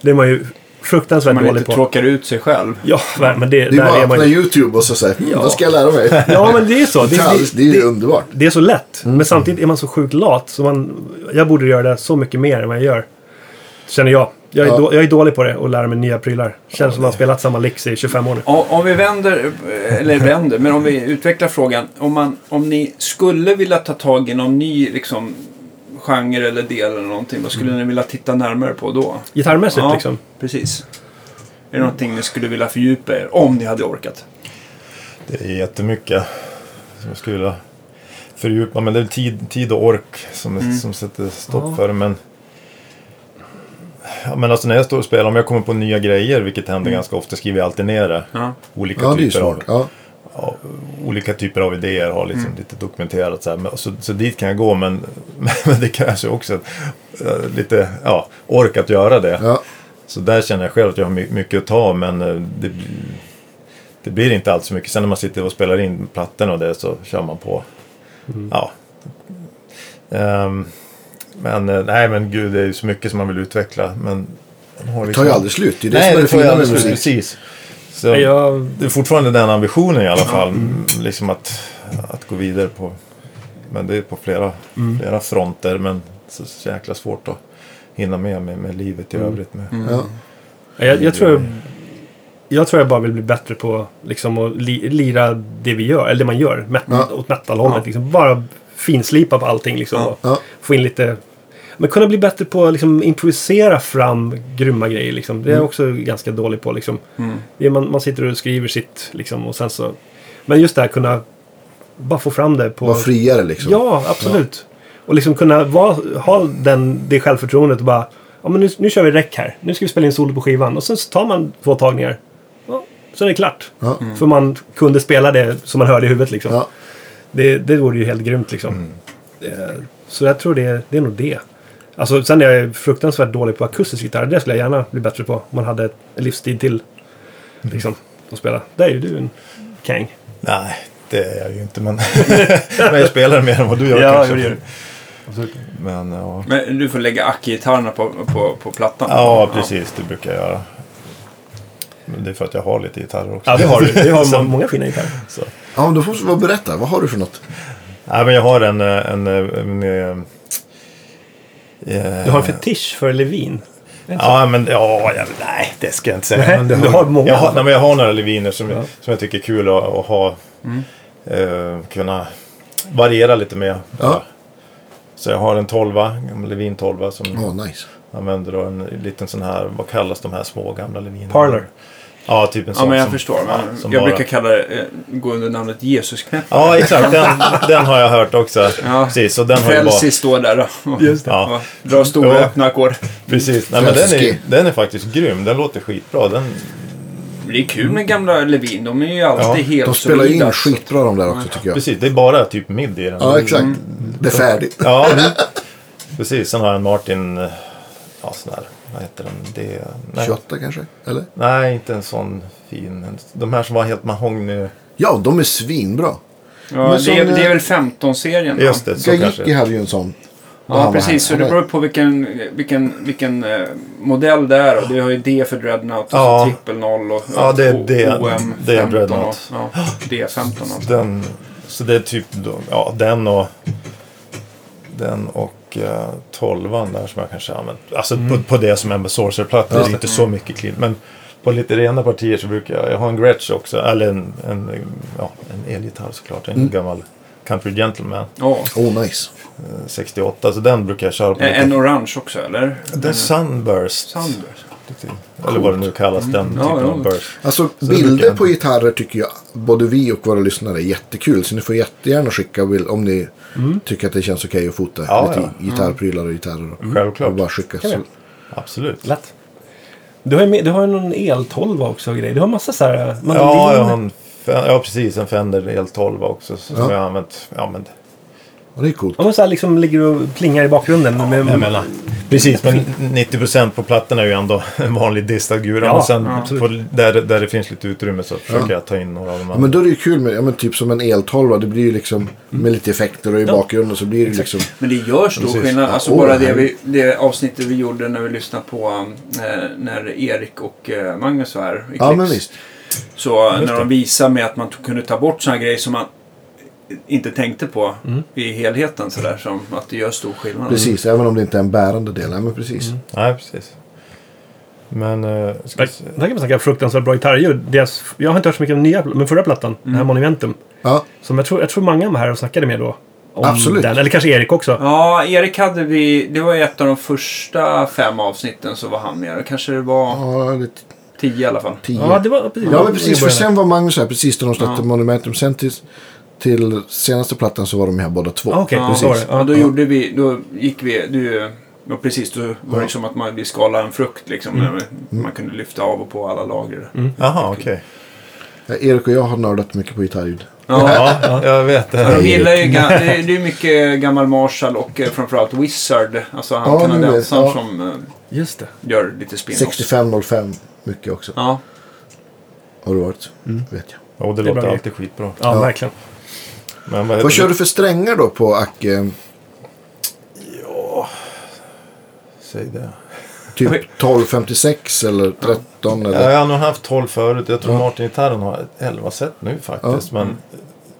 S2: Det är man ju fruktansvärt
S1: Man
S2: dålig
S1: inte
S2: på.
S1: tråkar ut sig själv.
S2: Ja, ver- men det,
S4: Det är
S2: där
S4: bara
S2: är
S4: att
S2: man
S4: öppna
S2: ju...
S4: YouTube och så säger
S2: Ja.
S4: ja. då ska jag lära mig.
S2: Ja, men det är så. Det,
S4: Gitarr,
S2: det,
S4: det är ju underbart.
S2: det är så lätt.
S4: Mm.
S2: Men samtidigt är man så sjukt lat. Så man, jag borde göra det så mycket mer än vad jag gör. Känner jag. Jag är,
S4: Ja.
S2: då, jag är dålig på det och lära mig nya prylar. Känns som att man har spelat samma licks i 25 år nu.
S1: Om, om vi vänder, eh, eller vänder, men om vi utvecklar frågan. Om, man, om ni skulle vilja ta tag i någon ny liksom, genre eller del eller någonting, vad skulle
S3: Mm.
S1: ni vilja titta närmare på då?
S2: Gitarrmässigt liksom.
S1: precis. Är det någonting ni skulle vilja fördjupa er om ni hade orkat?
S3: Det är jättemycket som jag skulle vilja fördjupa. Men det är tid, tid och ork som,
S4: Mm.
S3: som sätter stopp
S2: Ja.
S3: för det. Men, ja, men alltså när jag står och spelar, om jag kommer på nya grejer, vilket händer ganska ofta, skriver jag alltid ner det.
S1: Ja.
S3: Olika,
S4: Mm. Ja det är ju
S3: typer
S4: smart.
S3: av,
S4: Mm. Ja.
S3: ja, olika typer av idéer har liksom lite dokumenterat. Så, här. Men, så, så dit kan jag gå, men, men det krävs ju också eh, lite ja, ork att göra det.
S4: Ja.
S3: Så där känner jag själv att jag har my- mycket att ta men eh, det, blir- det blir inte allt så mycket. Sen när man sitter och spelar in plattorna och det så kör man på.
S2: Mm.
S3: Ja. Ehm, men eh, nej men gud det är ju så mycket som man vill utveckla. Men man har
S4: Det tar
S3: liksom-
S4: ju aldrig slut. Det är det
S3: Nej
S4: som är
S3: det
S4: det
S3: tar ju
S4: fina
S3: aldrig
S4: med
S3: slut,
S4: musik.
S3: precis. Så
S2: Nej, Jag, Mm.
S3: det är fortfarande den ambitionen i alla fall. Liksom att, att gå vidare på. Men det är på flera,
S2: Mm.
S3: flera fronter men så, så jäkla svårt Mm.
S2: Mm.
S3: att hinna med med, med livet i övrigt. Med.
S4: Ja.
S2: jag, jag tror jag jag tror jag bara vill bli bättre på liksom, att li, lira det vi gör, eller det man gör, met-
S4: Ja.
S2: åt metalhållet. Liksom, bara finslipa på allting liksom,
S1: Ja.
S2: och
S4: Ja.
S2: få in lite... Men kunna bli bättre på att liksom, improvisera fram grymma grejer. Liksom. Det
S4: Mm.
S2: är jag också ganska dålig på. Liksom.
S1: Mm.
S2: Det är man, man sitter och skriver sitt liksom, och sen så... Men just det här kunna bara få fram det på...
S4: Vara friare liksom.
S2: Ja, absolut. Och liksom kunna vara, ha den, det självförtroendet och bara ja, men nu, nu kör vi räck här. Nu ska vi spela in solo på skivan. Och sen så tar man två tagningar. Ja, sen är det klart.
S4: Ja.
S2: För man kunde spela det som man hörde i huvudet. Liksom.
S4: Ja.
S2: Det, det vore ju helt grymt liksom. Eh, Så jag tror det, det är nog det. Alltså, sen är jag ju fruktansvärt dålig på akustisk gitarr. Det skulle jag gärna bli bättre på. Om man hade en livstid till. Liksom, att spela. Där är ju du en kang.
S3: Nej, det är jag ju inte. Men, men jag spelar mer än vad du gör
S2: Ja,
S3: kanske.
S2: jo, det gör du.
S3: Men ja.
S1: Men du får lägga ackgitarrerna på, på, på plattan.
S3: ja, precis. Det brukar jag göra. Men det är för att jag har lite gitarrer också.
S2: Ja, det har du. Det har
S3: Så-
S2: man- många fina gitarrer.
S3: så.
S4: Ja, men då får du bara berätta. Vad har du för något?
S3: Nej, men jag har en... eh, en, eh, en, eh, eh,
S2: Du har en fetisch för Levin.
S3: Ja, men ja, jag, nej, det ska jag inte säga.
S2: Nej,
S3: men
S2: du har många.
S3: Jag har, nej, men jag har några leviner som,
S2: Ja. Mm.
S3: som jag tycker är kul att, att ha. Eh, kunna variera lite med.
S4: Ja.
S3: Så jag har en 12, en gammal levin 12 som
S4: Ja, nice.
S3: använder då en liten sån här, vad kallas de här små gamla levinerna?
S2: Parlor.
S3: Ja, typ en sån.
S1: Ja, men jag
S3: som-
S1: förstår. Men
S3: som
S1: jag
S3: bara-
S1: brukar kalla det, eh, gå under namnet Jesusknäppen.
S3: Ja, exakt. Den, den har jag hört också.
S1: Ja.
S3: Precis, och den har ju bara...
S1: Frälsis står där och,
S2: Just det.
S3: Ja.
S1: och drar stora
S3: Ja.
S1: öppna ackord.
S3: Precis. Nej, men den, är,
S4: Frälsiski.
S3: den är faktiskt grym. Den låter skitbra. Den,
S1: Det är kul med gamla Levin. De är ju alltid helt
S4: De spelar ju
S1: solida, alltså.
S4: in
S1: så-
S4: skitbra de där också tycker jag.
S3: precis, det är bara typ midi i den.
S4: Ja, exakt. Det är färdigt.
S3: Ja, precis. Sen har jag en Martin... eh, Ja, sån här. Vad heter den? Det, nej,
S4: 28 kanske? Eller?
S3: nej, inte en sån fin. De här som var helt mahogny.
S4: Ja, de är svinbra.
S1: Ja,
S4: Men
S1: det,
S4: som,
S1: är,
S4: eh,
S1: det är väl 15-serien? då?
S3: Just det, så
S4: Gajicki
S3: kanske.
S4: hade ju en sån. Och
S1: Ja,
S4: han var här.
S1: precis. Så
S4: Han
S1: det
S4: var-
S1: beror på vilken, vilken, vilken eh, modell det är. Och det har ju D för Dreadnought och så
S3: Ja.
S1: trippel noll och
S3: Ja, det är D-
S1: OM
S3: det är
S1: 15
S3: Dreadnought.
S1: Och, ja, D15. Och.
S3: Den, så det är typ då- ja, den och... Den och eh, tolvan där som jag kanske har använt. Alltså
S1: Mm.
S3: på, på det som är med Sorcerer-plattor. Det är inte så mycket kliv. Men på lite rena partier så brukar jag... Jag har en Gretsch också. Eller en, en, ja, en elgitarr såklart.
S1: Mm.
S3: En gammal Country Gentleman.
S1: Ja.
S4: Oh, nice.
S3: 68, så den brukar jag köra på.
S1: Eh,
S3: lite.
S1: En Mm. orange också, eller?
S3: Det är Sunburst.
S1: Sanders.
S3: Eller vad det nu kallas, den typen
S1: Mm. Ja,
S3: av
S1: ja.
S3: burst.
S4: Alltså
S3: det brukar
S4: bilder
S3: jag-
S4: på gitarrer tycker jag både vi och våra lyssnare är jättekul. Så ni får jättegärna skicka bild om ni tycker att det känns okej att fota
S3: Ja,
S4: lite
S3: ja.
S4: gitarrprylar och gitarrer.
S1: Mm.
S4: Och,
S3: Självklart.
S4: och bara skicka.
S2: Kan vi?
S4: Så,
S3: Absolut.
S2: Lätt. Du har ju med, du har ju någon el-12 också och grejer. Du har massa så här... mandolin.
S3: Ja, jag har en, Fe- ja, precis. En Fender El 12 också som
S4: Ja.
S3: jag har använt. Ja, men,
S4: och det är coolt.
S2: Ja, men så här liksom ligger och plingar i bakgrunden. med,
S3: jag menar, precis, men 90% på plattan är ju ändå en vanlig distad gura.
S2: Ja,
S3: men sen
S2: ja, absolut.
S3: på, där, där det finns lite utrymme så försöker jag ta in några av de
S4: Ja, men
S3: andra.
S4: då är det ju kul med ja, men typ som en eltolva. Det blir ju liksom med lite effekter och i bakgrunden så blir det liksom.
S1: Men det gör stor
S3: Precis.
S1: skillnad. Alltså
S4: Ja, åh,
S1: bara
S4: vad
S1: det, vi,
S4: härligt.
S1: det avsnittet vi gjorde när vi lyssnade på eh, när Erik och eh, Magnus var här i
S4: Ja
S1: Klipps.
S4: men visst.
S1: Så eh,
S3: Just
S1: när de visar med att man t- kunde ta bort sådana grejer som man inte tänkte på i helheten sådär. Som att det gör stor skillnad.
S4: Mm. Precis. Även om det inte är en bärande del. Ja men precis.
S1: Mm.
S3: Nej, precis. Men... eh, ska
S2: Där
S3: vi se.
S2: där kan man snacka fruktansvärt bra gitarrljud. Deras, jag har inte hört så mycket om nya, men förra plattan, den här Monumentum.
S4: Ja.
S2: Som jag tror, jag tror många var här och snackade med då. Om
S4: Absolut.
S2: Den. Eller kanske Erik också.
S1: Ja, Erik hade vi, det var ju ett av de första fem avsnitten så var han med. Det kanske det var
S4: Ja, det är
S1: tio i alla fall.
S4: tio.
S2: Ja, det var precis.
S4: Ja, men precis. För
S2: början.
S4: sen var Magnus här precis när de släppte
S1: Ja.
S4: Monumentum. Sen till, till senaste plattan så var de här båda två.
S2: Ah, Okej,
S1: Ja,
S2: då var det.
S1: precis. Och
S2: Ja.
S1: då gjorde vi, då gick vi, du, ja, precis, då var det som att man vi skalade en frukt liksom. När man kunde lyfta av och på alla lager.
S3: Jaha, okej.
S4: Ja, Erik och jag har nördat mycket på gitarrljud.
S1: Ja,
S3: Ja, jag vet.
S1: de gillar ju, ga- det är- det är mycket gammal Marshall och eh, framförallt Wizard. Alltså han
S4: Ja, nu
S1: kanadensaren
S4: vet jag.
S1: som eh,
S2: Just det.
S1: gör lite spin-offs.
S4: 6505 mycket också.
S1: Ja, Mm.
S4: Har det varit. Vet jag.
S3: Jo, det
S2: är bra
S3: låter
S2: grej.
S3: alltid skitbra.
S2: Ja, verkligen.
S3: Men vad heter
S4: Vad kör
S3: det?
S4: du för strängar då på Acke?
S3: Säg det.
S4: Typ
S1: Oj.
S4: 1256 eller 13
S3: Ja,
S4: eller?
S3: jag har nog haft 12 förut. Jag tror Martin-gitarren har 11 set nu faktiskt. Men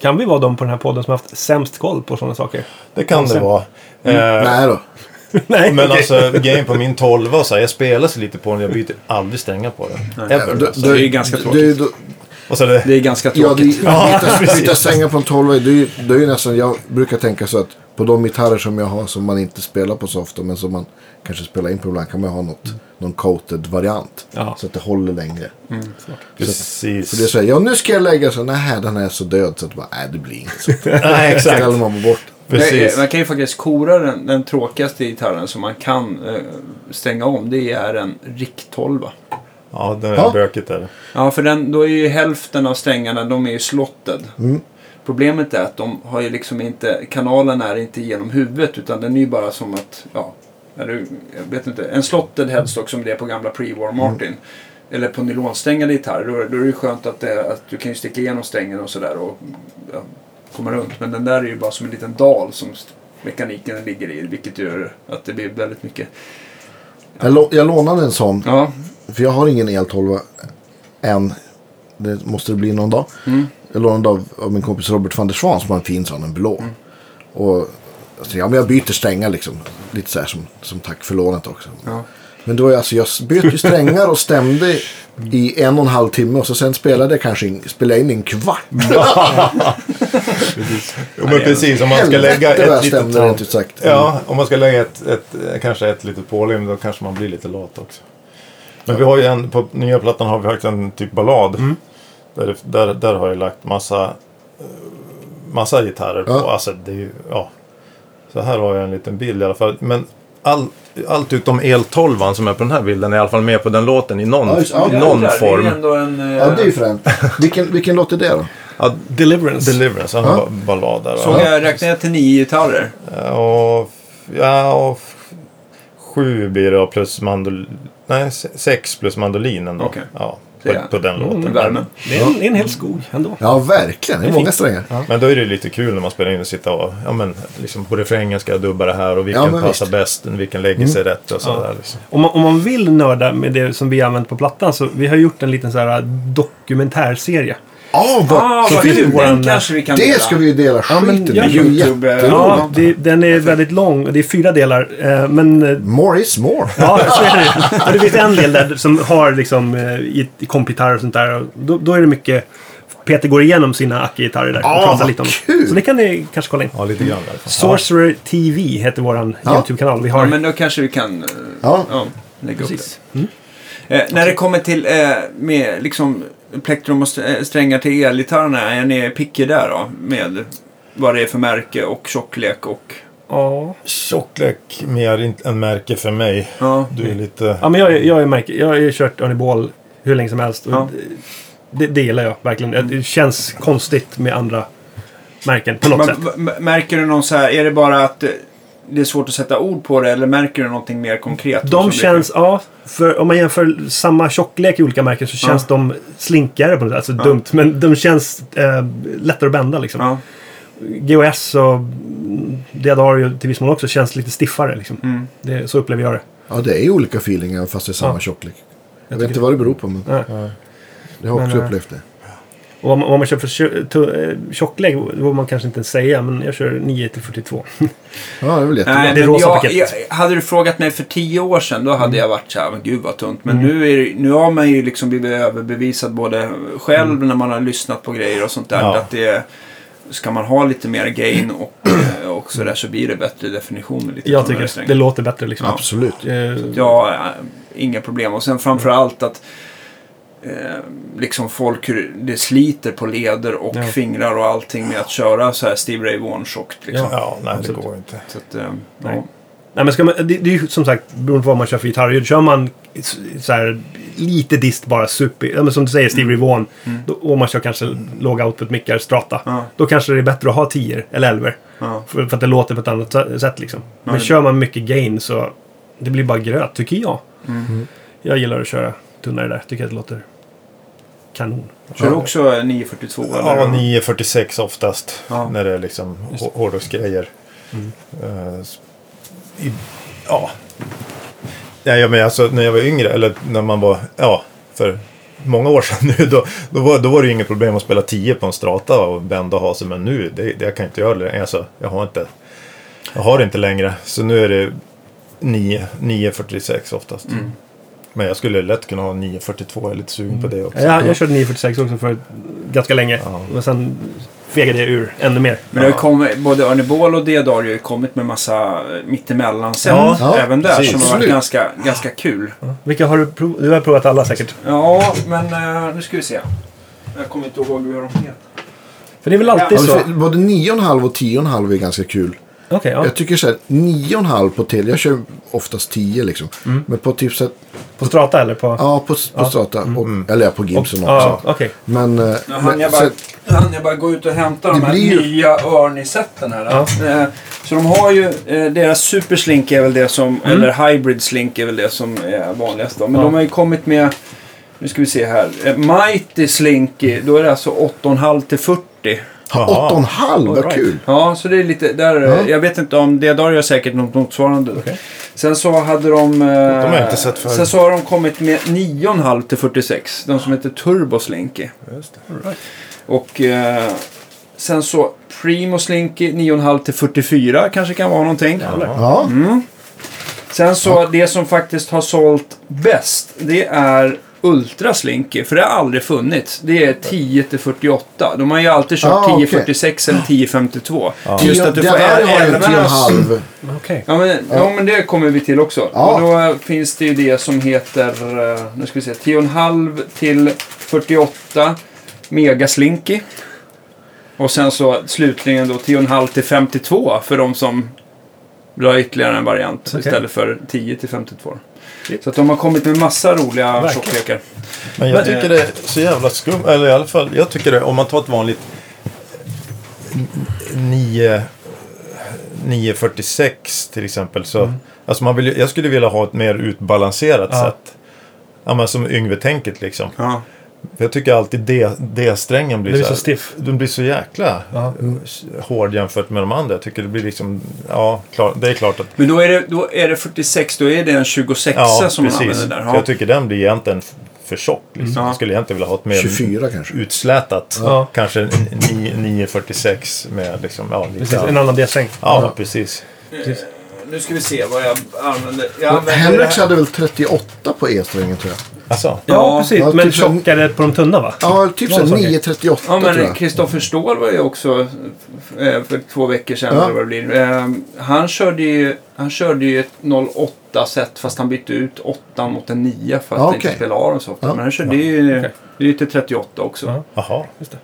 S2: Kan vi vara de på den här podden som har haft sämst koll på sådana saker?
S3: det kan det vara. Eh,
S4: Nej då.
S2: Nej,
S3: Men
S2: okej.
S3: alltså grejen på min 12 och så här, jag spelar så lite på den, jag byter aldrig strängar på den. Ever,
S4: Du-
S3: alltså.
S1: det är ju ganska
S4: du-
S1: tråkigt.
S4: du-
S3: Vad sa du?
S1: Det är ganska
S4: Ja, det,
S1: tråkigt.
S4: byta, byta strängar på en 12 det är, ju- det är ju nästan, jag brukar tänka så att på de gitarrer som jag har som man inte spelar på så ofta men som man kanske spelar in på ibland kan man ha något, någon coated variant.
S2: Ja.
S4: Så att det håller längre. För det är
S3: Precis.
S4: så här, ja nu ska jag lägga så nej den här är så död så att bara, nej det blir inget så.
S3: Nej, exakt.
S4: Ställer man bort.
S1: Nej,
S3: Precis.
S1: Man kan ju faktiskt kora den, den tråkigaste gitarren som man kan eh, stänga om. Det är en RIK-12.
S3: Ja, det
S4: Ja.
S3: är bökigt där.
S1: Ja, för den, då är ju hälften av strängarna, de är ju slotted.
S4: Mm.
S1: Problemet är att de har ju liksom inte, kanalen är inte genom huvudet utan den är ju bara som att, ja, är du, jag vet inte, en slotted headstock som det är på gamla
S4: Mm.
S1: pre-war Martin. Eller på nylonsträngade gitarrer, då, är- då är det ju skönt att, det, att du kan ju sticka igenom strängen och sådär och ja, komma runt. Men den där är ju bara som en liten dal som st- mekaniken ligger i, vilket gör att det blir väldigt mycket.
S4: Jag, lå- jag lånade en sån,
S1: Ja,
S4: för jag har ingen el 12 än. Det måste det bli någon dag. Jag lånade av, av min kompis Robert van der Svan som har en fin sån, en blå. Och jag tänkte, ja men jag byter strängar liksom. Lite så här som, som tack för lånet också.
S1: ja.
S4: Men då, alltså, jag bytte ju strängar och stämde i en och en halv timme och så sen spelade jag kanske in, spelade in i en kvart.
S3: Jo, men precis. Om man ska
S4: Helvete
S3: lägga
S4: vad jag
S3: ett litet...
S4: stämde rent ut sagt.
S3: Ja,
S1: Mm.
S3: om man ska lägga ett, ett, kanske ett litet pålim då kanske man blir lite lat också. Men vi har ju en, på nya plattan har vi faktiskt en typ ballad.
S1: Mm.
S3: Där, där, där har jag lagt massa, eh, massa gitarrer på.
S4: Ja.
S3: Alltså, det är ju, ja. Så här har jag en liten bild i alla fall. Men all, allt utom el 12 som är på den här bilden är i alla fall med på den låten i någon,
S4: Ja, just- ja.
S3: någon
S1: Jävlar,
S3: form.
S1: Det är ändå en... eh,
S4: Mm. Ja, det är ju fränt. Vilken, vilken låt är det då?
S3: Ja,
S2: Deliverance.
S3: Deliverance, han har ba- ballad där.
S1: Såg jag räknade jag till nio gitarrer?
S3: Eh, Och, ja, och f- sju blir det plus mandol... Nej, se- sex plus mandolinen då.
S1: Okej.
S3: Ja,
S1: Det
S3: på,
S1: är- Mm,
S3: på den låten.
S1: Värmen.
S2: Det är en, det är en hel skog ändå.
S4: Ja, verkligen. Det är många strängar.
S3: Men då är det lite kul när man spelar in och sitta och... Ja, men liksom på refrängen ska jag dubba det här och vilken
S4: Ja, men
S3: passar bäst, vilken lägger sig rätt och sådär. Liksom.
S2: Om man, om man vill nörda med det som vi har använt på plattan så vi har gjort en liten så här äh, dokumentärserie.
S4: Ja, vad
S1: Ah, vad
S2: finns
S1: kul!
S2: det
S1: Den
S2: en-
S1: kanske vi kan dela.
S4: Det ska vi ju dela skiten
S2: ja,
S4: ja, det är ju
S1: YouTube,
S4: jätteroligt.
S2: Ja, det, den är väldigt lång och det är fyra delar. eh, Men eh,
S4: More is more.
S2: ja, så är det ju. Men Det finns en del där som har liksom eh, i- i kompitar och sånt där. Och Då, då är det mycket Peter går igenom sina Aki-gitarrer där och
S4: Ja,
S2: pratar
S4: Ah, vad
S2: lite om
S4: kul!
S2: det. Så det kan ni kanske kolla in.
S3: Ja, lite grann i alla fall.
S2: Sorcerer TV heter våran
S4: Ja.
S2: YouTube-kanal. Vi
S1: Ja,
S2: har...
S1: men då kanske vi kan eh,
S4: Ja.
S1: ja, lägga
S2: Precis.
S1: upp det. Eh, när det kommer till eh, med liksom plektrum och st- eh, strängar till elgitarrerna, är ni picky där då? Med vad det är för märke och tjocklek och...
S2: Ja.
S3: Tjocklek mer inte en märke för mig.
S1: Ja.
S3: Du är lite...
S2: Ja, men jag, är- jag, är märke, jag har ju kört Ernie Ball hur länge som helst. Och
S1: Ja.
S2: det, det gillar jag verkligen. Det känns konstigt med andra märken på något
S1: Man,
S2: sätt.
S1: m- m- märker du någon så här, är det bara att eh, det är svårt att sätta ord på det eller märker du någonting mer konkret? Som
S2: De
S1: blir-
S2: känns, ja, för om man jämför samma tjocklek i olika märken så känns de slinkigare på något sätt. Alltså dumt, men de känns eh, lättare att bända liksom.
S1: Ja.
S2: GOS och mm, Diadario till viss mån också känns lite stiffare liksom.
S1: Mm.
S2: Det, så upplever jag det.
S4: Ja, det är ju olika feelingar fast det är samma
S2: Ja.
S4: tjocklek. Jag vet inte vad det beror på men
S2: Nej.
S4: jag har också
S2: Men, eh,
S4: upplevt det.
S2: Och vad man, vad man kör för tjo- tu- eh, tjocklek vågar man kanske inte ens säga, men jag kör 9 till 42.
S4: Ja, det är väl jättebra.
S1: Nej,
S2: Det är
S1: men
S2: rosa
S1: jag, jag,
S2: paketet. Mm.
S1: hade du frågat mig för tio år sedan då hade jag varit så här, "Men gud vad tunt. Men nu, är, det- nu har man ju liksom blivit överbevisad både själv
S2: Mm.
S1: när man har lyssnat på grejer och sånt där.
S3: Ja.
S1: Att det, ska man ha lite mer gain och, eh, och sådär så blir det bättre definition. med Lite
S2: jag
S1: tunnare
S2: tycker
S1: strängar.
S2: det låter bättre liksom.
S1: Ja.
S4: Absolut.
S2: Eh,
S1: Ja, eh, inga problem. Och sen framför allt att eh, liksom folk, hur det sliter på leder och
S2: Ja.
S1: fingrar och allting med att köra så här Steve Ray Vaughan-tjockt. Liksom.
S3: Ja, nej det
S2: Absolut.
S3: går inte.
S1: Så att, eh, ja.
S2: Nej. Nej, men ska man, det, det är ju som sagt beroende på vad man kör för gitarr. Kör man s- så här, lite dist bara, super, ja, men som du säger
S1: Mm.
S2: Steve Ray Vaughan. Då, och man kör kanske låga output-mickar, strata.
S1: Ja.
S2: Då kanske det är bättre att ha 10 eller 11
S1: Ja.
S2: för, för att det låter på ett annat sä- sätt liksom. Men
S1: det-
S2: kör man mycket gain så det blir bara gröt, tycker jag.
S1: Mm.
S2: Jag gillar att köra tunnare där. Tycker att det låter kanon.
S1: Kör du också 942? eller?
S3: Ja, 9.46 oftast.
S1: Ja. Mm.
S3: När det är liksom hår- hårdrocksgrejer. Eh, s- i- ja. Nej, ja, men alltså när jag var yngre, eller när man var, ja, för många år sedan nu, då, då, var, då var det ju inget problem att spela 10 på en strata och bända och ha sig. Men nu, det, det jag kan inte göra det. Alltså, jag har inte, jag har det inte längre. Så nu är det 9, 9.46 oftast.
S1: Mm.
S3: Men jag skulle lätt kunna ha 9.42, jag är lite sugen
S1: Mm.
S3: på det också.
S2: Jag, jag körde 946 också för ganska länge. Men sen fegade jag ur ännu mer.
S1: Men det har ju kommit, både Arne Bål och Deodar har ju kommit med massa eh, mittemellan sen.
S2: Ja,
S4: ja,
S1: även där
S3: precis.
S1: som har varit
S4: Absolut.
S1: ganska, ganska kul.
S2: Vilka har du provat? Du har provat alla säkert.
S1: Ja, men eh, nu ska vi se. Jag kommer inte ihåg hur de heter.
S2: För det är väl alltid
S1: Ja,
S2: så?
S4: Ja,
S2: Okej,
S4: men för- Både 9,5 och 10,5 är ganska kul.
S2: ja.
S4: Jag tycker så här, 9,5 på Telia, jag kör oftast 10 liksom.
S2: Mm.
S4: Men på typ så här,
S2: På Strata eller på...
S4: ja på, på Strata, och, eller ja, på Gibson
S2: Mm. Ja,
S4: också.
S2: okej.
S4: Men, eh,
S1: Nu hann
S4: men
S1: jag,
S4: så
S1: bara,
S4: här,
S1: hann jag bara gå ut och hämta de
S4: Det
S1: här
S4: blir ju-
S1: nya Örni-sätten här.
S2: Ja.
S1: Eh, Så de har ju, eh, deras superslink är väl det som,
S4: Mm.
S1: eller hybrid slink är väl det som är vanligast då. Men
S2: Ja.
S1: de har ju kommit med, nu ska vi se här, eh, Mighty Slinky, då är det alltså 8,5 till 40.
S3: Jaha.
S4: 8,5,
S2: All
S4: vad
S2: right.
S4: kul.
S1: Ja, så det är lite där.
S4: Ja.
S1: Jag vet inte om det. Där gör säkert något motsvarande. Sen så hade de... De
S3: har jag inte sett förut.
S1: Sen så har de kommit med 9,5 till 46. De som heter Turbo Slinky.
S3: Just det.
S1: Och eh, sen så Primo Slinky 9,5 till 44 kanske kan vara någonting.
S4: Ja,
S2: Mm.
S1: Sen så det som faktiskt har sålt bäst. Det är Ultra Slinky. För det har aldrig funnits. Det är 10 till 48. De har ju alltid kört
S4: Ah, okej.
S1: 10,46 eller 10,52.
S4: Tio- det där har ju 10,5.
S2: Mm. Okej.
S1: Ja men, ja. men det kommer vi till också.
S4: Ja.
S1: Och då eh, finns det ju det som heter, eh, nu ska vi se, 10,5 till 48 megaslinky. Och sen så slutligen då 10,5 till 52 för de som vill ha ytterligare en variant istället för 10 till 52. Så att de har kommit med massa roliga
S2: Verkligen.
S1: tjocklekar.
S3: Men jag tycker det är så jävla skumt. Eller i alla fall, jag tycker det. Om man tar ett vanligt eh, nio- 946 till exempel. Så, alltså man vill, ju- jag skulle vilja ha ett mer utbalanserat
S2: Mm. Ja.
S3: sätt. Ja, men som Yngve-tänket liksom.
S1: Ja.
S3: För jag tycker alltid D- D-strängen blir,
S2: Den är
S3: här-
S2: så stiff.
S3: Den blir så jäkla
S2: Ja.
S3: eh, hård jämfört med de andra. Jag tycker det blir liksom, ja, klar, det är klart att
S1: Men då är, det, då är det 46, då är det en 26
S3: Ja,
S1: som man
S3: precis.
S1: använder där. Mm.
S3: För Jag tycker den blir egentligen f- för tjock. Liksom.
S1: Ja.
S3: Jag skulle egentligen vilja ha ett mer
S4: 24 kanske.
S3: utslätat.
S2: Ja.
S3: Kanske en 9- 946 med liksom, ja, lite...
S2: Precis, en annan D-sträng.
S3: Ja, precis.
S1: Nu ska vi se vad jag använder. Jag använder det
S4: Henriks
S1: här-
S4: hade väl 38 på E-strängen tror jag.
S3: Alltså,
S2: Ja,
S1: Ja,
S2: precis.
S4: ja,
S2: men
S4: typ som-
S2: tjockare på de tunna va?
S4: Ja, typ så
S2: Någon sån
S4: här
S2: grej.
S4: 9,38
S1: Ja,
S4: tror
S1: men
S4: jag.
S1: Kristoffer Ståhl var ju också eh, för två veckor sedan.
S4: Ja.
S1: Eller vad det blir. Eh, Han, körde ju, han körde ju ett 08 set fast han bytte ut 8 mot en 9 för att
S4: Ja,
S1: det inte
S4: okej.
S1: spela av dem så ofta.
S4: Ja.
S1: Men han körde ju, det är ju till 38 också.
S2: Ja.
S3: jaha.
S2: Just det.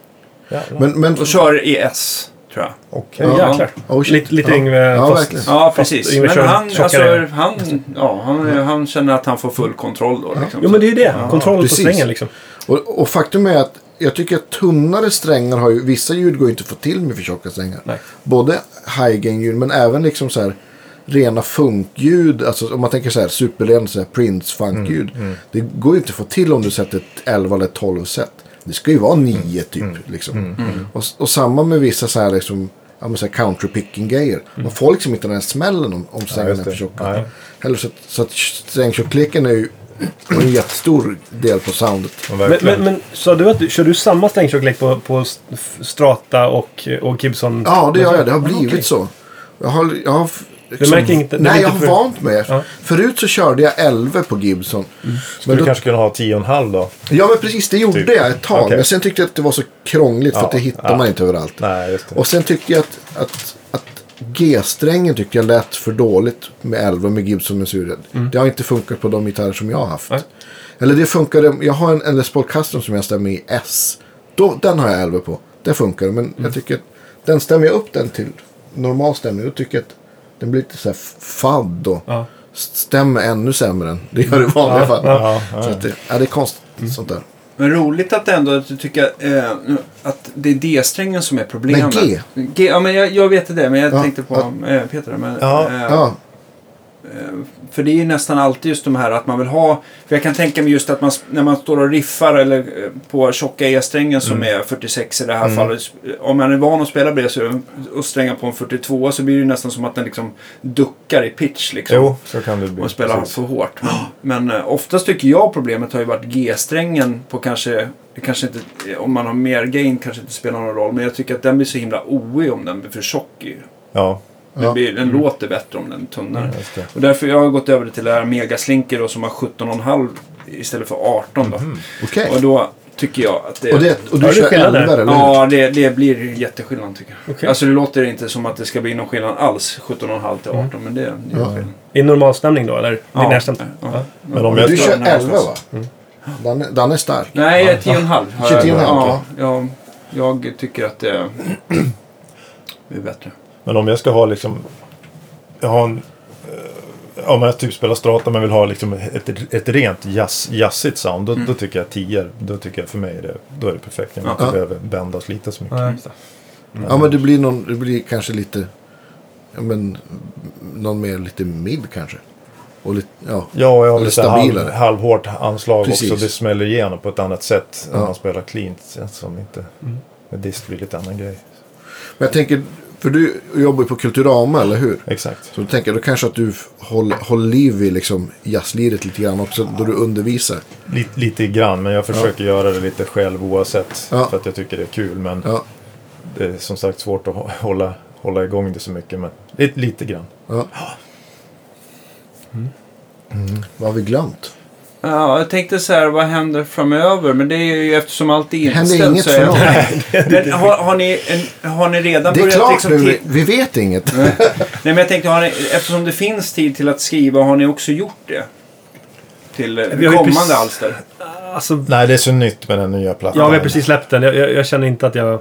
S3: Jävlar.
S4: Men, men,
S1: Och kör ES, tror jag.
S3: Okej.
S2: Ja,
S4: Ja.
S2: jäklar.
S4: Oh, shit.
S2: lite lite
S4: Ja.
S2: Yngve.
S4: Ja,
S2: fast-
S4: verkligen.
S1: Ja, precis.
S2: Yngve
S1: Men
S2: kör
S1: han,
S2: tjockare.
S1: alltså, han, ja, han, han känner att han får full kontroll då. Liksom.
S2: Jo, men det är ju det. Kontroll på
S4: Precis.
S2: strängen liksom.
S4: och, och faktum är att jag tycker att tunnare strängar har ju, vissa ljud går ju inte att få till med för tjocka strängar.
S2: Nej.
S4: Både high gain ljud men även liksom så här rena funkljud. Alltså om man tänker så här superrena så här Prince funkljud.
S3: Mm,
S4: Det går ju inte att få till om du sätter ett 11 eller 12 set. Det ska ju vara 9 typ.
S3: Mm.
S4: Liksom. Och, och samma med vissa så här liksom Ja, men så här country picking grejer. Man får liksom inte den här smällen om, om strängarna
S3: Mm. just
S4: är
S3: det.
S4: för tjocka.
S3: Nej.
S4: Heller så, att- så att strängtjockleken är ju en jättestor del på soundet.
S2: Men,
S3: verkligen.
S2: men, men sa du att du, kör du samma strängtjocklek på, på s- Strata och, och Gibson?
S4: Ja, det gör jag. Det har
S2: Ja,
S4: blivit
S2: okej.
S4: så. Jag har, jag har liksom,
S2: märker inte- det
S4: nej,
S2: är inte
S4: jag har
S2: för-
S4: vant mig.
S2: Ja. Mm.
S4: Förut så körde jag 11 på Gibson. Men
S3: du
S4: då,
S3: kanske kunde ha 10,5 då?
S4: ja, men precis. Det gjorde
S3: Typ.
S4: jag ett tag.
S3: Okej.
S4: Men sen tyckte jag att det var så krångligt för
S3: Ja,
S4: att det hittar
S3: ja.
S4: man inte överallt.
S3: Nej, just det.
S4: Och sen tyckte jag att, att, att G-strängen tyckte jag lät för dåligt med 11 med Gibson med Suriad. Det har inte funkat på de gitarrer som jag har haft.
S2: Nej.
S4: Eller det funkade, jag har en, en Les Paul Custom som jag stämmer i S. Då, den har jag 11 på. Det funkar, men jag tycker att den stämmer jag upp den till normal stämning. Då tycker jag att den blir lite så här f- fadd och
S2: Ja.
S4: stämmer ännu sämre än det gör i vanliga fall.
S3: ja, ja.
S4: Så att det, ja, det är konstigt sånt där.
S1: Men roligt att ändå att du tycker eh, att det är D-strängen som är problemet.
S4: Men G?
S1: G ja, men jag, jag vet det, men jag
S4: Ja,
S1: tänkte på eh, Peter. Men,
S3: Ja,
S1: eh,
S4: Ja,
S1: För det är ju nästan alltid just de här att man vill ha. För jag kan tänka mig just att man, när man står och riffar eller eh, på tjocka E-strängen som är 46 i det här fallet. eh, Om man är van att spela på det så, är den- och stränga på en 42 så blir det ju nästan som att den liksom duckar i pitch. Liksom
S3: Jo, så kan det bli.
S1: och spelar
S3: precis.
S1: för hårt. Men, men eh, oftast tycker jag problemet har ju varit G-strängen på kanske, det kanske inte, eh, om man har E mer gain kanske inte spelar någon roll. Men jag tycker att den blir så himla oig om den blir för tjock. ju.
S3: Ja, Mm.
S1: Det blir, den låter bättre om den är tunnare.
S3: Just det.
S1: Och därför jag har gått över till det här megaslinker då, som har 17,5 istället för 18. Då.
S3: Mhm.
S4: Okej.
S1: Och då tycker jag att det...
S4: Och, det,
S2: Har
S4: och du
S2: du
S4: kör
S2: skillnad där?
S4: elver, eller hur?
S1: Ja, det, det blir jätteskillnad tycker jag.
S2: Okej.
S1: Alltså det låter inte som att det ska bli någon skillnad alls, 17,5 till 18,
S3: Mm.
S1: men det, det är
S4: Ja.
S1: skillnad.
S2: I normalstämning då, eller? I
S1: Ja.
S2: närstämning?
S1: Ja.
S3: Men om jag
S4: Du
S1: ska-
S4: kör
S1: den här
S4: 11 va? Den, är- den är stark.
S1: Nej, 10,5 har jag.
S4: 10,5,
S1: Ja, ja, jag tycker att det det är bättre.
S3: Men om jag ska ha liksom... Jag har en, eh, om jag typ spelar strata men vill ha liksom ett, ett rent jazz, jazzigt sound. Då, då tycker jag 10. Då tycker jag för mig är det, då är det perfekt. Jag inte
S4: Mm. Ja.
S3: behöver bändas lite så mycket.
S4: Ja men det blir, någon, det blir kanske lite... Ja, men, någon mer lite mid kanske. Och lite, ja.
S3: Ja, och jag har
S4: Eller
S3: lite halv,
S4: stabilare.
S3: halvhårt anslag
S4: Precis.
S3: också. Det smäller igenom på ett annat sätt än
S4: Ja.
S3: man spelar cleant. Som inte,
S2: Mm.
S3: med dist blir det lite annan grej.
S4: Men jag tänker, för du jobbar ju på Kulturama, eller hur?
S3: Exakt.
S4: Så då tänker jag då kanske att du håller, håller liv i liksom jazzliret lite grann också då du undervisar.
S3: Lite, lite grann, men jag försöker göra det lite själv oavsett.
S4: Ja.
S3: För att jag tycker det är kul. Men
S4: Ja,
S3: det är som sagt svårt att hå- hålla, hålla igång det så mycket. Men lite, lite grann.
S4: ja. Mm. Vad har vi glömt?
S1: Ja, jag tänkte så här, vad händer framöver? Men det är ju eftersom allt är
S4: Det händer
S1: inställt
S4: inget
S1: så är
S4: för någon.
S1: Men har, har, ni en, har ni redan
S4: Det är
S1: börjat
S4: klart
S1: liksom
S4: nu,
S1: ti-
S4: vi vet inget.
S1: Nej, men jag tänkte, har ni, eftersom det finns tid till att skriva, har ni också gjort det? Till eh,
S2: Vi har ju
S1: kommande
S2: precis-
S1: alster?
S2: Alltså,
S3: Nej, det är så nytt med den nya plattan.
S2: jag har precis släppt den. Jag, jag, jag känner inte att jag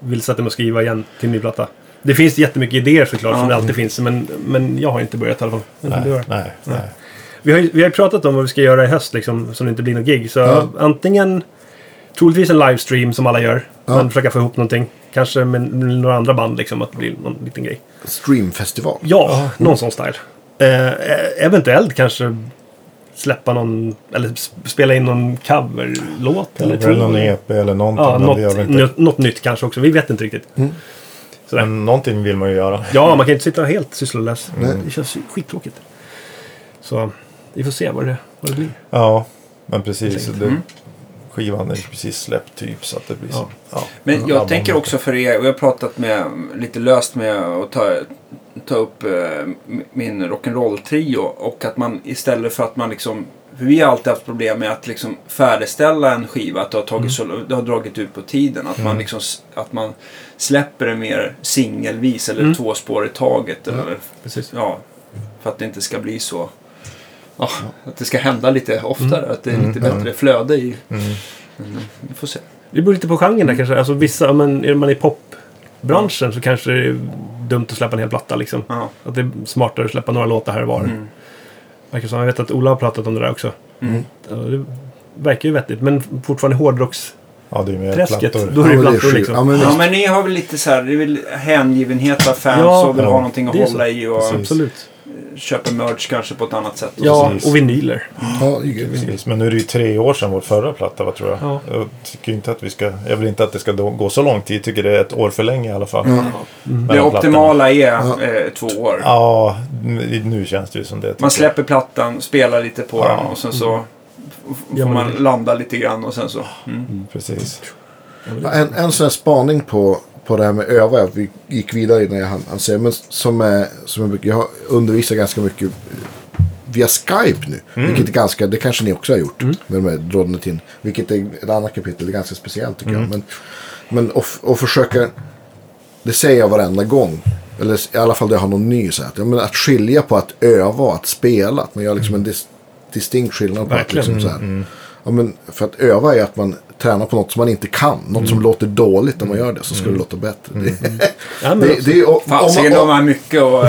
S2: vill sätta mig och skriva igen till ny platta. Det finns jättemycket idéer såklart, som
S1: Ja.
S2: det alltid finns. Men, men jag har inte börjat i alla fall. Men du
S3: Nej,
S2: har.
S3: nej, nej.
S2: Vi har ju vi har ju pratat om vad vi ska göra i höst, liksom, så det inte blir något gig. Så
S4: Ja.
S2: antingen, troligtvis en livestream som alla gör.
S4: Ja.
S2: Men försöka få ihop någonting. Kanske med, med några andra band, liksom, att det blir någon liten grej.
S4: Streamfestival.
S2: Ja, någon sån style. Eh, eh, eventuellt kanske släppa någon, eller sp- spela in någon coverlåt. Eller,
S3: Eller någon EP eller någonting.
S2: Ja,
S3: men det gör
S2: något,
S3: vi inte.
S2: nö- något nytt kanske också. Vi vet inte riktigt. Sådär.
S3: Men någonting vill man ju göra.
S2: Ja, man kan ju inte sitta helt sysslolös. Mm.
S4: Nej.
S2: Det känns ju skittråkigt. Så vi får se vad det, vad det blir.
S3: Ja, men precis.
S2: Mm.
S3: Det, skivan är ju precis släppt typ så att det blir så. Ja.
S1: Men jag
S3: Ja,
S1: tänker
S3: man-
S1: också för er, och jag har pratat med, lite löst med att ta, ta upp eh, m- min rock'n'roll-trio. Och att man istället för att man liksom, för vi har alltid haft problem med att liksom färdigställa en skiva, att det har, tagit så, lång- det har dragit ut på tiden. Att, man liksom, s- att man släpper det mer singelvis eller två spår i taget. Eller,
S2: Precis.
S1: ja, för att det inte ska bli så, Mm. ja, att det ska hända lite oftare. Att det är lite bättre flöde i. Mm, vi får se.
S2: Det beror lite på genren där kanske. Alltså vissa, men är man i popbranschen så kanske det är dumt att släppa en hel platta liksom.
S1: Ja.
S2: Att det är smartare att släppa några låtar här och var. Verkar som, jag vet att Ola har pratat om det där också. Ja, Det verkar ju vettigt, men fortfarande hårdrocks...
S3: ja, det är ju mer
S2: Träsket,
S3: plattor.
S2: då- är det
S4: men
S2: plattor
S4: sjukt.
S2: liksom.
S4: Ja, men
S1: Ja
S4: visst.
S1: men ni har väl lite så här, det är väl hängivenhet av fans
S2: Ja,
S1: och vill
S3: ja,
S1: ha någonting att
S2: det är så.
S1: hålla i och
S3: Precis.
S2: Absolut.
S1: köpa merch kanske på ett annat sätt. Och
S2: Ja,
S3: Precis.
S2: och vinyler.
S4: Ja, det är grymt.
S3: Precis. Men nu är det ju tre år sedan vår förra platta, vad tror jag.
S2: Ja.
S3: Jag, tycker inte att vi ska, jag vill inte att det ska då- gå så lång tid. Jag tycker det är ett år för länge i alla fall.
S1: så. Det
S3: Mellan plattorna.
S1: optimala är eh, två år.
S3: Ja, nu- nu känns det ju som det. tycker
S1: Man
S3: jag.
S1: släpper plattan, spelar lite på den och sen så f-
S2: Gör
S1: får
S2: man
S1: man
S2: Mm. det.
S1: landa lite grann och sen så. Mm.
S3: Precis.
S4: En, en sån här spaning på, på det här med öva, att vi gick vidare innan jag hann hann säga, men som, är, som jag, brukar- jag har- undervisar ganska mycket via Skype nu. Vilket är ganska, det kanske ni också har gjort med de här Rodnet in. Vilket är ett annat kapitel, det är ganska speciellt tycker jag. Men, men och, f- och försöka, det säger jag varenda gång. Eller i alla fall det jag har någon ny så här, att, ja, men att skilja på att öva och att spela. Att man gör liksom en dis, distinkt skillnad på att
S2: Verkligen.
S4: liksom så här. Ja, men för att öva är att man tränar på något som man inte kan. Något som låter dåligt när man gör det så ska det låta bättre. Det,
S2: Ja, men
S4: det, det är ju- om, om,
S1: Fasiken, de
S4: om,
S1: har mycket och
S4: ja,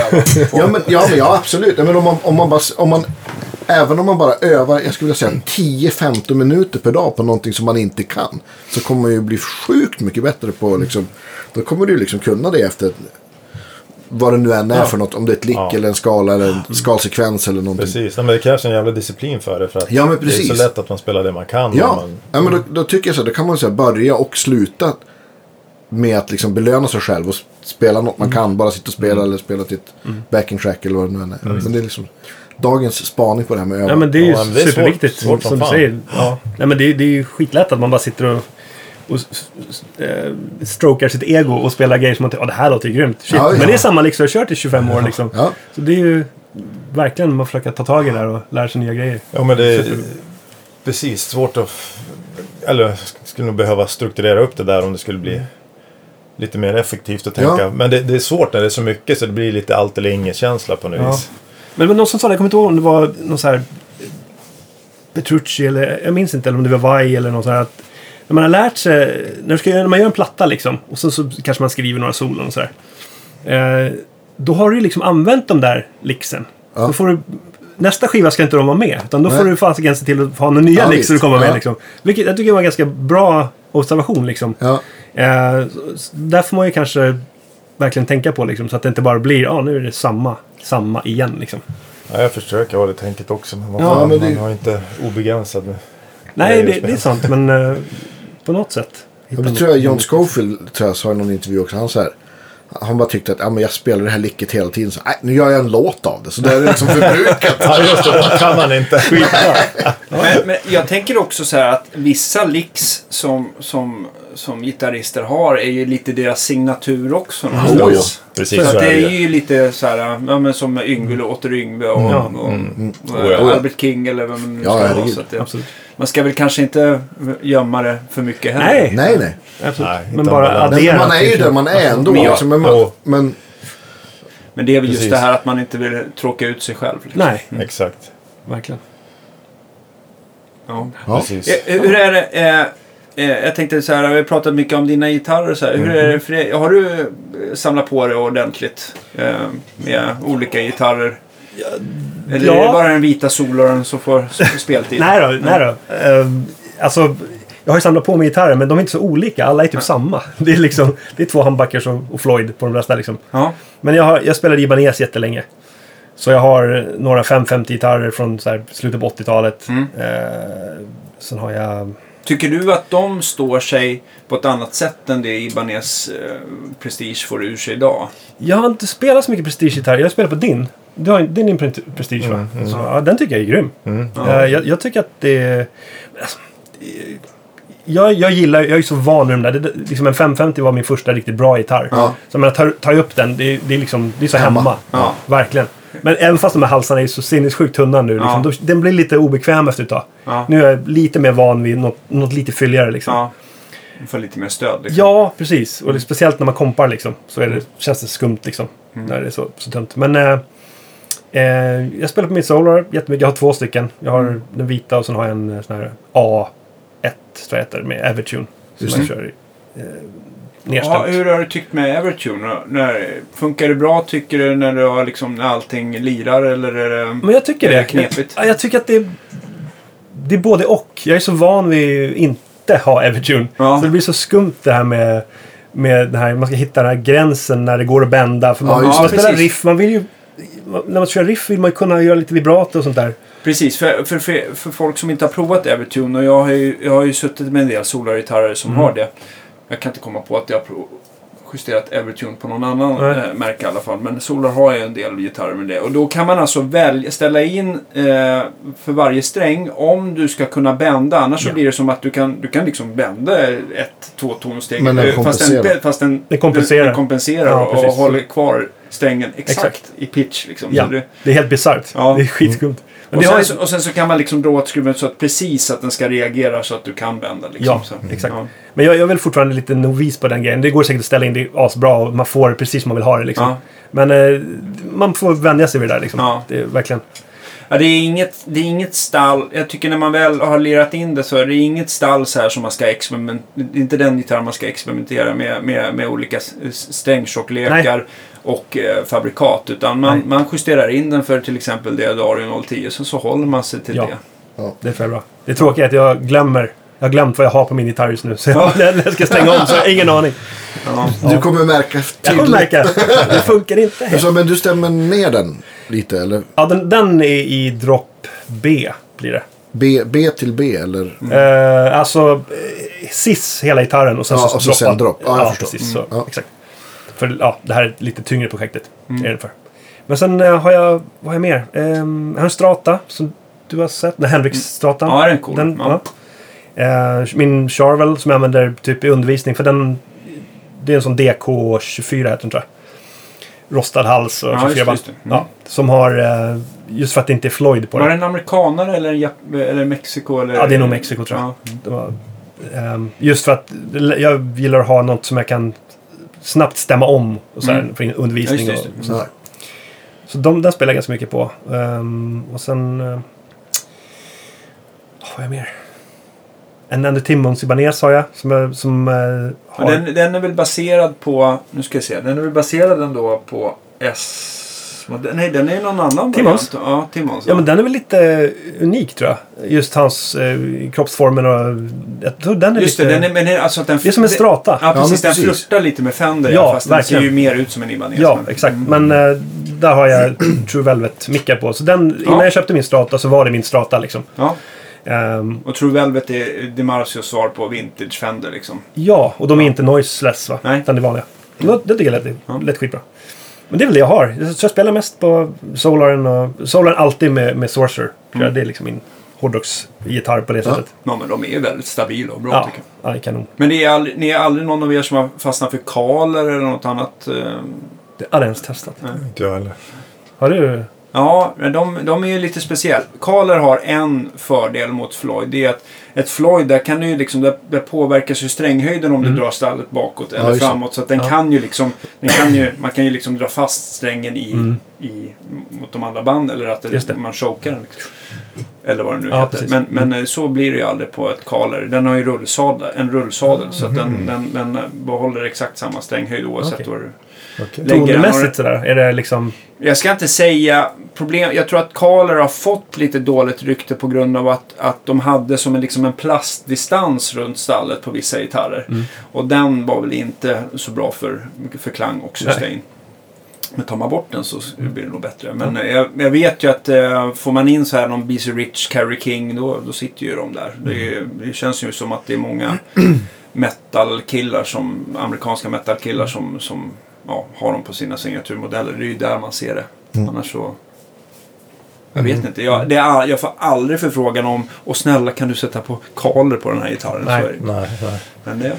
S4: men, ja, men, ja, absolut. Ja, Men om man, om man bara, om man, även om man bara övar, jag skulle vilja säga 10-15 minuter per dag på någonting som man inte kan. Så kommer man ju bli sjukt mycket bättre på
S3: Mm.
S4: liksom, då kommer du liksom kunna det efter vad det nu än är för något. Om det är ett lick
S3: Ja. Mm.
S4: eller en skala eller en skalsekvens eller någonting.
S3: Precis, Nej, men det krävs en jävla disciplin för det. För att
S4: Ja, men
S3: Det är
S4: precis.
S3: så lätt att man spelar det man kan.
S4: Ja,
S3: men man,
S4: ja men då, då tycker jag så här, då kan man så här börja och sluta med att liksom belöna sig själv och s- spela något man kan. Bara sitta och spela eller spela till ett backing track eller vad det nu än är. Men det är liksom dagens spaning på det här med öva.
S2: Ja, men det är ju
S3: Ja, men det är svårt-
S2: superviktigt.
S3: svårt som
S2: som du
S3: fan.
S2: säger. Ja. Nej, men det, är, det är ju skitlätt att man bara sitter och och s- s- eh, strokar sitt ego och spelar grejer som man tänker "Ja, det här låter ju grymt. Shit.
S4: Ja, ja.
S2: Men det är samma liksom, jag har kört i 25 år liksom.
S4: Ja.
S2: Så det är ju verkligen man försöker ta tag i det här och lära sig nya grejer.
S3: Ja, men det är precis svårt att... f- Eller jag sk- skulle nog behöva strukturera upp det där om det skulle bli lite mer effektivt att
S4: Ja.
S3: tänka. Men det, det är svårt när det är så mycket så det blir lite allt eller inget-känsla på något
S2: Ja.
S3: vis.
S2: Men, men någon som sa det, jag kommer inte ihåg om det var någon så här eh, Petrucci eller jag minns inte, eller om det var Vai eller något sånt här. Att när man har lärt sig, när, du ska, göra- när man gör en platta liksom och sen så kanske man skriver några solon och sådär. Eh, då har du ju liksom använt de där lixen.
S4: Ja.
S2: Då får du, nästa skiva ska inte de vara med, utan då
S4: Nej.
S2: får du fasiken se till att ha några nya
S4: Ja,
S2: lixer att
S4: visst.
S2: komma med.
S4: Ja.
S2: Liksom. Vilket jag tycker var en ganska bra observation liksom.
S4: Ja.
S2: Eh, så- så där får man ju kanske verkligen tänka på liksom, så att det inte bara blir, ja ah, nu är det samma, samma igen liksom.
S3: Ja, jag försöker ha det tänket också men, vad
S4: Ja,
S3: fan,
S4: men
S3: man
S4: det-
S3: har inte obegränsad...
S2: Nej,
S3: grejer att
S2: det, det
S3: spela.
S2: är sant, men eh, på något sätt.
S4: Ja, men Det tror jag John Scofield tror jag sa i någon intervju också. Han, så här, han bara tyckte att ja, men jag spelar det här licket hela tiden. Så, nej, nu gör jag en låt av det. Så det är liksom förbrukat.
S3: Ja, just det, vad kan man inte?
S1: Men, men jag tänker också så här att vissa licks som, som, som gitarrister har är ju lite deras signatur också. någonstans.
S4: jo.
S3: Precis
S1: Så
S3: så
S1: att det
S3: är
S1: är ju lite så här, ja, men som Yngve Åter Yngve och,
S2: Mm. Ja.
S1: och, och,
S3: Oh, ja.
S1: Albert King eller vem det nu
S4: Ja,
S1: ska vara.
S4: herregud.
S1: Så att det,
S2: Absolut.
S1: man ska väl kanske inte gömma det för mycket heller.
S2: Nej,
S4: nej, nej.
S2: absolut.
S3: Nej, inte
S2: men bara
S3: använda.
S4: nej
S2: addera.
S4: men man är ju
S2: liksom.
S4: där man är ändå.
S1: Men jag-
S4: liksom, men, man,
S3: Ja.
S4: men
S1: Men det är väl just
S3: Precis.
S1: det här att man inte vill tråka ut sig själv. liksom.
S2: Nej,
S3: Exakt.
S2: verkligen.
S1: Ja.
S4: ja.
S1: Eh,
S3: Precis.
S1: Hur är det? eh, eh, Jag tänkte så här, vi har pratat mycket om dina gitarrer och så här. Hur är
S2: Mm.
S1: det för dig? Har du eh, samlat på dig ordentligt eh, med olika gitarrer? Eller är det
S2: ja.
S1: bara den vita solaren som får s- speltid?
S2: Nej då, nej då. Ehm, alltså, jag har ju samlat på mig gitarrer, men de är inte så olika. Alla är typ samma. Det är, liksom, det är två handbackers och, och Floyd på de flesta. Liksom.
S1: Ja.
S2: Men jag, har, jag spelade Ibanez jättelänge. Så jag har några 550-gitarrer från så här, slutet på 80-talet.
S1: Mm.
S2: Eh, sen har jag...
S1: Tycker du att de står sig på ett annat sätt än det Ibanez eh, Prestige får ur sig idag?
S2: Jag har inte spelat så mycket prestigegitarr. Jag spelar på din. Du har, det är din pre- prestige
S4: Mm,
S2: va? Så, ja, den tycker jag är grym.
S1: Ja.
S2: Eh, jag, jag tycker att det är... Alltså, eh, jag, jag gillar, jag är ju så van vid de där. Det, det- liksom en 550 var min första riktigt bra gitarr.
S4: Ja.
S2: Så jag menar, tar, tar jag upp den, det, är- det är liksom, det är så hemma.
S4: Hemma.
S1: Ja.
S2: Verkligen. Men även fast de här halsarna är så sinnessjukt tunna nu. Liksom,
S1: Ja.
S2: då, den blir lite obekväm efter ett tag.
S1: Ja.
S2: Nu är jag lite mer van vid något, något lite fylligare liksom.
S1: Ja. Du får lite mer stöd. Liksom. Mm.
S2: Ja, precis. Och det, speciellt när man kompar liksom, så är det, känns det skumt liksom. När det är så, så tunt. Men eh, eh, jag spelar på min Solar jättemycket. Jag har två stycken. Jag har
S1: Mm.
S2: den vita och sen har jag en eh, sån här A1 tror jag heter, med Evertune. Som
S4: Just
S2: jag
S1: det.
S2: kör i, eh,
S1: Ja,
S2: nerstämt.
S1: hur har du tyckt med Evertune? När, funkar det bra tycker du när du har liksom när allting lirar eller är det...
S2: Men jag tycker
S1: Är det
S2: det.
S1: knepigt?
S2: Jag, jag tycker att det är, det är både och. Jag är så van vid att inte ha Evertune.
S1: Ja.
S2: Så det blir så skumt det här med, med det här, man ska hitta den här gränsen när det går att bända. För man,
S4: Ja, just
S2: man
S1: det.
S2: spelar
S1: Precis.
S2: riff, man vill ju, man- när man kör riff vill man ju kunna göra lite vibrato och sånt där.
S1: Precis, för, för, för, för folk som inte har provat Evertune och jag har ju, jag har ju suttit med en del solargitarrer som
S2: Mm.
S1: har det. Jag kan inte komma på att jag har pro- justerat Evertune på någon annan
S2: Nej.
S1: eh, märke i alla fall. Men Solar har ju en del gitarrer med det. Och då kan man alltså välja, ställa in eh, för varje sträng om du ska kunna bända. Annars så
S2: Ja.
S1: blir det som att du kan, du kan liksom bända ett, två tonsteg.
S4: Men den
S1: eh, fast den,
S4: kompenserar.
S1: fast den,
S2: Den kompenserar.
S1: den kompenserar
S2: Ja,
S1: och, och
S2: precis.
S1: håller kvar strängen exakt,
S2: Exakt.
S1: i pitch. Liksom. Så
S2: Ja,
S1: det-
S2: det är helt bisarrt.
S1: Ja. Mm.
S2: Det är skitskumt. Men
S1: och,
S2: det
S1: sen,
S2: har ju-
S1: så, och sen så kan man liksom dra åt skruven så att precis att den ska reagera så att du kan vända. Liksom.
S2: Ja,
S1: så.
S2: exakt. Men jag, jag är väl fortfarande lite novis på den grejen. Det går säkert att ställa in det asbra och man får det precis som man vill ha det. Liksom.
S1: Ja.
S2: Men eh, man får vänja sig vid det där. Liksom.
S1: Ja.
S2: Det är verkligen.
S1: Ja, det, är inget, det är inget stall. Jag tycker när man väl har lirat in det så är det inget stall så här som man ska experimentera. Det är inte den gitarren man ska experimentera med, med, med olika s- s- strängtjocklekar och eh, fabrikat. Utan man,
S2: Nej.
S1: man justerar in den för till exempel Deodario 010 så, så håller man sig till
S2: Ja.
S1: det.
S2: Det är för bra. Det tråkiga är att jag glömmer. Jag har glömt vad jag har på min gitarr just nu. Så jag, när jag ska stänga om så har jag ingen aning.
S1: Ja.
S4: Du kommer märka
S2: Jag kommer
S4: tydligt.
S2: märka. Det funkar inte.
S4: Så, men du stämmer ner den lite? Eller
S2: Ja, den, den är i dropp B blir det.
S4: B, B till B? Eller?
S2: Eh, alltså eh, sis hela gitarren och sen
S4: Ja,
S2: så
S4: och så sen dropp. Ja, jag förstår. Mm.
S2: precis. Så,
S4: ja. Mm.
S2: Exakt. För ja, det här är ett lite tyngre projektet. Är det för. Men sen eh, har jag, vad har jag mer? Eh, jag har en strata som du har sett. Den Henrik-stratan.
S1: Ja, den är cool.
S2: Den,
S1: Ja.
S2: ja. Eh, min Charvel som jag använder typ i undervisning. För den, det är en sån DK24 heter den tror jag. Rostad hals och 24
S1: Ja, just det,
S2: band.
S1: just det. Mm.
S2: Ja, som har, eh, just för att det inte är Floyd på
S1: Var det
S2: den.
S1: en amerikanare eller, en Jap- eller Mexiko? Eller...
S2: Ja, det är nog Mexiko, tror jag.
S1: Ja.
S2: Det var, ehm, just för att jag gillar att ha något som jag kan snabbt stämma om. Och så här,
S1: Mm.
S2: För in- undervisning
S1: Ja, just det,
S2: och
S1: just
S2: så.
S4: Nej.
S2: Så de, den spelar jag ganska mycket på. Ehm, och sen... Uh, vad har jag mer? En Andy Timmons Ibanez har jag. Som, jag- som eh,
S1: Men
S2: har...
S1: Den, den är väl baserad på, nu ska jag se, den är väl baserad ändå på S... Nej, den är någon annan
S2: Timons.
S1: variant. Ja, Timons.
S2: Ja, men den är väl lite eh, unik tror jag. Just hans eh, kroppsformen och... Jag tror den är
S1: Just det,
S2: lite...
S1: den är, men den är, alltså att den,
S2: det är som en
S1: det-
S2: strata.
S1: Ja, precis.
S4: men
S1: den
S4: precis.
S1: flörtar lite med Fender.
S2: Ja,
S1: Ja, fast den ser
S2: verkligen.
S1: ju mer ut som en Ibanez.
S2: Ja,
S1: men-
S2: exakt.
S1: Mm.
S2: Men eh, där har jag True Velvet-mickar på. Så den, innan
S1: Ja.
S2: jag köpte min Strata så var det min Strata liksom.
S1: Ja,
S2: Ehm,
S1: och True Velvet är DiMarcios svar på Vintage Fender liksom.
S2: ja, och de är inte noiseless va?
S1: Nej.
S2: Utan det vanliga. Det, det tycker jag lät,
S1: Ja.
S2: lät skitbra. Men det är väl det jag har. Så jag spelar mest på Solaren och Solaren alltid med, med Sorcerer. tror jag. Det är liksom min hårdrocksgitarr på det sättet.
S1: Mm. Ja, men de är ju väldigt stabila och bra
S2: Ja,
S1: tycker jag.
S2: ja, det är kanon.
S1: Men det är aldrig, ni är aldrig någon av er som har fastnat för Kaler eller något annat? eh,
S2: Det har jag ens testat.
S3: Inte jag heller.
S2: Har du?
S1: Ja, men de, de är ju lite speciell. Kaler har en fördel mot Floyd. Det är att ett Floyd, där kan du ju liksom, där, där påverkas ju stränghöjden om du drar stallet bakåt eller
S4: just det.
S1: framåt. Så att den
S2: Mm. Ja.
S1: kan ju liksom, den kan ju, man kan ju liksom dra fast strängen i, i, mot de andra banden. Eller att
S2: Mm. Just
S1: det,
S2: det.
S1: man chokar den. Liksom. Eller vad det nu
S2: Ja,
S1: heter.
S2: precis. Mm.
S1: Men, men eh, så blir det ju aldrig på ett Kaler. Den har ju rullsadel, en rullsadel. Så att den, den, den eh, behåller exakt samma stränghöjd oavsett
S2: Mm. Okej.
S1: var du
S3: Okej.
S1: Lägger den-
S2: Tonmässigt sådär? Är det liksom...
S1: jag ska inte säga problem. Jag tror att Kaler har fått lite dåligt rykte på grund av att, att de hade som en, liksom en plastdistans runt stallet på vissa gitarrer. Och den var väl inte så bra för, för klang och sustain. Men tar man bort den så blir det nog bättre. Men eh, jag, jag vet ju att eh, får man in så här någon BC Rich, Carrie King, då, då sitter ju de där. Det, är- det känns ju som att det är många metalkillar som, amerikanska metalkillar som, som ja, har dem på sina signaturmodeller. Det är ju där man ser det. Annars så... Jag vet inte. Jag, det är, jag får aldrig förfrågan om och snälla kan du sätta på kaler på den här gitarren?
S2: Nej.
S1: Så är det.
S3: Nej, nej.
S1: Men det,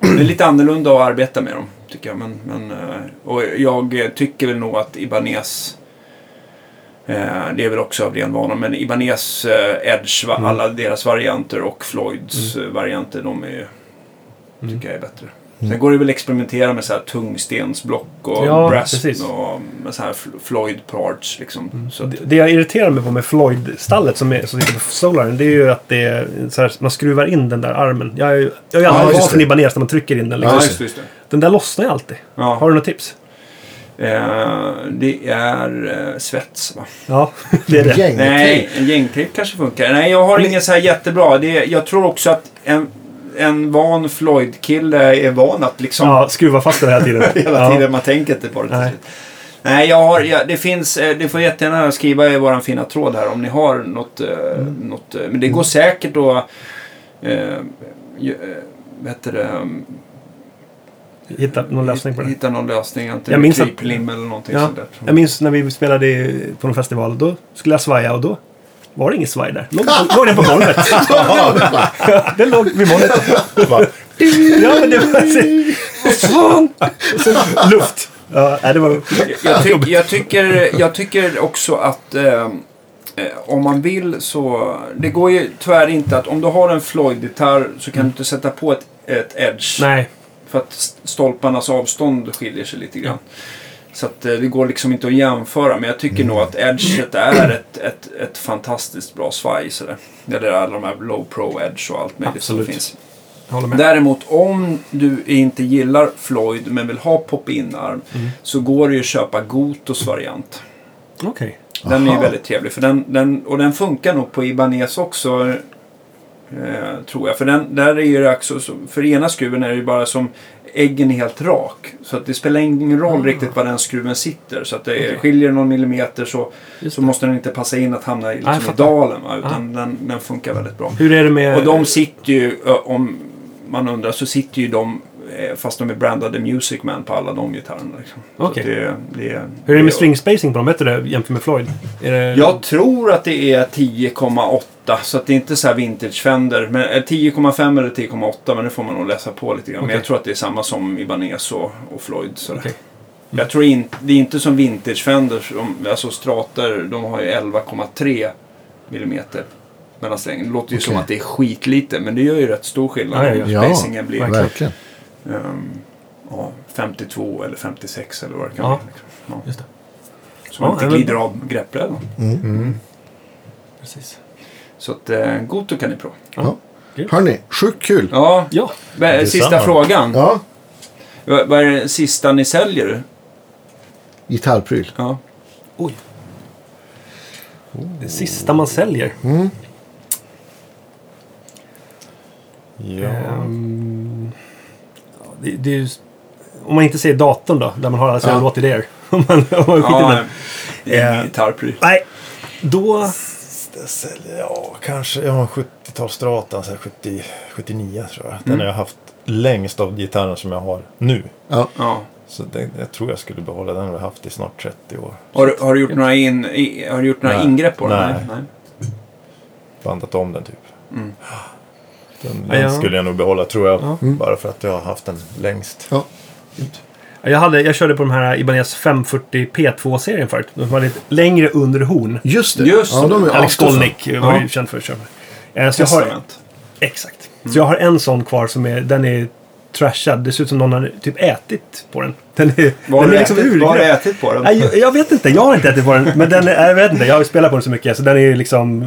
S1: det är lite annorlunda att arbeta med dem, tycker jag. Men, men, eh, och jag eh, tycker väl nog att Ibanez, eh, det är väl också av ren vana, men Ibanez, eh, Edge, va-
S2: Mm.
S1: alla deras varianter och Floyds eh, varianter, de är, ju-
S2: Mm.
S1: tycker jag är bättre. Sen går det väl att experimentera med så här tungstensblock och
S2: Ja,
S1: brass
S2: precis. Mm.
S1: och eh, med så här Fl- Floyd parts liksom. Så att,
S2: Det jag irriterar mig på med Floyd-stallet som, är, som sitter på Solaren, det är ju att det är så här, man skruvar in den där armen. Jag är ju jag är ju
S4: Ja,
S2: alltid
S4: just
S2: van
S4: det.
S2: vid Ibanez när man trycker in den.
S1: ja,
S2: Liksom.
S1: just, det, just det.
S2: Den där lossnar ju alltid.
S1: Ja.
S2: Har du några tips?
S1: Eh, det är eh, svets va?
S2: Ja, det är det.
S4: Gäng.
S1: Nej, en gängklipp kanske funkar. Nej, jag har inget så här jättebra. Det, jag tror också att en, en van Floyd-kille är van att liksom
S2: Ja, skruva fast den hela tiden.
S1: hela
S2: ja.
S1: tiden man tänker inte på det till
S2: Nej.
S1: slut. Nej, jag har, jag, det finns, eh, det får jättegärna skriva i våran fina tråd här om ni har något, eh,
S2: Mm.
S1: något eh, men det går säkert att, eh, ju- eh, vad heter det, um,
S2: Hitta någon lösning på det.
S1: hitta någon lösning,
S2: Jag
S1: antingen
S2: minns att-
S1: kryplim eller någonting
S2: Ja.
S1: sånt där.
S2: Jag minns när vi spelade i- på en festival. Då skulle jag svaja och då var det ingen svaj där. Låg, låg den på golvet. den låg vid golvet.
S3: Va?
S2: Ja, men det var... Vad fan! Och så luft. Ja, nej, det var...
S1: jag, tyck, jag, tycker, jag tycker också att eh, eh, om man vill så... Det går ju tyvärr inte att om du har en Floyd-gitarr så kan du inte sätta på ett, ett Edge.
S2: Nej.
S1: För att st- stolparnas avstånd skiljer sig lite grann. Så att eh, det går liksom inte att jämföra. Men jag
S2: Mm.
S1: tycker nog att edget är ett, ett, ett fantastiskt bra svaj. sådär. Eller alla de här low pro edge och allt möjligt
S2: Absolut.
S1: som finns.
S2: Jag håller med.
S1: Däremot om du inte gillar Floyd men vill ha pop-in-arm
S2: Mm.
S1: så går det ju att köpa Gotos variant.
S2: Okej.
S1: Den är ju
S4: Aha.
S1: väldigt trevlig. För den, den, och den funkar nog på Ibanez också. Eh, tror jag. För den, där är ju det också, så- för ena skruven är det ju bara som äggen är helt rak. Så att det spelar ingen roll riktigt var den skruven sitter. Så att det är-
S2: Ah. Okej.
S1: skiljer någon millimeter så,
S2: Just
S1: så måste den inte passa in att hamna
S2: jag
S1: i, liksom, i
S2: fattar. Ah.
S1: dalen. Va? Utan den, den funkar väldigt bra.
S2: Hur är det med...
S1: Och de sitter ju, ö, om man undrar, så sitter ju de eh, fast de är brandade Music Man på alla de gitarrerna. Liksom. Så
S2: Okej.
S1: att Det, det,
S2: Hur är det med string spacing på dem? Vet du det jämfört med Floyd? Är det...
S1: Jag tror att det är 10,8 så att det är inte så här vintagefänder. Men eh, 10,5 eller 10,8 men det får man nog läsa på lite grann. Men
S2: Okej.
S1: jag tror att det är samma som Ibanez och, och Floyd. Sådär.
S2: Okej.
S1: Jag tror in, det är inte som vintagefänder. som- Alltså Strater de har ju 11,3 millimeter mellan strängen. Det låter ju som
S4: Okej.
S1: att det är skitlite men det gör ju rätt stor skillnad.
S2: Ja, ja,
S1: hur Spacingen blir
S4: verkligen.
S1: ehm, ja, 52 eller 56 eller vad det kan
S2: Ja.
S1: vara. Liksom. Ja.
S2: Just det.
S1: Så man
S2: Ja,
S1: inte
S2: nej, men-
S1: glider av greppbrädan.
S2: Precis.
S1: Så att eh, Goto kan ni prova.
S4: Ja.
S2: Grymt.
S4: Hörni, sjukt kul.
S1: Ja,
S2: Ja,
S1: va- sista
S3: Detsamma.
S1: frågan.
S4: Ja,
S1: Va- Vad är det sista ni säljer?
S4: gitarrpryl.
S1: Ja.
S2: oj. Det sista man säljer.
S3: Ja.
S2: Ehm, ja, det, det är ju, om man inte ser datorn då, där man har alla sina
S4: Ja.
S2: låtidéer. om man, om man skiter i Eh,
S1: ja
S2: den.
S1: en gitarrpryl.
S2: Nej, då...
S3: Det säljer, ja, kanske ja, 70-talsstratan, så här 70, 79 tror jag. Den har jag haft längst av gitarren som jag har nu.
S4: Ja.
S1: Ja.
S3: Så den, jag tror jag skulle behålla den, har jag haft i snart 30 år.
S1: Har, du- har du gjort några, in, i, har du gjort några
S3: Nej.
S1: ingrepp på den?
S3: Nej.
S1: Nej.
S3: Bandat om den typ. Den,
S2: Ja,
S3: den
S2: ja.
S3: skulle jag nog behålla tror jag. Bara för att jag har haft den längst.
S4: Mm. Ja.
S2: Jag, hade, jag körde på de här Ibanez 540 P2-serien förut. De hade ett längre under horn.
S4: Just det.
S1: Just
S4: ja,
S1: det.
S4: de är
S2: Alex
S4: astoffa.
S2: Skolnick var ju
S1: Ja.
S2: känd för att köra. Eh, Så jag har,
S1: Testament.
S2: exakt. Så jag har en sån kvar som är, den är trashad. Det ser ut som någon har typ ätit på den. Den är,
S1: Vad har,
S2: den
S1: du
S2: är liksom
S1: ätit, vad har du
S2: urgröpt.
S1: ätit på den?
S2: Nej, jag, jag vet inte. Jag har inte ätit på den. Men den är, jag vet inte. Jag har ju spelat på den så mycket. Så den är ju liksom,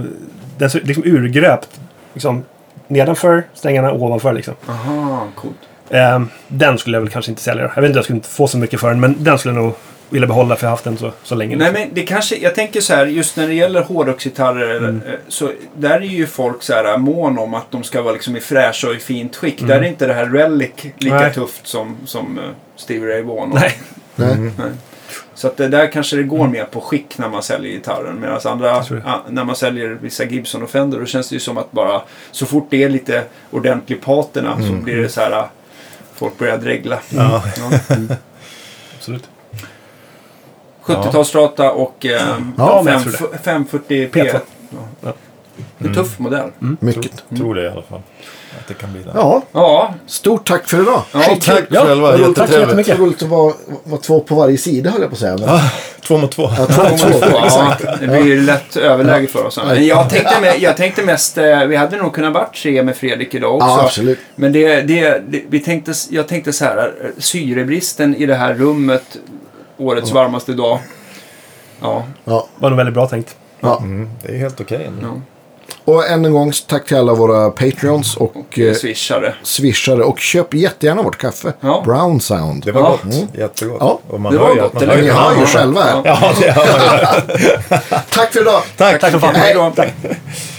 S2: den är liksom urgröpt. Liksom, nedanför strängarna, ovanför liksom.
S1: Aha, coolt.
S2: Ehm, den skulle jag väl kanske inte sälja. Jag vet inte, jag skulle inte få så mycket för den. Men den skulle jag nog vilja behålla för jag har haft den så, så länge.
S1: Nej,
S2: liksom.
S1: men det kanske, jag tänker så här, just när det gäller hårdrocksgitarrer,
S2: Mm.
S1: eh, så där är ju folk så här eh, mån om att de ska vara liksom i fräscha och i fint skick. Där är inte det här Relic lika
S2: Mm. Nej.
S1: tufft som, som eh, Stevie Ray Vaughan.
S2: Nej.
S4: Nej.
S3: Mm.
S1: Så att det där kanske det går mer på skick när man säljer gitarren. Medan andra,
S2: Jag tror det.
S1: ah, när man säljer vissa Gibson och Fender, då känns det ju som att bara så fort det är lite ordentlig patina så blir det så här, ah, folk börjar dregla.
S3: Ja.
S1: Ja.
S2: Absolut.
S1: 70-talsstrata och eh,
S2: Ja, men jag tror
S1: 5, 540 P.
S2: P2.
S1: Ja. En tuff modell.
S4: Mm. Mycket.
S3: Tror det i alla fall. Att det kan bli den.
S4: Ja,
S1: Ja,
S4: stort tack för idag.
S1: Ja,
S4: Skitkul.
S1: tack
S2: Ja,
S3: själva.
S2: vad roligt. tack så
S3: Jättetrevligt.
S2: jättemycket.
S4: Mycket roligt att vara, vara två på varje sida höll jag på att säga. Men,
S3: Två mot två.
S4: Ja, två, två,
S1: Ja,
S4: exakt.
S1: det blir ju lätt överläge för oss. Men jag tänkte, med, jag tänkte mest, eh, vi hade nog kunnat varit tre med Fredrik idag också.
S4: Ja, absolut.
S1: Men det, det, det, vi tänkte, jag tänkte så här, eh, syrebristen i det här rummet, årets varmaste dag. Ja,
S4: Ja,
S2: Var nog väldigt bra tänkt.
S4: ja.
S3: Mm, det är helt okej ändå.
S1: ja.
S4: Och än en gång tack till alla våra Patreons och eh,
S1: swishade.
S4: swishare. Och köp jättegärna vårt kaffe.
S1: Ja.
S4: Brown Sound.
S3: Det var
S1: Ja.
S3: gott. Jättegott.
S4: Mm. Ja.
S3: Och man
S1: Det
S3: hör
S1: var
S3: ju att
S1: gott,
S3: man
S1: eller
S4: Ni
S3: höjer
S1: hur?
S4: hör ju
S1: Ja.
S4: själva.
S1: Ja.
S3: Ja, det hör man.
S4: Tack för idag.
S3: Tack.
S2: Tack som fan.
S1: Hej då.